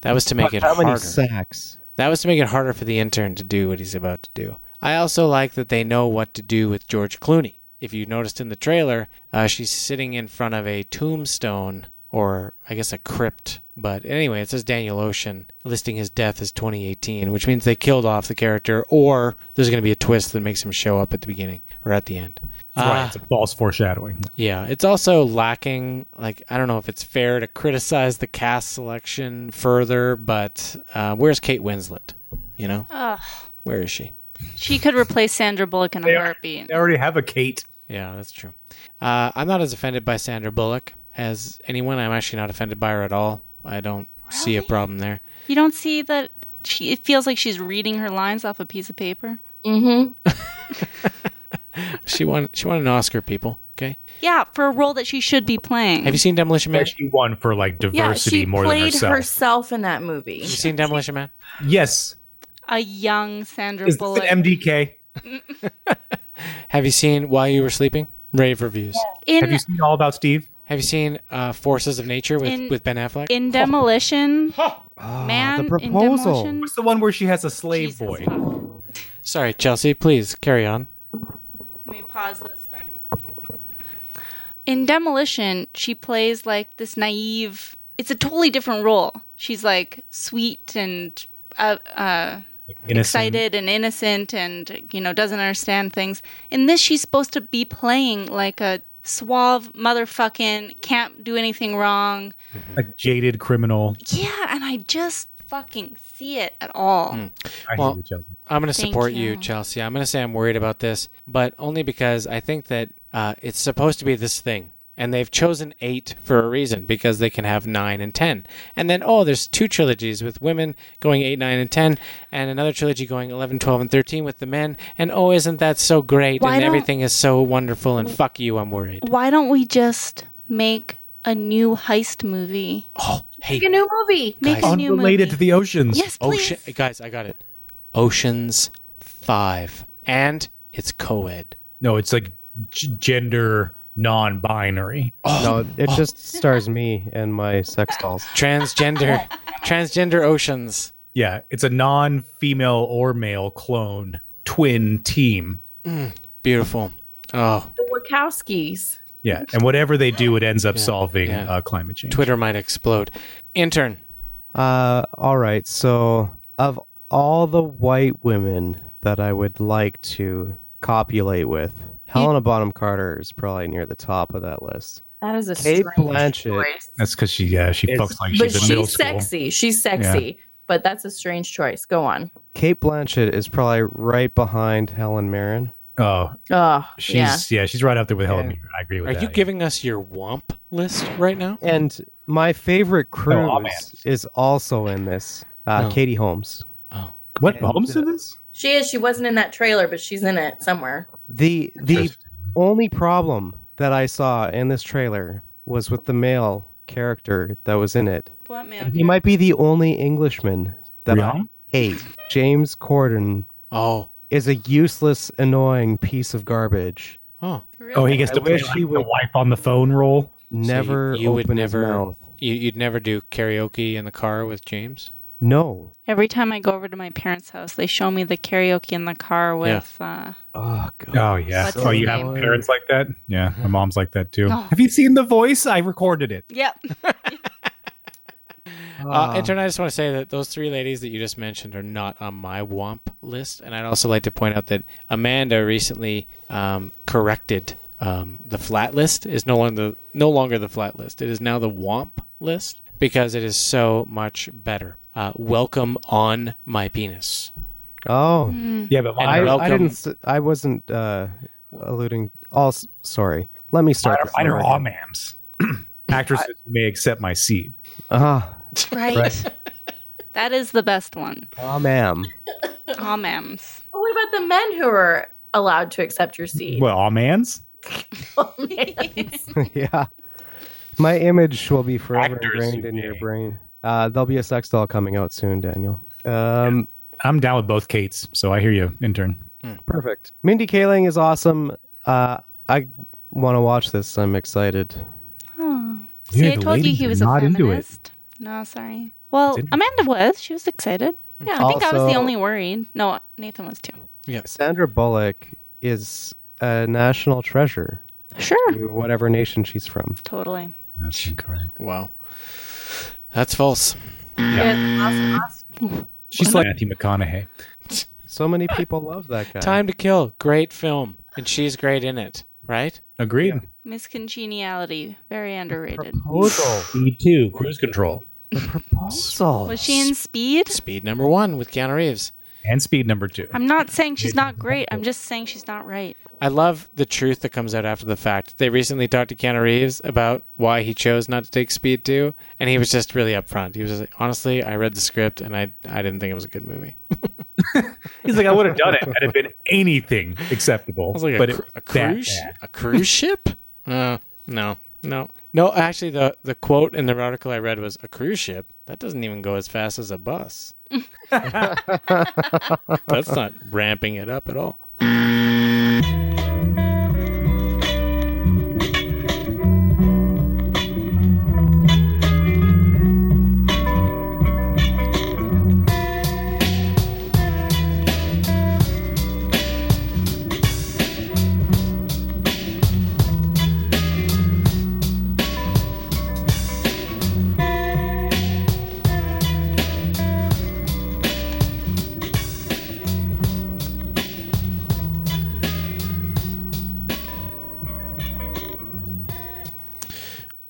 Speaker 2: That was to make
Speaker 7: Fuck,
Speaker 2: it
Speaker 7: how many
Speaker 2: harder.
Speaker 7: sacks?
Speaker 2: That was to make it harder for the intern to do what he's about to do. I also like that they know what to do with George Clooney. If you noticed in the trailer, uh, she's sitting in front of a tombstone or I guess a crypt But anyway, it says Daniel Ocean listing his death as 2018, which means they killed off the character, or there's going to be a twist that makes him show up at the beginning or at the end.
Speaker 5: right,
Speaker 2: Uh,
Speaker 5: it's a false foreshadowing.
Speaker 2: yeah, it's also lacking. Like, I don't know if it's fair to criticize the cast selection further, but uh, where's Kate Winslet? You know,
Speaker 6: Ugh.
Speaker 2: where is she?
Speaker 6: She could replace Sandra Bullock in a heartbeat.
Speaker 5: They already have a Kate.
Speaker 2: Yeah, that's true. Uh, I'm not as offended by Sandra Bullock as anyone. I'm actually not offended by her at all. I don't see a problem there.
Speaker 6: You don't see that she? It feels like she's reading her lines off a piece of paper.
Speaker 1: Mm-hmm.
Speaker 2: She won. She won an Oscar. People, okay.
Speaker 6: Yeah, for a role that she should be playing.
Speaker 2: Have you seen Demolition Man?
Speaker 5: She won for like diversity
Speaker 1: yeah, she
Speaker 5: more than
Speaker 1: played
Speaker 5: herself.
Speaker 1: herself in that movie.
Speaker 2: You seen Demolition Man?
Speaker 5: Yes.
Speaker 6: a young Sandra
Speaker 5: Is this
Speaker 6: Bullock?
Speaker 5: an MDK?
Speaker 2: Have you seen While You Were Sleeping? Rave reviews.
Speaker 6: In- Have you
Speaker 5: seen All About Steve?
Speaker 2: Have you seen uh, Forces of Nature with,
Speaker 6: In-
Speaker 2: with Ben Affleck? Ah,
Speaker 6: in demolition, man, in demolition.
Speaker 5: What's the one where she has a slave boy?
Speaker 2: Sorry, Chelsea. Please carry on.
Speaker 6: Let me pause this. In demolition, she plays like this naive. It's a totally different role. She's like sweet and uh, uh,
Speaker 5: innocent.
Speaker 6: excited and innocent, and you know doesn't understand things. In this, she's supposed to be playing like a suave motherfucking can't do anything wrong.
Speaker 5: A jaded criminal.
Speaker 6: Yeah, and I just fucking see it at all.
Speaker 2: Hmm.
Speaker 5: I
Speaker 2: Mm. Well,
Speaker 5: hate you, Chelsea.
Speaker 2: I'm going to
Speaker 6: Oh. Thank
Speaker 2: support you.
Speaker 6: you.
Speaker 2: Chelsea. I'm going to say I'm worried about this, but only because I think that uh, it's supposed to be this thing. And they've chosen eight for a reason because they can have nine and ten. And then, oh, there's two trilogies with women going eight, nine, and ten, and another trilogy going 11, 12, and 13 with the men. And oh, isn't that so great?
Speaker 6: Why
Speaker 2: and
Speaker 6: don't-
Speaker 2: everything is so wonderful. And fuck you, I'm worried.
Speaker 6: Why don't we just make a new heist movie?
Speaker 2: Oh, hey,
Speaker 1: a new movie.
Speaker 6: Make a new
Speaker 5: Unrelated
Speaker 6: movie.
Speaker 5: to the oceans.
Speaker 6: Yes, please.
Speaker 2: Ocean, Oh, guys, I got it. Oceans 5. And it's co ed.
Speaker 5: No, it's like g- gender non-binary.
Speaker 2: Oh.
Speaker 7: No, it just stars me and my sex dolls.
Speaker 2: Transgender. Transgender oceans.
Speaker 5: Yeah, it's a non-female or male clone twin team.
Speaker 2: Beautiful. Oh,
Speaker 1: The Wachowskis.
Speaker 5: Yeah, and whatever they do, it ends up solving Uh, climate change.
Speaker 2: Twitter might explode. Intern.
Speaker 7: Uh, all right. So, of all the white women that I would like to copulate with, Helena Bonham Carter is probably near the top of that list.
Speaker 1: That is a
Speaker 7: Kate
Speaker 1: strange
Speaker 7: Blanchett.
Speaker 1: choice.
Speaker 5: That's because she, yeah, she
Speaker 7: It's-
Speaker 5: fucks like
Speaker 1: but
Speaker 5: she's in
Speaker 1: she's
Speaker 5: middle school.
Speaker 1: sexy. She's sexy. But that's a strange choice. Go on.
Speaker 7: Kate Blanchett is probably right behind Helen Mirren.
Speaker 5: Oh,
Speaker 1: Oh, yeah.
Speaker 5: she's yeah. she's right up there with Helen. Mirren. I agree with
Speaker 2: Are
Speaker 5: that.
Speaker 2: you giving us your womp list right now?
Speaker 7: And my favorite cruise
Speaker 5: Oh, man.
Speaker 7: is also in this. Uh,
Speaker 5: Oh.
Speaker 7: Katie Holmes.
Speaker 2: Oh,
Speaker 5: what Holmes in this?
Speaker 1: She is. She wasn't in that trailer, but she's in it somewhere.
Speaker 7: The the only problem that I saw in this trailer was with the male character that was in it.
Speaker 6: What man?
Speaker 7: And He might be the only Englishman that I hate. James Corden.
Speaker 2: Oh,
Speaker 7: is a useless, annoying piece of garbage.
Speaker 2: Oh,
Speaker 5: Oh, he gets
Speaker 7: I
Speaker 5: to play
Speaker 7: wish
Speaker 5: like,
Speaker 7: he
Speaker 5: the wife on the phone role.
Speaker 7: Never
Speaker 2: you would
Speaker 7: open his
Speaker 2: never.
Speaker 7: mouth.
Speaker 2: You, you'd never do karaoke in the car with James.
Speaker 7: No.
Speaker 6: Every time I go over to my parents' house, they show me the karaoke in the car with. Uh,
Speaker 7: Oh god.
Speaker 5: Oh yeah.
Speaker 6: What's
Speaker 5: oh,
Speaker 6: his
Speaker 5: you have
Speaker 6: name?
Speaker 5: parents like that? Yeah, my mom's like that too.
Speaker 6: Oh.
Speaker 5: Have you seen The Voice? I recorded it.
Speaker 6: yep.
Speaker 7: Ah.
Speaker 2: Uh, intern, I just want to say that those three ladies that you just mentioned are not on my WOMP list. And I'd also like to point out that Amanda recently um, corrected um, the flat list is no longer no longer the flat list. It is now the WOMP list because it is so much better. Uh, welcome on my penis.
Speaker 7: Oh.
Speaker 5: Yeah, but
Speaker 2: And
Speaker 7: I, I
Speaker 2: welcome-
Speaker 7: didn't. s- I wasn't uh, alluding. All s- sorry. Let me start.
Speaker 5: Mine are-
Speaker 7: this
Speaker 5: mine are
Speaker 7: over
Speaker 5: all
Speaker 7: again.
Speaker 5: mams. Actresses who may accept my seat.
Speaker 7: Ah,
Speaker 6: Right.
Speaker 5: Right.
Speaker 6: (laughs) That is the best one.
Speaker 7: ah, ma'am.
Speaker 6: Aw, ma'ams.
Speaker 1: But what about the men who are allowed to accept your seat? (laughs)
Speaker 7: (laughs)
Speaker 5: Well, all mans.
Speaker 7: yeah. My image will be forever
Speaker 5: Actors
Speaker 7: ingrained
Speaker 5: who
Speaker 7: in your brain. Uh, there'll be a sex doll coming out soon, Daniel. Um,
Speaker 5: I'm down with both Kates, so I hear you, intern.
Speaker 7: Perfect. Mindy Kaling is awesome. Uh, I want to watch this. I'm excited.
Speaker 6: Oh.
Speaker 7: Yeah,
Speaker 6: See, I
Speaker 7: the
Speaker 6: told you
Speaker 7: ladies
Speaker 6: he
Speaker 7: are
Speaker 6: was a
Speaker 7: not into it.
Speaker 6: feminist. No, sorry. Well,
Speaker 7: Didn't-
Speaker 6: Amanda was. She was excited.
Speaker 1: Hmm.
Speaker 6: Yeah, I think I was
Speaker 7: Also-
Speaker 6: the only worried. No, Nathan was too.
Speaker 2: Yeah.
Speaker 7: Sandra Bullock is a national treasure.
Speaker 6: Sure.
Speaker 7: to Whatever nation she's from.
Speaker 6: Totally.
Speaker 5: That's incorrect.
Speaker 2: Wow. That's false.
Speaker 5: She's like Matthew McConaughey.
Speaker 7: So many people love that guy.
Speaker 2: Time to Kill, great film, and she's great in it, right?
Speaker 5: Agreed.
Speaker 6: Miscongeniality, very underrated.
Speaker 7: Oh,
Speaker 5: Proposal.
Speaker 2: Oh.
Speaker 5: Speed two, cruise control.
Speaker 7: The proposal.
Speaker 6: Was she in Speed?
Speaker 2: Speed number one with Keanu Reeves.
Speaker 5: And speed number two.
Speaker 6: I'm not saying she's not great. I'm just saying she's not right.
Speaker 2: I love the truth that comes out after the fact. They recently talked to Keanu Reeves about why he chose not to take Speed 2, and he was just really upfront. He was like, honestly, I read the script and I, I didn't think it was a good movie.
Speaker 5: He's like, I would have done it had it been anything acceptable.
Speaker 2: Like,
Speaker 5: but
Speaker 2: a,
Speaker 5: it,
Speaker 2: cru- a cruise, a cruise ship? Uh, no, no, no. Actually, the the quote in the article I read was a cruise ship. That doesn't even go as fast as a bus.
Speaker 5: (laughs)
Speaker 2: That's not ramping it up at all.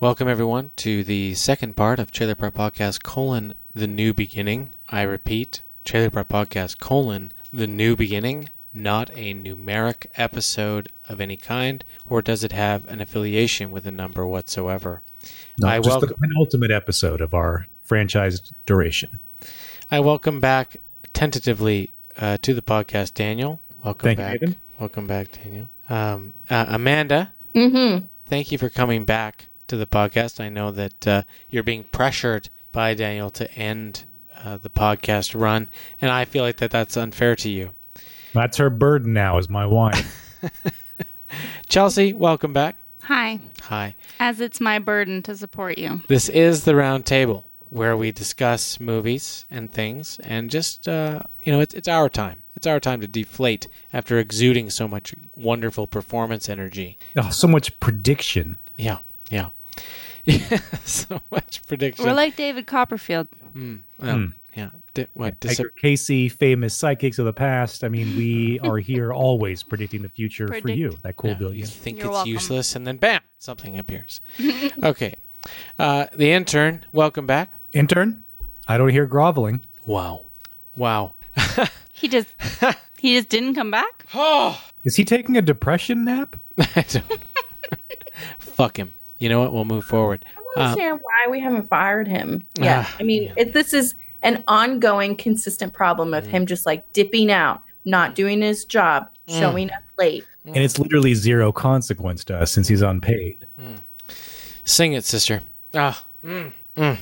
Speaker 2: Welcome everyone to the second part of Trailer Park Podcast colon the new beginning. I repeat, Trailer Park Podcast colon the new beginning, not a numeric episode of any kind, or does it have an affiliation with a number whatsoever?
Speaker 5: No,
Speaker 2: I
Speaker 5: just
Speaker 2: welcome
Speaker 5: the penultimate episode of our franchise duration.
Speaker 2: I welcome back tentatively uh, to the podcast Daniel. Welcome
Speaker 5: Thank you,
Speaker 2: back.
Speaker 5: Aiden.
Speaker 2: welcome back, Daniel. Um, uh, Amanda,
Speaker 1: Mm-hmm.
Speaker 2: thank you for coming back to the podcast. I know that uh, you're being pressured by Daniel to end uh, the podcast run, and I feel like that that's unfair to you.
Speaker 5: That's her burden now, is my wife.
Speaker 2: Chelsea, welcome back.
Speaker 6: Hi.
Speaker 2: Hi.
Speaker 6: As it's my burden to support you.
Speaker 2: This is the round table where we discuss movies and things, and just uh, you know, it's it's our time. It's our time to deflate after exuding so much wonderful performance energy.
Speaker 5: oh, so much prediction.
Speaker 2: Yeah, yeah. (laughs) so much prediction.
Speaker 6: We're like David Copperfield.
Speaker 2: Mm. Well,
Speaker 5: Hmm.
Speaker 2: Yeah. Di- what? dis-
Speaker 5: Edgar Casey, famous psychics of the past. I mean, we are here always predicting the future for
Speaker 6: Predict.
Speaker 5: you. That cool
Speaker 2: Yeah,
Speaker 5: billion.
Speaker 2: You think
Speaker 6: You're
Speaker 2: it's
Speaker 6: welcome.
Speaker 2: useless, and then bam, something
Speaker 6: (laughs)
Speaker 2: appears. okay. Uh, the intern, welcome back.
Speaker 5: Intern, I don't hear groveling.
Speaker 2: Wow. Wow.
Speaker 6: He just he just didn't come back?
Speaker 5: Is he taking a depression nap?
Speaker 2: I don't. Fuck him. You know what? We'll move forward.
Speaker 1: don't
Speaker 2: Uh,
Speaker 1: understand why we haven't fired him. Yeah,
Speaker 2: Ah,
Speaker 1: I mean, It, this is an ongoing, consistent problem of him just like dipping out, not doing his job,
Speaker 2: Mm.
Speaker 1: showing up late.
Speaker 5: And it's literally zero consequence to us since he's unpaid.
Speaker 2: hmm. sing it, sister. Ah. Mm, mm.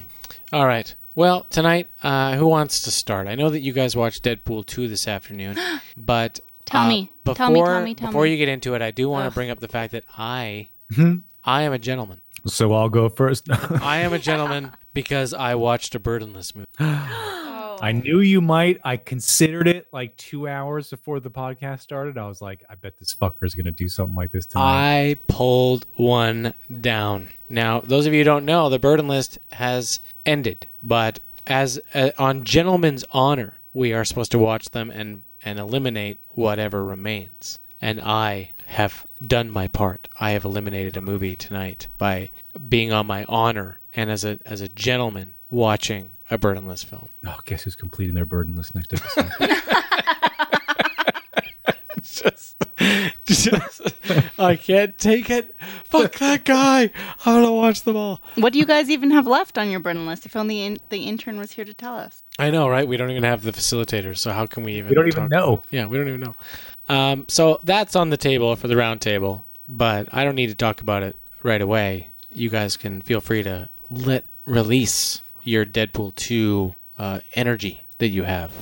Speaker 2: All right. Well, tonight, uh, who wants to start? I know that you guys watched Deadpool 2 this
Speaker 6: (gasps)
Speaker 2: afternoon, but.
Speaker 6: Tell
Speaker 2: uh,
Speaker 6: me.
Speaker 2: Before,
Speaker 6: Tell me, tell me, tell
Speaker 2: before
Speaker 6: me.
Speaker 2: you get into it, I do want
Speaker 6: Ugh.
Speaker 2: to bring up the fact that I,
Speaker 5: Mhm.
Speaker 2: I am a gentleman.
Speaker 5: So I'll go first. (laughs)
Speaker 2: I am
Speaker 6: (laughs)
Speaker 2: a gentleman because I watched a
Speaker 6: (gasps)
Speaker 2: burdenless
Speaker 5: (gasps)
Speaker 2: movie.
Speaker 6: Oh.
Speaker 5: I knew you might. I considered it like two hours before the podcast started. I was like, I bet this fucker is going to do something like this tonight.
Speaker 2: I pulled one down. Now, those of you who don't know, the burden list has ended, but as uh, on gentleman's honor, we are supposed to watch them and and eliminate whatever remains. And I have done my part. I have eliminated a movie tonight by being on my honor and as a as a gentleman watching a burdenless film. (laughs)
Speaker 5: oh, guess who's completing their burden this next episode?
Speaker 2: just, just, I can't take it. Fuck that guy. I want to watch them all.
Speaker 6: What do you guys even have left on your burden list? If only in, the intern was here to tell us.
Speaker 2: I know, right? We don't even have the facilitator, so how can we even?
Speaker 5: we don't even
Speaker 2: talk-
Speaker 5: know.
Speaker 2: Yeah, we don't even know. Um, so that's on the table for the round table, but I don't need to talk about it right away. You guys can feel free to let release your Deadpool two uh, energy that you have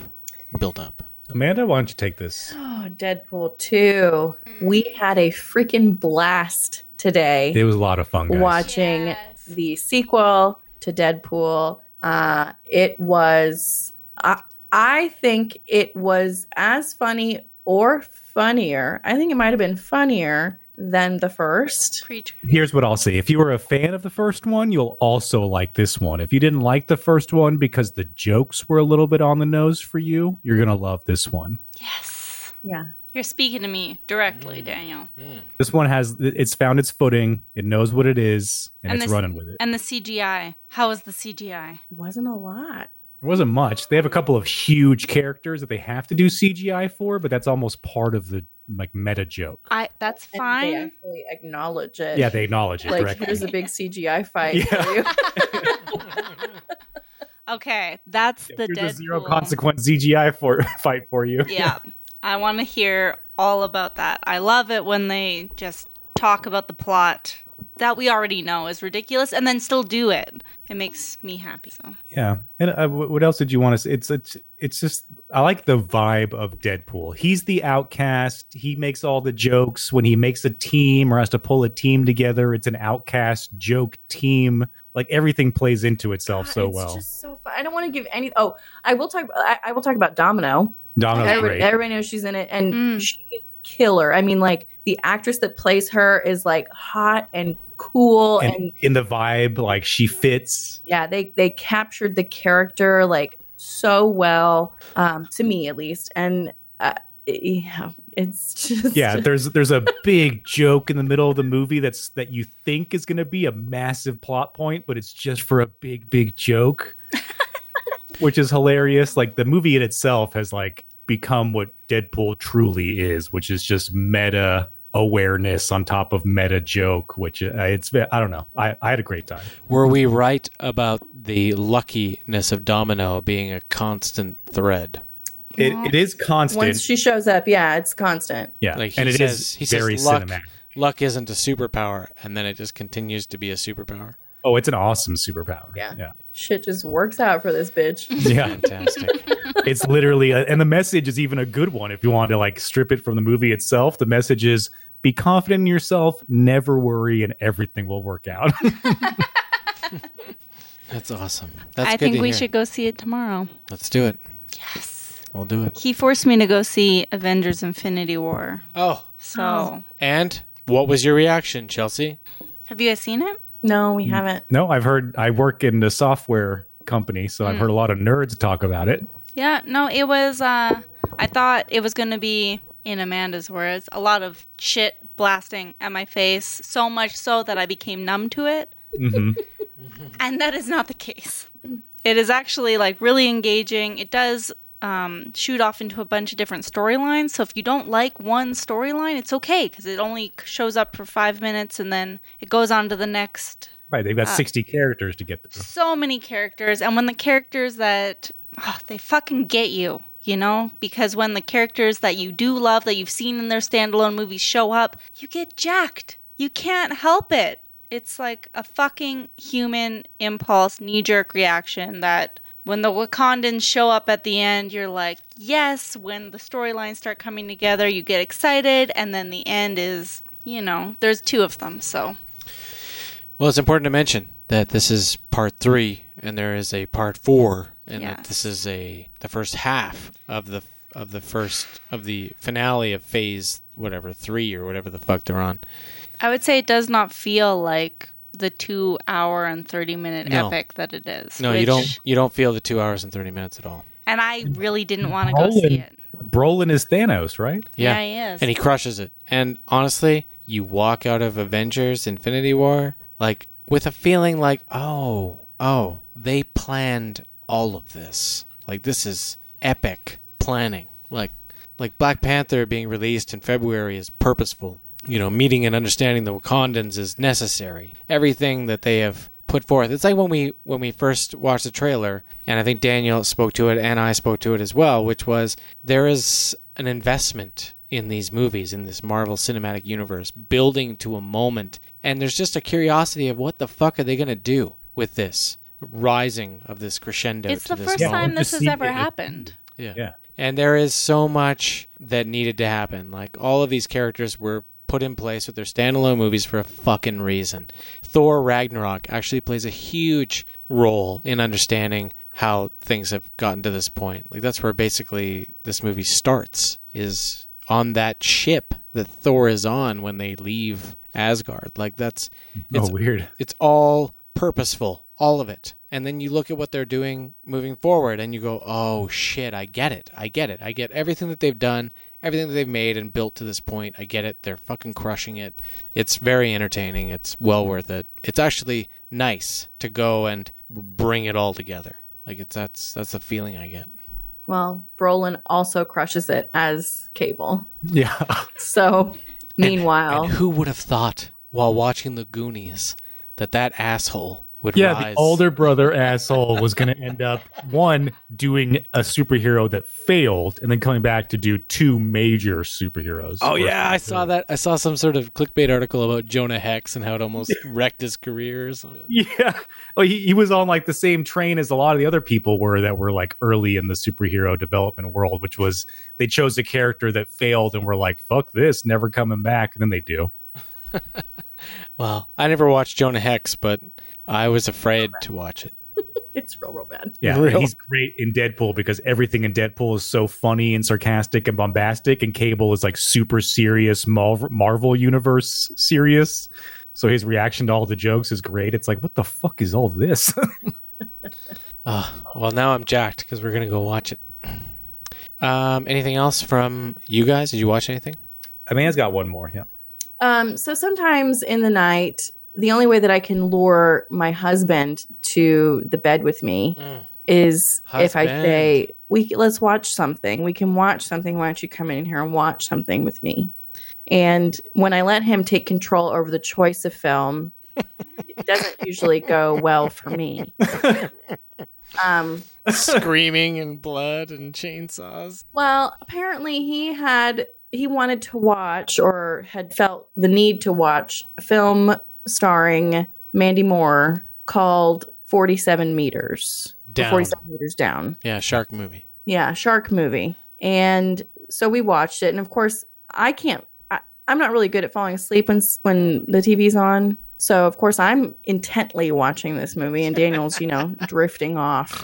Speaker 2: built up.
Speaker 5: Amanda, why don't you take this?
Speaker 1: Oh, Deadpool 2. We had a freaking blast today.
Speaker 5: It was a lot of fun, guys.
Speaker 1: watching the sequel to Deadpool. Uh, it was, I, I think it was as funny or funnier. I think it might have been funnier than the first.
Speaker 6: Preach.
Speaker 5: Here's what I'll say. If you were a fan of the first one, you'll also like this one. If you didn't like the first one because the jokes were a little bit on the nose for you, you're going to love this one.
Speaker 6: Yes.
Speaker 1: Yeah.
Speaker 6: You're speaking to me directly, Daniel.
Speaker 5: This one has it's found its footing, it knows what it is, and, it's
Speaker 6: the,
Speaker 5: running with it.
Speaker 6: And the CGI. How was the CGI?
Speaker 1: It wasn't a lot.
Speaker 5: It wasn't much. They have a couple of huge characters that they have to do CGI for, but that's almost part of the like meta joke.
Speaker 6: I that's
Speaker 1: And
Speaker 6: fine.
Speaker 1: They actually acknowledge it.
Speaker 5: Yeah, they acknowledge it
Speaker 1: like
Speaker 5: correctly.
Speaker 1: here's a big CGI fight.
Speaker 5: (laughs) Yeah.
Speaker 1: For you.
Speaker 6: (laughs) Okay, that's the
Speaker 5: Here's a zero (laughs)
Speaker 6: Deadpool.
Speaker 5: consequence CGI for (laughs) fight for you.
Speaker 6: yeah. I want to hear all about that. I love it when they just talk about the plot that we already know is ridiculous and then still do it. It makes me happy. So,
Speaker 5: Yeah, and uh, wh- what else did you want to say? It's it's it's just I like the vibe of Deadpool. He's the outcast. He makes all the jokes when he makes a team or has to pull a team together. It's an outcast joke team. Like everything plays into itself so
Speaker 1: it's
Speaker 5: well.
Speaker 1: just so fun. I don't want to give any. Oh, I will talk. I, I will talk about Domino.
Speaker 5: Domino's
Speaker 1: everybody,
Speaker 5: great.
Speaker 1: everybody knows she's in it, and she's killer. I mean, like the actress that plays her is like hot and cool,
Speaker 5: and,
Speaker 1: and,
Speaker 5: in the vibe, like she fits.
Speaker 1: yeah, they they captured the character like so well, um, to me at least, and uh, yeah, it's just (laughs)
Speaker 5: Yeah, there's there's a big joke in the middle of the movie that's that you think is going to be a massive plot point, but it's just for a big big joke, which is hilarious. Like the movie in itself has like become what Deadpool truly is, which is just meta awareness on top of meta joke. Which uh, it's I don't know. I I had a great time.
Speaker 2: Were we right about the luckiness of Domino being a constant thread?
Speaker 5: It, it is constant.
Speaker 1: once she shows up, yeah, it's constant.
Speaker 5: yeah,
Speaker 2: like
Speaker 5: and
Speaker 2: he
Speaker 5: it is
Speaker 2: says, he says
Speaker 5: very
Speaker 2: luck,
Speaker 5: cinematic.
Speaker 2: Luck isn't a superpower, and then it just continues to be a superpower.
Speaker 5: Oh, it's an awesome superpower.
Speaker 1: Yeah.
Speaker 5: yeah.
Speaker 1: Shit just works out for this bitch.
Speaker 5: Yeah.
Speaker 2: Fantastic.
Speaker 5: it's literally a, and the message is even a good one if you want to like strip it from the movie itself the message is be confident in yourself never worry and everything will work out
Speaker 2: That's awesome. (laughs) That's
Speaker 6: I
Speaker 2: good
Speaker 6: think
Speaker 2: to
Speaker 6: we
Speaker 2: hear.
Speaker 6: should go see it tomorrow.
Speaker 2: Let's do it. Yes. We'll do it.
Speaker 6: He forced me to go see Avengers Infinity War.
Speaker 2: Oh.
Speaker 6: So,
Speaker 2: And what was your reaction, Chelsea?
Speaker 6: have you guys seen it?
Speaker 1: No, we haven't.
Speaker 5: no i've heard i work in a software company so i've
Speaker 6: Mm.
Speaker 5: heard a lot of nerds talk about it
Speaker 6: Yeah, no, it was uh I thought it was going to be in Amanda's words, a lot of shit blasting at my face, so much so that I became numb to it.
Speaker 5: mm-hmm.
Speaker 6: and that is not the case. It is actually like really engaging. It does um, shoot off into a bunch of different storylines. So if you don't like one storyline, it's okay because it only shows up for five minutes and then it goes on to the next.
Speaker 5: right they've got
Speaker 6: Uh,
Speaker 5: 60 characters to get through
Speaker 6: So many characters, and when the characters that oh, they fucking get you, you know, because when the characters that you do love that you've seen in their standalone movies show up, you get jacked. You can't help it. It's like a fucking human impulse, knee jerk reaction that when the Wakandans show up at the end, you're like, yes. When the storylines start coming together, you get excited. And then the end is, you know, there's two of them. So,
Speaker 2: Well, it's important to mention that this is part three, and there is a part four, and that
Speaker 6: Yes.
Speaker 2: this is a the first half of the of the first of the finale of phase whatever three or whatever the fuck they're on.
Speaker 6: I would say it does not feel like the two hour and 30 minute
Speaker 2: No.
Speaker 6: epic that it is.
Speaker 2: No, you
Speaker 6: which-
Speaker 2: don't. You don't feel the two hours and thirty minutes at all.
Speaker 6: And I really didn't want to go see
Speaker 5: brolin,
Speaker 6: it.
Speaker 5: brolin is thanos right
Speaker 2: Yeah,
Speaker 6: Yeah, he is.
Speaker 2: and he crushes it. And honestly, you walk out of Avengers: Infinity War like with a feeling like, oh, oh, they planned all of this. Like this is epic planning. Like, like Black Panther being released in February is purposeful. You know, meeting and understanding the Wakandans is necessary. Everything that they have put forth. It's like when we when we first watched the trailer, and I think Daniel spoke to it, and I spoke to it as well, which was there is an investment in these movies, in this Marvel Cinematic Universe, building to a moment, and there's just a curiosity of what the fuck are they gonna do with this rising of this crescendo.
Speaker 6: It's
Speaker 2: to
Speaker 6: the
Speaker 2: this
Speaker 6: first
Speaker 2: moment.
Speaker 6: time this has ever happened.
Speaker 2: Yeah. Yeah. And there is so much that needed to happen. Like all of these characters were put in place with their standalone movies for a fucking reason. Thor Ragnarok actually plays a huge role in understanding how things have gotten to this point. Like that's where basically this movie starts is on that ship that Thor is on when they leave Asgard. Like that's it's
Speaker 5: Oh, weird.
Speaker 2: It's all purposeful, all of it. And then you look at what they're doing moving forward and you go, "Oh shit, I get it. I get it. I get everything that they've done, everything that they've made and built to this point. I get it. They're fucking crushing it. It's very entertaining. It's well worth it. It's actually nice to go and bring it all together. Like it's that's that's the feeling I get.
Speaker 1: Well, Brolin also crushes it as Cable.
Speaker 5: Yeah.
Speaker 1: So, meanwhile,
Speaker 2: And (laughs) who would have thought while watching the Goonies that that asshole would
Speaker 5: yeah,
Speaker 2: rise?
Speaker 5: the older brother asshole was going to end up one doing a superhero that failed, and then coming back to do two major superheroes.
Speaker 2: Oh yeah, I saw that. I saw some sort of clickbait article about Jonah Hex and how it
Speaker 5: (laughs)
Speaker 2: almost wrecked his career or something.
Speaker 5: yeah. Oh, he, he was on like the same train as a lot of the other people were that were like early in the superhero development world, which was they chose a character that failed and were like, "Fuck this, never coming back," and then they do.
Speaker 2: Well, I never watched Jonah Hex, but I was afraid to watch it.
Speaker 1: it's real, real bad.
Speaker 5: Yeah, and
Speaker 2: Real.
Speaker 5: he's great in Deadpool because everything in Deadpool is so funny and sarcastic and bombastic, and Cable is like super serious Marvel, Marvel universe serious. So his reaction to all the jokes is great. It's like, what the fuck is all this? (laughs)
Speaker 2: Uh, well, now I'm jacked because we're gonna go watch it. Um, anything else from you guys? Did you watch anything?
Speaker 5: I mean, it's got one more. Yeah.
Speaker 1: Um, so sometimes in the night, the only way that I can lure my husband to the bed with me is if I
Speaker 2: Husband.
Speaker 1: say, "We let's watch something. We can watch something. Why don't you come in here and watch something with me?" And when I let him take control over the choice of film, it doesn't usually go well for
Speaker 2: (laughs)
Speaker 1: me. Um,
Speaker 2: Screaming and blood and chainsaws.
Speaker 1: Well, apparently he had he wanted to watch or had felt the need to watch a film starring Mandy Moore called 47 meters. or
Speaker 2: Down.
Speaker 1: 47 meters down.
Speaker 2: Yeah, shark movie.
Speaker 1: Yeah, shark movie. And so we watched it and of course I can't I, I'm not really good at falling asleep when s- when the TV's on. So of course I'm intently watching this movie and Daniel's, you
Speaker 5: (laughs)
Speaker 1: know, drifting off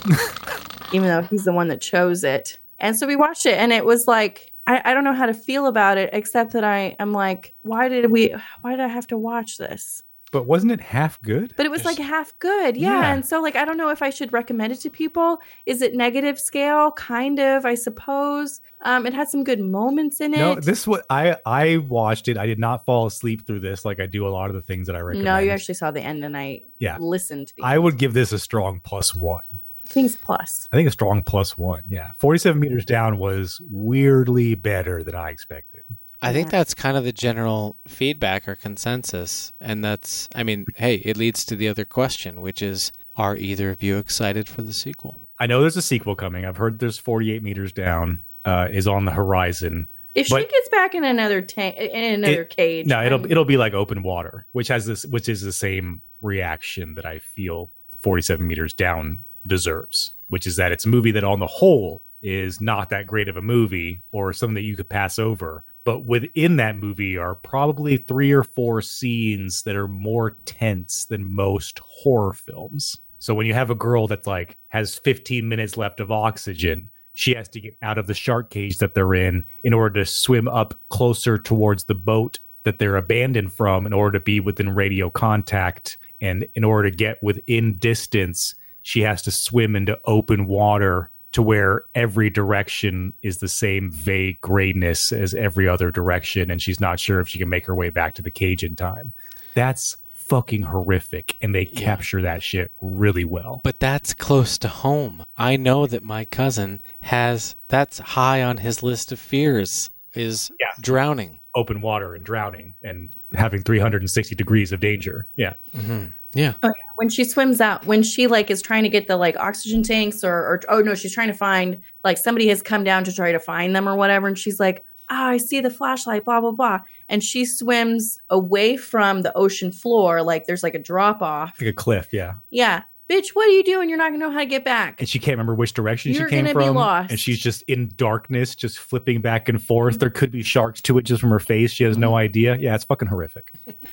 Speaker 1: even though he's the one that chose it. And so we watched it, and it was like I, I don't know how to feel about it, except that I am like, why did we? Why did I have to watch this?
Speaker 5: But wasn't it half good?
Speaker 1: But it was like half good, yeah.
Speaker 5: Yeah.
Speaker 1: And so like I don't know if I should recommend it to people. Is it negative scale? Kind of, I suppose. Um, it had some good moments in it.
Speaker 5: No, this what I I watched it. I did not fall asleep through this like I do a lot of the things that I recommend.
Speaker 1: no, you actually saw the end, and I
Speaker 5: Yeah.
Speaker 1: listened to the
Speaker 5: I would give this a strong plus one.
Speaker 1: things plus.
Speaker 5: I think a strong plus one. Yeah. 47 meters down was weirdly better than I expected.
Speaker 2: I think that's kind of the general feedback or consensus. And that's, I mean, hey, it leads to the other question, which is are either of you excited for the sequel?
Speaker 5: I know there's a sequel coming. I've heard there's 48 meters down uh, is on the horizon.
Speaker 1: If
Speaker 5: but
Speaker 1: she gets back in another tank, in another
Speaker 5: it-
Speaker 1: cage,
Speaker 5: No, it'll
Speaker 1: I'm-
Speaker 5: it'll be like open water, which has this which is the same reaction that I feel 47 meters down deserves, which is that it's a movie that on the whole is not that great of a movie or something that you could pass over. But within that movie are probably three or four scenes that are more tense than most horror films. So when you have a girl that's like has 15 minutes left of oxygen, she has
Speaker 2: (laughs)
Speaker 5: to get out of the shark cage that they're in in order to swim up closer towards the boat that they're abandoned from in order to be within radio contact and in order to get within distance she has to swim into open water to where every direction is the same vague grayness as every other direction and she's not sure if she can make her way back to the cage in time that's fucking horrific and they capture that shit really well
Speaker 2: But that's close to home. I know that my cousin has, that's high on his list of fears, is drowning.
Speaker 5: open water and drowning and having 360 degrees of danger yeah
Speaker 2: hmm Yeah.
Speaker 1: Oh, yeah. When she swims out, when she like is trying to get the like oxygen tanks or, or oh no, she's trying to find like somebody has come down to try to find them or whatever, and she's like, oh, I see the flashlight, blah blah blah, and she swims away from the ocean floor, like there's like a drop off,
Speaker 5: like a cliff yeah
Speaker 1: yeah, bitch, what are you doing? You're not gonna know how to get back.
Speaker 5: and she can't remember which direction
Speaker 1: You're
Speaker 5: she came
Speaker 1: gonna
Speaker 5: from.
Speaker 1: be lost.
Speaker 5: And she's just in darkness, just flipping back and forth. There could be sharks to it just from her face. She has
Speaker 1: Mm-hmm.
Speaker 5: no idea. Yeah, it's fucking horrific.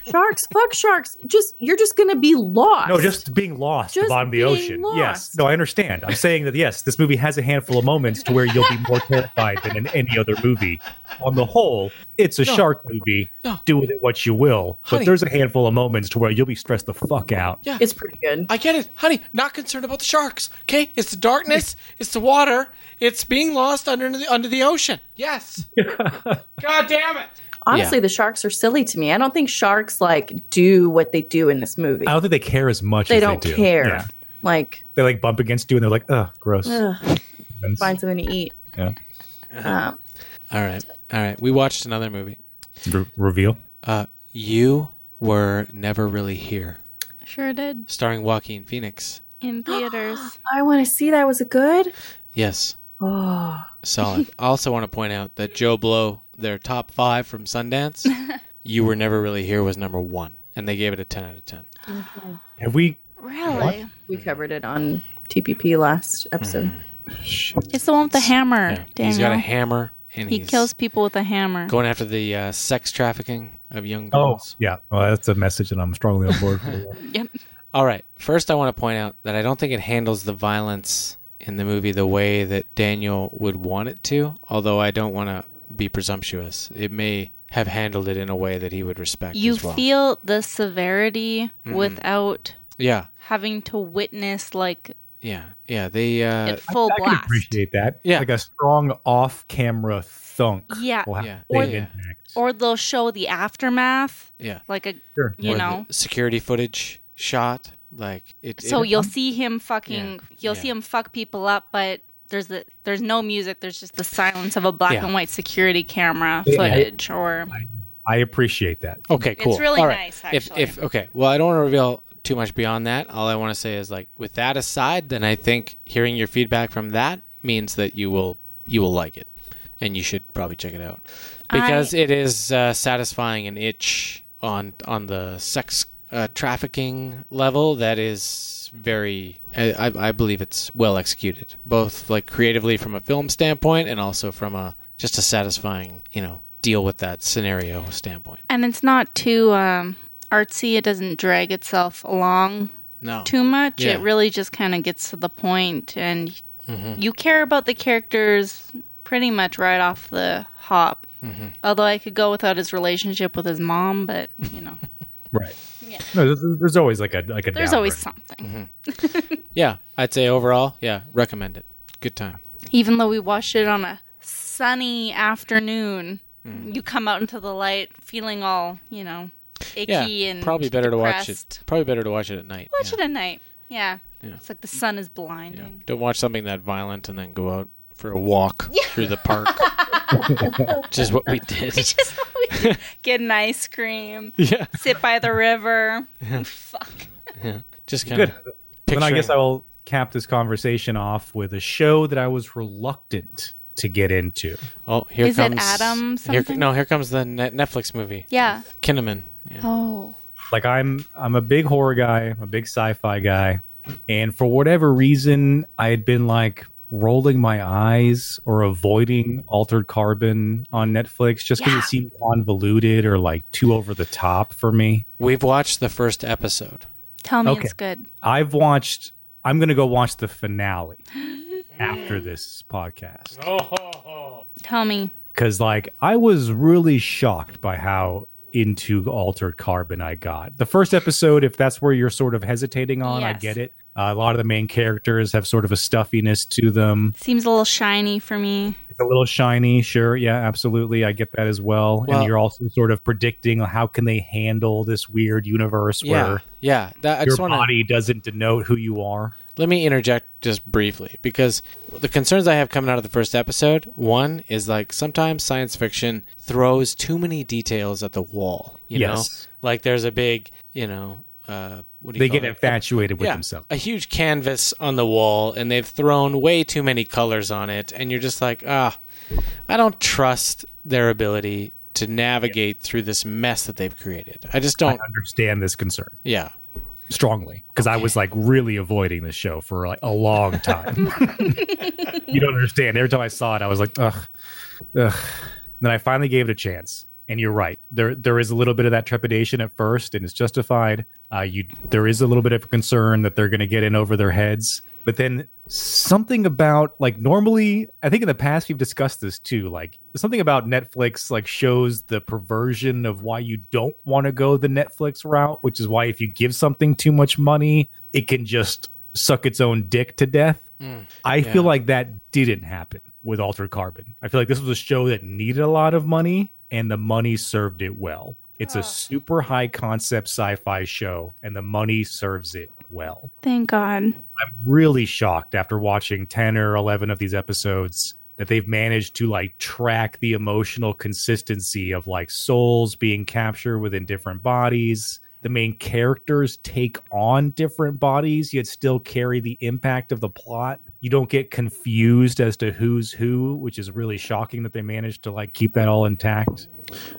Speaker 1: Sharks, (laughs) fuck sharks. Just you're just gonna be lost.
Speaker 5: No, just being lost at the
Speaker 1: Just
Speaker 5: bottom of the
Speaker 1: being
Speaker 5: ocean. Yes. No, I understand. I'm saying that yes, this movie has a handful of moments to where you'll be more terrified than in any other movie. On the whole, it's a
Speaker 2: No.
Speaker 5: shark movie.
Speaker 2: No.
Speaker 5: Do with it what you will.
Speaker 2: Honey.
Speaker 5: But there's a handful of moments to where you'll be stressed the fuck out.
Speaker 2: Yeah.
Speaker 1: It's pretty good.
Speaker 2: I get it. Honey, not concerned about the sharks. Okay? It's the darkness, it's the water, it's being lost under the under the ocean.
Speaker 5: (laughs)
Speaker 2: Yes. God damn it.
Speaker 1: Honestly,
Speaker 2: Yeah.
Speaker 1: the sharks are silly to me. I don't think sharks like do what they do in this movie.
Speaker 5: I don't think they care as much
Speaker 1: they
Speaker 5: as
Speaker 1: don't
Speaker 5: they do.
Speaker 1: care.
Speaker 5: Yeah.
Speaker 1: Like,
Speaker 5: They like bump against you and they're like, ugh, gross.
Speaker 1: ugh,
Speaker 5: That's-
Speaker 1: find something to eat.
Speaker 5: Yeah.
Speaker 2: Uh-huh.
Speaker 1: Um,
Speaker 2: All right. All right. We watched another movie.
Speaker 5: Re- reveal.
Speaker 2: Uh you were never really here.
Speaker 6: Sure did.
Speaker 2: Starring Joaquin Phoenix.
Speaker 6: In theaters.
Speaker 1: (gasps) I want to see that. Was it good?
Speaker 2: Yes.
Speaker 1: Oh,
Speaker 6: (laughs)
Speaker 2: Solid. I also want to point out that Joe Blow, their top five
Speaker 6: (laughs)
Speaker 2: from Sundance, You Were Never Really Here was number one. And they gave it a ten out of ten.
Speaker 1: okay.
Speaker 5: Have we
Speaker 6: Really?
Speaker 1: we covered it on TPP last
Speaker 5: Hmm.
Speaker 1: episode.
Speaker 6: It's the one with the hammer, Daniel.
Speaker 2: He's got a hammer and
Speaker 6: he
Speaker 2: he's
Speaker 6: kills people with a hammer.
Speaker 2: going after the uh, sex trafficking of young
Speaker 5: Oh,
Speaker 2: girls.
Speaker 5: yeah. Well, that's a message that I'm strongly on
Speaker 6: (laughs)
Speaker 5: board for.
Speaker 6: Yep.
Speaker 2: All right. First, I want to point out that I don't think it handles the violence in the movie the way that Daniel would want it to, although I don't want to be presumptuous. It may have handled it in a way that he would respect
Speaker 6: You
Speaker 2: as well.
Speaker 6: feel the severity
Speaker 2: Mhm.
Speaker 6: without
Speaker 2: yeah.
Speaker 6: having to witness like
Speaker 2: Yeah. Yeah. They. Uh,
Speaker 6: it full
Speaker 5: I can
Speaker 6: blast.
Speaker 5: appreciate that. Yeah. Like a strong off camera thunk.
Speaker 6: Yeah.
Speaker 5: will have
Speaker 6: Yeah.
Speaker 5: big
Speaker 6: Or-
Speaker 5: impact.
Speaker 6: Or they'll show the aftermath.
Speaker 2: Yeah.
Speaker 6: Like a
Speaker 5: Sure.
Speaker 6: you
Speaker 2: or the
Speaker 6: know.
Speaker 2: security footage shot. Like it.
Speaker 6: so
Speaker 2: it-
Speaker 6: you'll see him fucking you'll
Speaker 2: Yeah.
Speaker 6: see him fuck people up, but there's the there's no music, there's just the silence of a black
Speaker 5: Yeah.
Speaker 6: and white security camera
Speaker 5: Yeah.
Speaker 6: footage or
Speaker 5: I appreciate that.
Speaker 2: Okay,
Speaker 6: It's
Speaker 2: cool.
Speaker 6: really
Speaker 2: All right.
Speaker 6: nice,
Speaker 2: If, if okay, well, I don't want to reveal too much beyond that. All I want to say is like, with that aside, then I think hearing your feedback from that means that you will you will like it, and you should probably check it out because
Speaker 6: I-
Speaker 2: it is uh, satisfying an itch on on the sex uh, trafficking level that is very. I, I- I believe it's well executed, both like creatively from a film standpoint and also from a just a satisfying you know deal with that scenario standpoint.
Speaker 6: and it's not too um artsy, it doesn't drag itself along
Speaker 2: No.
Speaker 6: too much.
Speaker 2: Yeah.
Speaker 6: It really just kinda gets to the point and
Speaker 2: Mhm.
Speaker 6: you care about the characters pretty much right off the hop.
Speaker 2: Mhm.
Speaker 6: Although I could go without his relationship with his mom, but you know,
Speaker 5: Right. No, there's, there's always like a like a.
Speaker 6: there's
Speaker 5: downward.
Speaker 6: always something.
Speaker 2: Mm-hmm.
Speaker 6: (laughs)
Speaker 2: Yeah, I'd say overall, yeah, recommend it. Good time.
Speaker 6: Even though we watched it on a sunny afternoon,
Speaker 2: Hmm.
Speaker 6: you come out into the light feeling all, you know, icky
Speaker 2: yeah,
Speaker 6: and
Speaker 2: probably better to watch
Speaker 6: depressed.
Speaker 2: it. Probably better to watch it at night.
Speaker 6: Watch it at night. Yeah.
Speaker 2: Yeah.
Speaker 6: It's like the sun is blinding.
Speaker 2: Don't watch something that violent and then go out for a
Speaker 6: (laughs)
Speaker 2: walk through the park, (laughs) which is what we did.
Speaker 6: Get an ice cream.
Speaker 2: (laughs) Yeah.
Speaker 6: Sit by the river.
Speaker 2: Yeah. (laughs)
Speaker 6: Fuck.
Speaker 2: Yeah, just kind
Speaker 5: Good.
Speaker 2: of.
Speaker 5: Then I
Speaker 2: picturing-
Speaker 5: guess I will cap this conversation off with a show that I was reluctant to get into.
Speaker 2: Oh, here
Speaker 6: Is it
Speaker 2: comes
Speaker 6: Adam
Speaker 2: Here,
Speaker 6: something?
Speaker 2: no, here comes the Net- Netflix movie.
Speaker 6: Yeah.
Speaker 2: Kinnaman. Yeah.
Speaker 6: Oh.
Speaker 5: like I'm I'm a big horror guy, I'm a big sci-fi guy, and for whatever reason, I had been like rolling my eyes or avoiding Altered Carbon on Netflix just because it seemed convoluted or like too over the top for me.
Speaker 2: We've watched the first episode.
Speaker 6: Tell me
Speaker 5: Okay.
Speaker 6: it's good.
Speaker 5: I've watched. I'm gonna go watch the finale (gasps) after this podcast
Speaker 6: Tell me.
Speaker 5: because like I was really shocked by how into altered carbon I got. The first episode, if that's where you're sort of hesitating on, I
Speaker 6: Yes.
Speaker 5: get it. Uh, a lot of the main characters have sort of a stuffiness to them.
Speaker 6: Seems a little shiny for me.
Speaker 5: It's a little shiny, sure, yeah, absolutely. I get that as well.
Speaker 2: Well-
Speaker 5: and you're also sort of predicting how can they handle this weird universe
Speaker 2: Yeah.
Speaker 5: where
Speaker 2: Yeah. That, I
Speaker 5: your
Speaker 2: just want to.
Speaker 5: body doesn't denote who you are.
Speaker 2: Let me interject just briefly because the concerns I have coming out of the first episode one is like sometimes science fiction throws too many details at the wall. You
Speaker 5: Yes.
Speaker 2: know, like there's a big, you know, uh, what do you
Speaker 5: They
Speaker 2: call
Speaker 5: get
Speaker 2: it?
Speaker 5: infatuated with
Speaker 2: Yeah,
Speaker 5: themselves.
Speaker 2: A huge canvas on the wall, and they've thrown way too many colors on it, and you're just like, ah, I don't trust their ability to navigate through this mess that they've created. I just don't.
Speaker 5: I understand this concern.
Speaker 2: Yeah.
Speaker 5: strongly because I was like really avoiding this show for like a (laughs) long time. you don't understand. Every time I saw it, I was like, ugh, ugh. Then I finally gave it a chance. And you're right. There, there is a little bit of that trepidation at first, and it's justified. Uh, you, there is a little bit of concern that they're going to get in over their heads. But then something about like normally, I think in the past we've discussed this too. Like something about Netflix like shows the perversion of why you don't want to go the Netflix route, which is why if you give something too much money, it can just suck its own dick to death. Mm, I yeah. feel like that didn't happen with Altered Carbon. I feel like this was a show that needed a lot of money and the money served it well. It's oh. a super high concept sci fi show and the money serves it well.
Speaker 6: Thank God.
Speaker 5: I'm really shocked after watching 10 or 11 of these episodes that they've managed to like track the emotional consistency of like souls being captured within different bodies the main characters take on different bodies yet still carry the impact of the plot you don't get confused as to who's who which is really shocking that they managed to like keep that all intact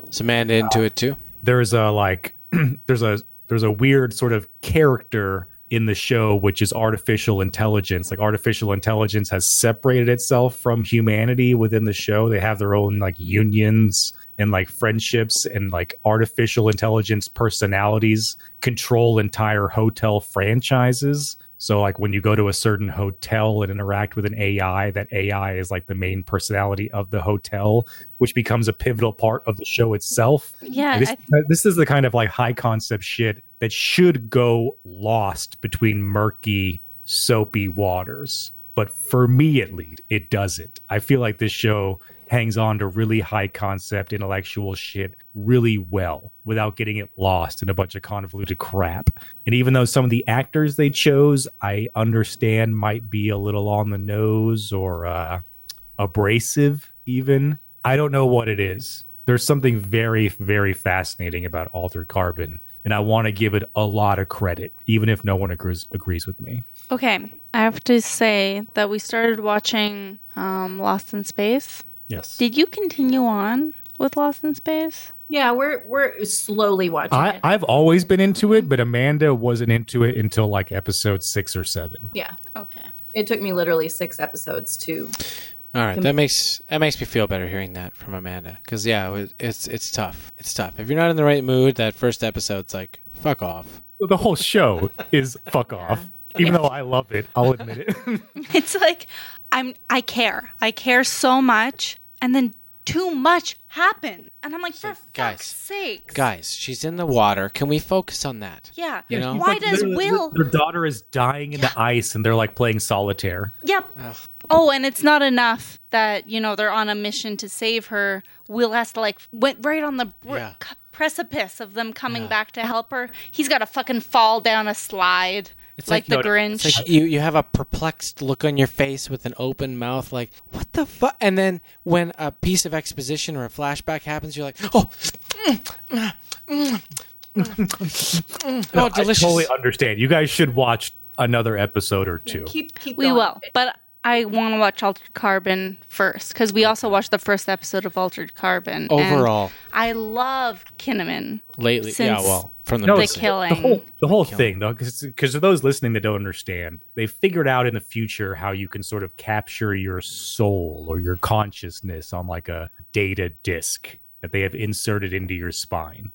Speaker 2: is amanda into uh, it too
Speaker 5: there's a like (clears throat) there's a there's a weird sort of character in the show which is artificial intelligence like artificial intelligence has separated itself from humanity within the show they have their own like unions and like friendships and like artificial intelligence personalities control entire hotel franchises. So like when you go to a certain hotel and interact with an AI, that AI is like the main personality of the hotel, which becomes a pivotal part of the show itself.
Speaker 6: Yeah,
Speaker 5: this, th- this is the kind of like high concept shit that should go lost between murky, soapy waters. But for me, at least, it doesn't. I feel like this show hangs on to really high concept intellectual shit really well without getting it lost in a bunch of convoluted crap. And even though some of the actors they chose, I understand might be a little on the nose or uh, abrasive, even. I don't know what it is. There's something very, very fascinating about Altered Carbon. And I want to give it a lot of credit, even if no one agrees, agrees with me.
Speaker 6: Okay. I have to say that we started watching um, Lost in Space
Speaker 5: Yes.
Speaker 6: Did you continue on with Lost in Space?
Speaker 1: Yeah, we're we're slowly watching.
Speaker 5: I,
Speaker 1: it.
Speaker 5: I've always been into it, but Amanda wasn't into it until like episode six or seven.
Speaker 1: Yeah.
Speaker 6: Okay.
Speaker 1: It took me literally six episodes to.
Speaker 2: All right, com- that makes that makes me feel better hearing that from Amanda. Because yeah, it's it's tough. It's tough. If you're not in the right mood, that first episode's like fuck off.
Speaker 5: The whole show is fuck off. Even though I love it, I'll admit it.
Speaker 6: (laughs) it's like I'm I care. I care so much and then too much happened. And I'm like, for so, guys, sake.
Speaker 2: Guys, she's in the water. Can we focus on that?
Speaker 6: Yeah.
Speaker 2: You know?
Speaker 6: Why like, does Will
Speaker 5: their daughter is dying in yeah. the ice and they're like playing solitaire.
Speaker 6: Yep. Ugh. Oh, and it's not enough that, you know, they're on a mission to save her. Will has to like went right on the yeah. precipice of them coming yeah. back to help her. He's gotta fucking fall down a slide. It's like, like the you know, Grinch.
Speaker 2: Like you, you have a perplexed look on your face with an open mouth, like, what the fuck? And then when a piece of exposition or a flashback happens, you're like, oh, mm, mm, (laughs)
Speaker 5: mm, oh, delicious. I totally understand. You guys should watch another episode or two. Yeah,
Speaker 1: keep, keep
Speaker 6: we will. But I want to watch Altered Carbon first because we also watched the first episode of Altered Carbon.
Speaker 2: Overall,
Speaker 6: I love Kinnaman
Speaker 2: lately. yeah, well, from the, no,
Speaker 6: the killing,
Speaker 5: the whole, the whole the thing though, because for those listening that don't understand, they figured out in the future how you can sort of capture your soul or your consciousness on like a data disk that they have inserted into your spine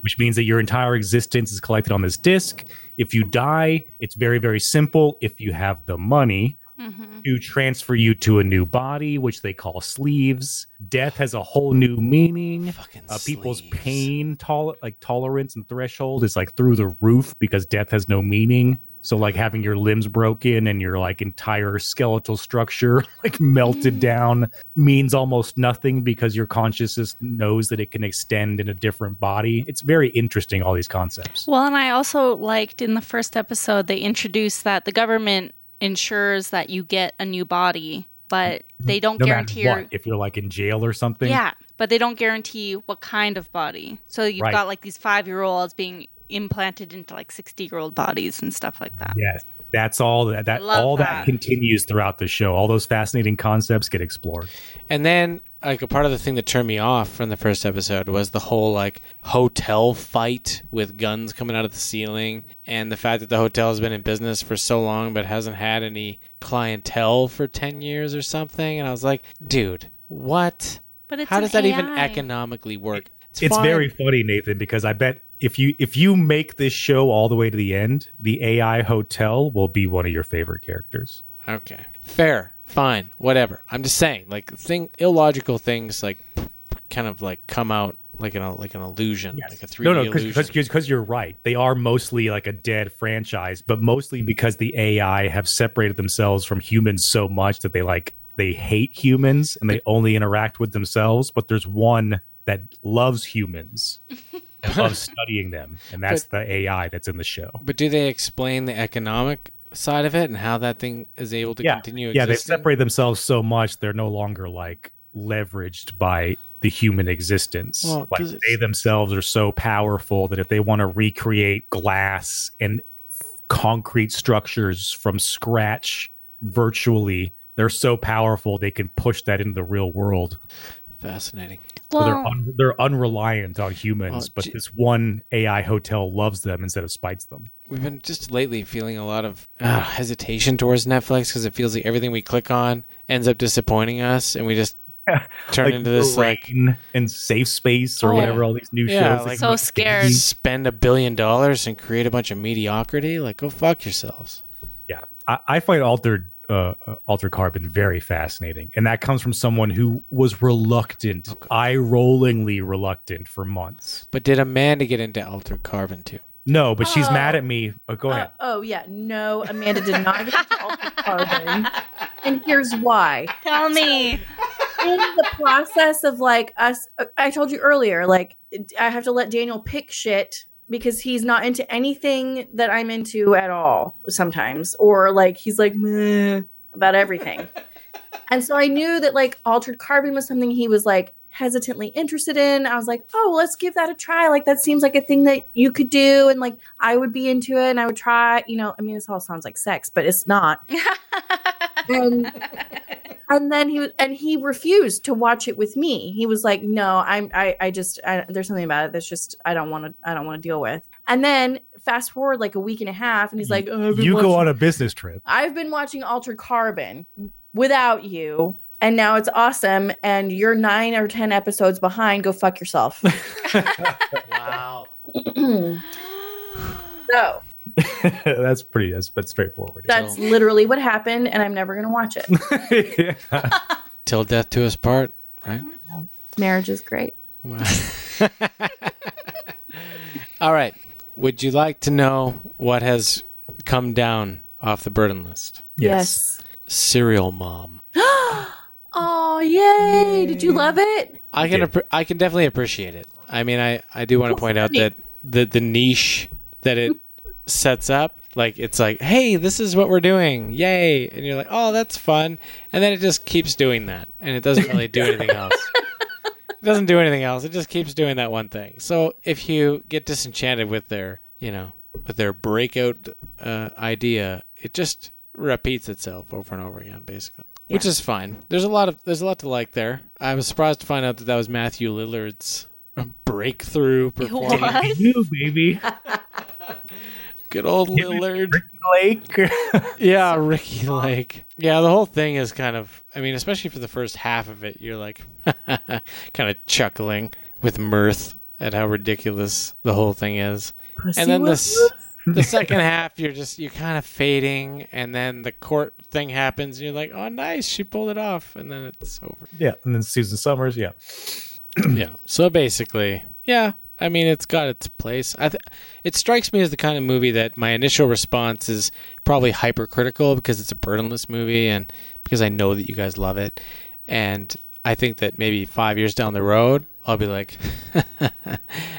Speaker 5: which means that your entire existence is collected on this disk. If you die, it's very, very simple. If you have the money mm-hmm. to transfer you to a new body, which they call sleeves, death has a whole new meaning. Uh, people's pain tol- like tolerance and threshold is like through the roof because death has no meaning. So
Speaker 6: Mm.
Speaker 5: like having your limbs broken and your like entire skeletal structure (laughs) like melted mm. down means almost nothing because your consciousness knows that it can extend in a different body. It's very interesting all these concepts.
Speaker 6: Well, and I also liked in the first episode they introduced that the government ensures that you get a new body, but they don't
Speaker 5: no
Speaker 6: guarantee
Speaker 5: what, if you're like in jail or something.
Speaker 6: Yeah, but they don't guarantee what kind of body. So you've right. got like these 5-year-olds being implanted into like 60 year old bodies and stuff like that.
Speaker 5: Yes. that's all that, that
Speaker 6: Love
Speaker 5: all that.
Speaker 6: that.
Speaker 5: continues throughout the show. All those fascinating concepts get explored.
Speaker 2: And then, like, a part of the thing that turned me off from the first episode was the whole, like, hotel fight with guns coming out of the ceiling and the fact that the hotel has been in business for so long but hasn't had any clientele for 10 years or something. And I was like, dude, what?
Speaker 6: But it's
Speaker 2: How
Speaker 6: an
Speaker 2: does that even
Speaker 6: AI.
Speaker 2: economically work?
Speaker 5: It's,
Speaker 2: fine.
Speaker 5: very funny, Nathan, because I bet if you if you make this show all the way to the end, the AI hotel will be one of your favorite characters.
Speaker 2: Okay. Fair. Fine. Whatever. I'm just saying, like thing illogical things like p- p- kind of like come out like an like an illusion, like a 3D
Speaker 5: no, no,
Speaker 2: illusion.
Speaker 5: because because you're right. They are mostly like a dead franchise, but mostly because the AI have separated themselves from humans so much that they like they hate humans and they only interact with themselves. But there's one that loves humans, and loves studying them, and that's the AI that's in the show.
Speaker 2: But do they explain the economic side of it and how that thing is able to continue
Speaker 5: yeah, they
Speaker 2: existing?
Speaker 5: separate themselves so much they're no longer like leveraged by the human existence.
Speaker 2: Well,
Speaker 5: like
Speaker 2: 'cause
Speaker 5: they themselves are so powerful that if they want to recreate glass and concrete structures from scratch virtually, they're so powerful they can push that into the real world.
Speaker 2: Fascinating.
Speaker 5: So they're
Speaker 2: Well-
Speaker 5: un- they're unreliant on humans,
Speaker 2: Well,
Speaker 5: but
Speaker 2: gee-
Speaker 5: this one AI hotel loves them instead of spites them.
Speaker 2: We've been just lately feeling a lot of uh, hesitation towards Netflix because it feels like everything we click on ends up disappointing us, and we
Speaker 5: (laughs)
Speaker 2: just turn
Speaker 5: Like
Speaker 2: into this like Oh,
Speaker 5: Rain and Safe Space or
Speaker 2: Yeah.
Speaker 5: whatever all these new
Speaker 2: Yeah,
Speaker 5: shows.
Speaker 2: like-
Speaker 6: So scared.
Speaker 2: Spend a billion dollars and create a bunch of mediocrity. Like, go fuck yourselves.
Speaker 5: Yeah, I, I find altered uh, uh, altered carbon very fascinating, and that comes from someone who was reluctant, eye-rollingly reluctant for months.
Speaker 2: But did Amanda get into altered carbon too?
Speaker 5: No, but she's
Speaker 1: Oh.
Speaker 5: mad
Speaker 2: Uh,
Speaker 5: at me. Oh, go ahead.
Speaker 1: Oh yeah, no, Amanda did not get into altered carbon, and here's why.
Speaker 6: Tell me.
Speaker 1: In the process of like us, uh, I told you earlier, like I have to let Daniel pick shit because he's not into anything that I'm into at all sometimes, or like he's like meh
Speaker 6: (laughs)
Speaker 1: about everything. And so I knew that like altered carbon was something he was like hesitantly interested in. I was like, oh, let's give that a try. Like that seems like a thing that you could do, and like I would be into it, and I would try. You know, I mean, this all sounds like sex, but
Speaker 6: (laughs)
Speaker 1: it's not.
Speaker 5: (laughs)
Speaker 1: and and then he and he refused to watch it with me. He was like, no, I'm I I just I, there's something about it that's just I don't want to I don't want to deal with. And then fast forward like a week and a half, and he's like, oh, I've been
Speaker 5: You go
Speaker 1: watching-
Speaker 5: on a business trip. (laughs)
Speaker 1: I've been watching Altered Carbon without you, and now it's awesome. And you're nine or ten episodes behind. Go fuck
Speaker 5: (laughs)
Speaker 1: yourself.
Speaker 2: wow.
Speaker 1: so
Speaker 5: that's pretty. That's, that's straightforward.
Speaker 1: that's literally what happened, and I'm never gonna watch it.
Speaker 5: (laughs)
Speaker 2: Till death do us part, right?
Speaker 1: Marriage is great.
Speaker 5: (laughs)
Speaker 2: (laughs) All right. Would you like to know what has come down off the burden list?
Speaker 1: Yes.
Speaker 2: Serial mom.
Speaker 1: (gasps) Oh yay! Did you love it?
Speaker 2: I can appre- I can definitely appreciate it. I mean, I, I do want to point out that the the niche that it sets up, like it's like, hey, this is what we're doing, yay! And you're like, oh, that's fun, and then it just keeps doing that, and it doesn't really
Speaker 1: (laughs)
Speaker 2: do anything else. It doesn't do anything else. It just keeps doing that one thing. So if you get disenchanted with their, you know, with their breakout uh, idea, it just repeats itself over and over again, basically. Which is fine. There's a lot of there's a lot to like there. I was surprised to find out that that was Matthew Lillard's um, breakthrough performance.
Speaker 5: you baby,
Speaker 2: (laughs) Good old Lillard, Ricky
Speaker 5: Lake.
Speaker 2: yeah, Ricky Lake. Yeah, the whole thing is kind of. I mean, especially for the first half of it, you're like (laughs) kind of chuckling with mirth at how ridiculous the whole thing is.
Speaker 17: Pussy
Speaker 2: and then
Speaker 17: was
Speaker 2: this the second half you're just you're kind of fading and then the court thing happens and you're like oh nice she pulled it off and then it's over
Speaker 5: (laughs) yeah, and then Susan Summers. Yeah,
Speaker 2: (clears throat) yeah. So basically, yeah. I mean, it's got its place. I th- it strikes me as the kind of movie that my initial response is probably hypercritical because it's a burdenless movie and because I know that you guys love it. And I think that maybe five years down the road, I'll be like, (laughs)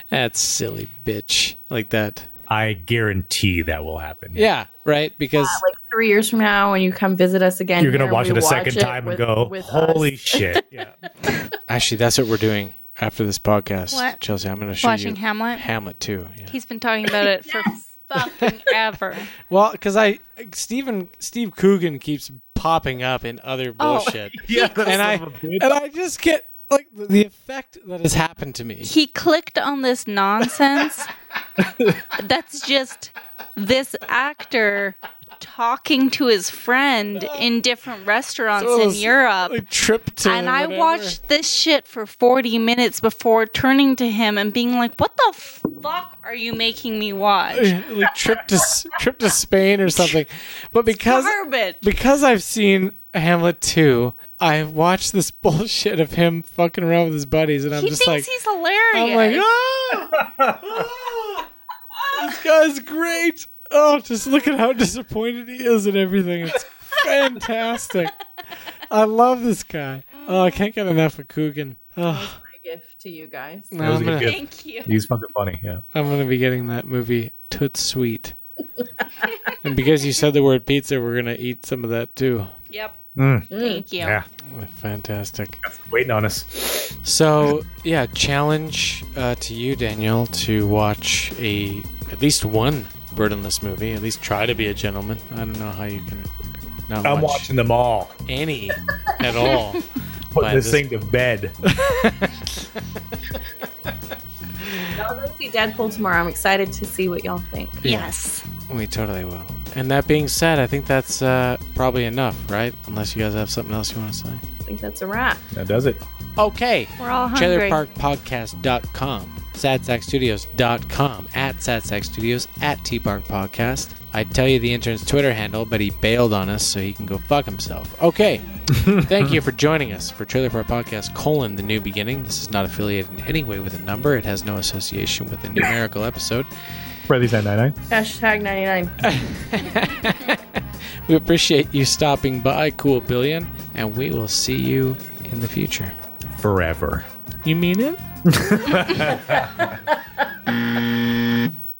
Speaker 2: that's silly, bitch. Like that.
Speaker 5: I guarantee that will happen.
Speaker 2: Yeah, right? Because
Speaker 1: Yeah, like three years from now, when you come visit us again,
Speaker 2: You're gonna
Speaker 1: here,
Speaker 2: watch
Speaker 1: we
Speaker 2: it a second time
Speaker 1: with-
Speaker 2: and go,
Speaker 1: with (laughs)
Speaker 2: "Holy
Speaker 6: (laughs)
Speaker 1: us."
Speaker 2: shit." actually, that's what we're doing after this podcast,
Speaker 6: What?
Speaker 2: Chelsea. I'm going to show
Speaker 6: Watching
Speaker 2: you
Speaker 6: Hamlet?
Speaker 2: Hamlet too.
Speaker 6: He's been talking about it for fucking ever.
Speaker 2: Well, because I Stephen Steve Coogan keeps popping up in other
Speaker 6: Oh.
Speaker 2: (laughs) bullshit.
Speaker 6: (laughs) Yeah, that's
Speaker 2: and I
Speaker 6: son of a bitch.
Speaker 2: and I just get like the- the effect that has happened to me.
Speaker 6: He clicked on this nonsense. That's just this actor talking to his friend in different restaurants
Speaker 2: Sort of
Speaker 6: in
Speaker 2: those,
Speaker 6: Europe.
Speaker 2: trip to
Speaker 6: and I
Speaker 2: whatever.
Speaker 6: watched this shit for 40 minutes before turning to him and being like, "What the fuck are you making me watch?"
Speaker 2: (laughs) like trip to S- trip to Spain or something. But because
Speaker 6: Garbage.
Speaker 2: because I've seen Hamlet 2, I've watched this (laughs) bullshit of him fucking around with his buddies and I'm
Speaker 6: he
Speaker 2: just
Speaker 6: thinks
Speaker 2: like
Speaker 6: he's hilarious.
Speaker 2: I'm like, "Ah!" (laughs) this guy's great. Oh, just look at how disappointed he is and everything. It's
Speaker 6: (laughs)
Speaker 2: fantastic. I love this guy. Oh, I can't get enough of Coogan. Oh,
Speaker 1: My gift to you guys.
Speaker 2: No, That was a I'm good gonna-
Speaker 6: Thank you.
Speaker 5: He's fucking funny. Yeah.
Speaker 2: I'm gonna be getting that movie Toot Sweet. and because you said the word pizza, we're gonna eat some of that too.
Speaker 6: Yep.
Speaker 5: Mm.
Speaker 6: Thank you.
Speaker 5: Yeah.
Speaker 2: Fantastic.
Speaker 5: Waiting on us.
Speaker 2: So yeah, challenge uh, to you, Daniel, to watch a at least one burdenless movie. At least try to be a gentleman. I don't know how you can not
Speaker 5: I'm
Speaker 2: watch
Speaker 5: watching them all.
Speaker 2: any
Speaker 6: (laughs)
Speaker 2: at all.
Speaker 5: Put
Speaker 2: by
Speaker 5: this thing
Speaker 2: (laughs)
Speaker 5: to bed.
Speaker 1: I'll go see Deadpool tomorrow. I'm excited to see what y'all think.
Speaker 2: Yeah. We totally will. And that being said, I think that's uh, probably enough, right? Unless you guys have something else you want to say.
Speaker 1: I think that's a wrap.
Speaker 5: That does it.
Speaker 2: Okay.
Speaker 1: We're all hungry.
Speaker 2: CheddarParkPodcast.com, SadSackStudios.com, at SadSackStudios, at TPark Podcast. I tell you the intern's Twitter handle, but he bailed on us, so he can go fuck himself. (laughs) Okay. Thank you for joining us for Trailer Park Podcast colon the new beginning. This is not affiliated in any way with a number. It has no association with a numerical episode.
Speaker 5: Freddy's 999.
Speaker 1: Hashtag 99.
Speaker 6: (laughs)
Speaker 2: We appreciate you stopping by, Cool Billion, and we will see you in the future.
Speaker 5: Forever.
Speaker 2: You mean it?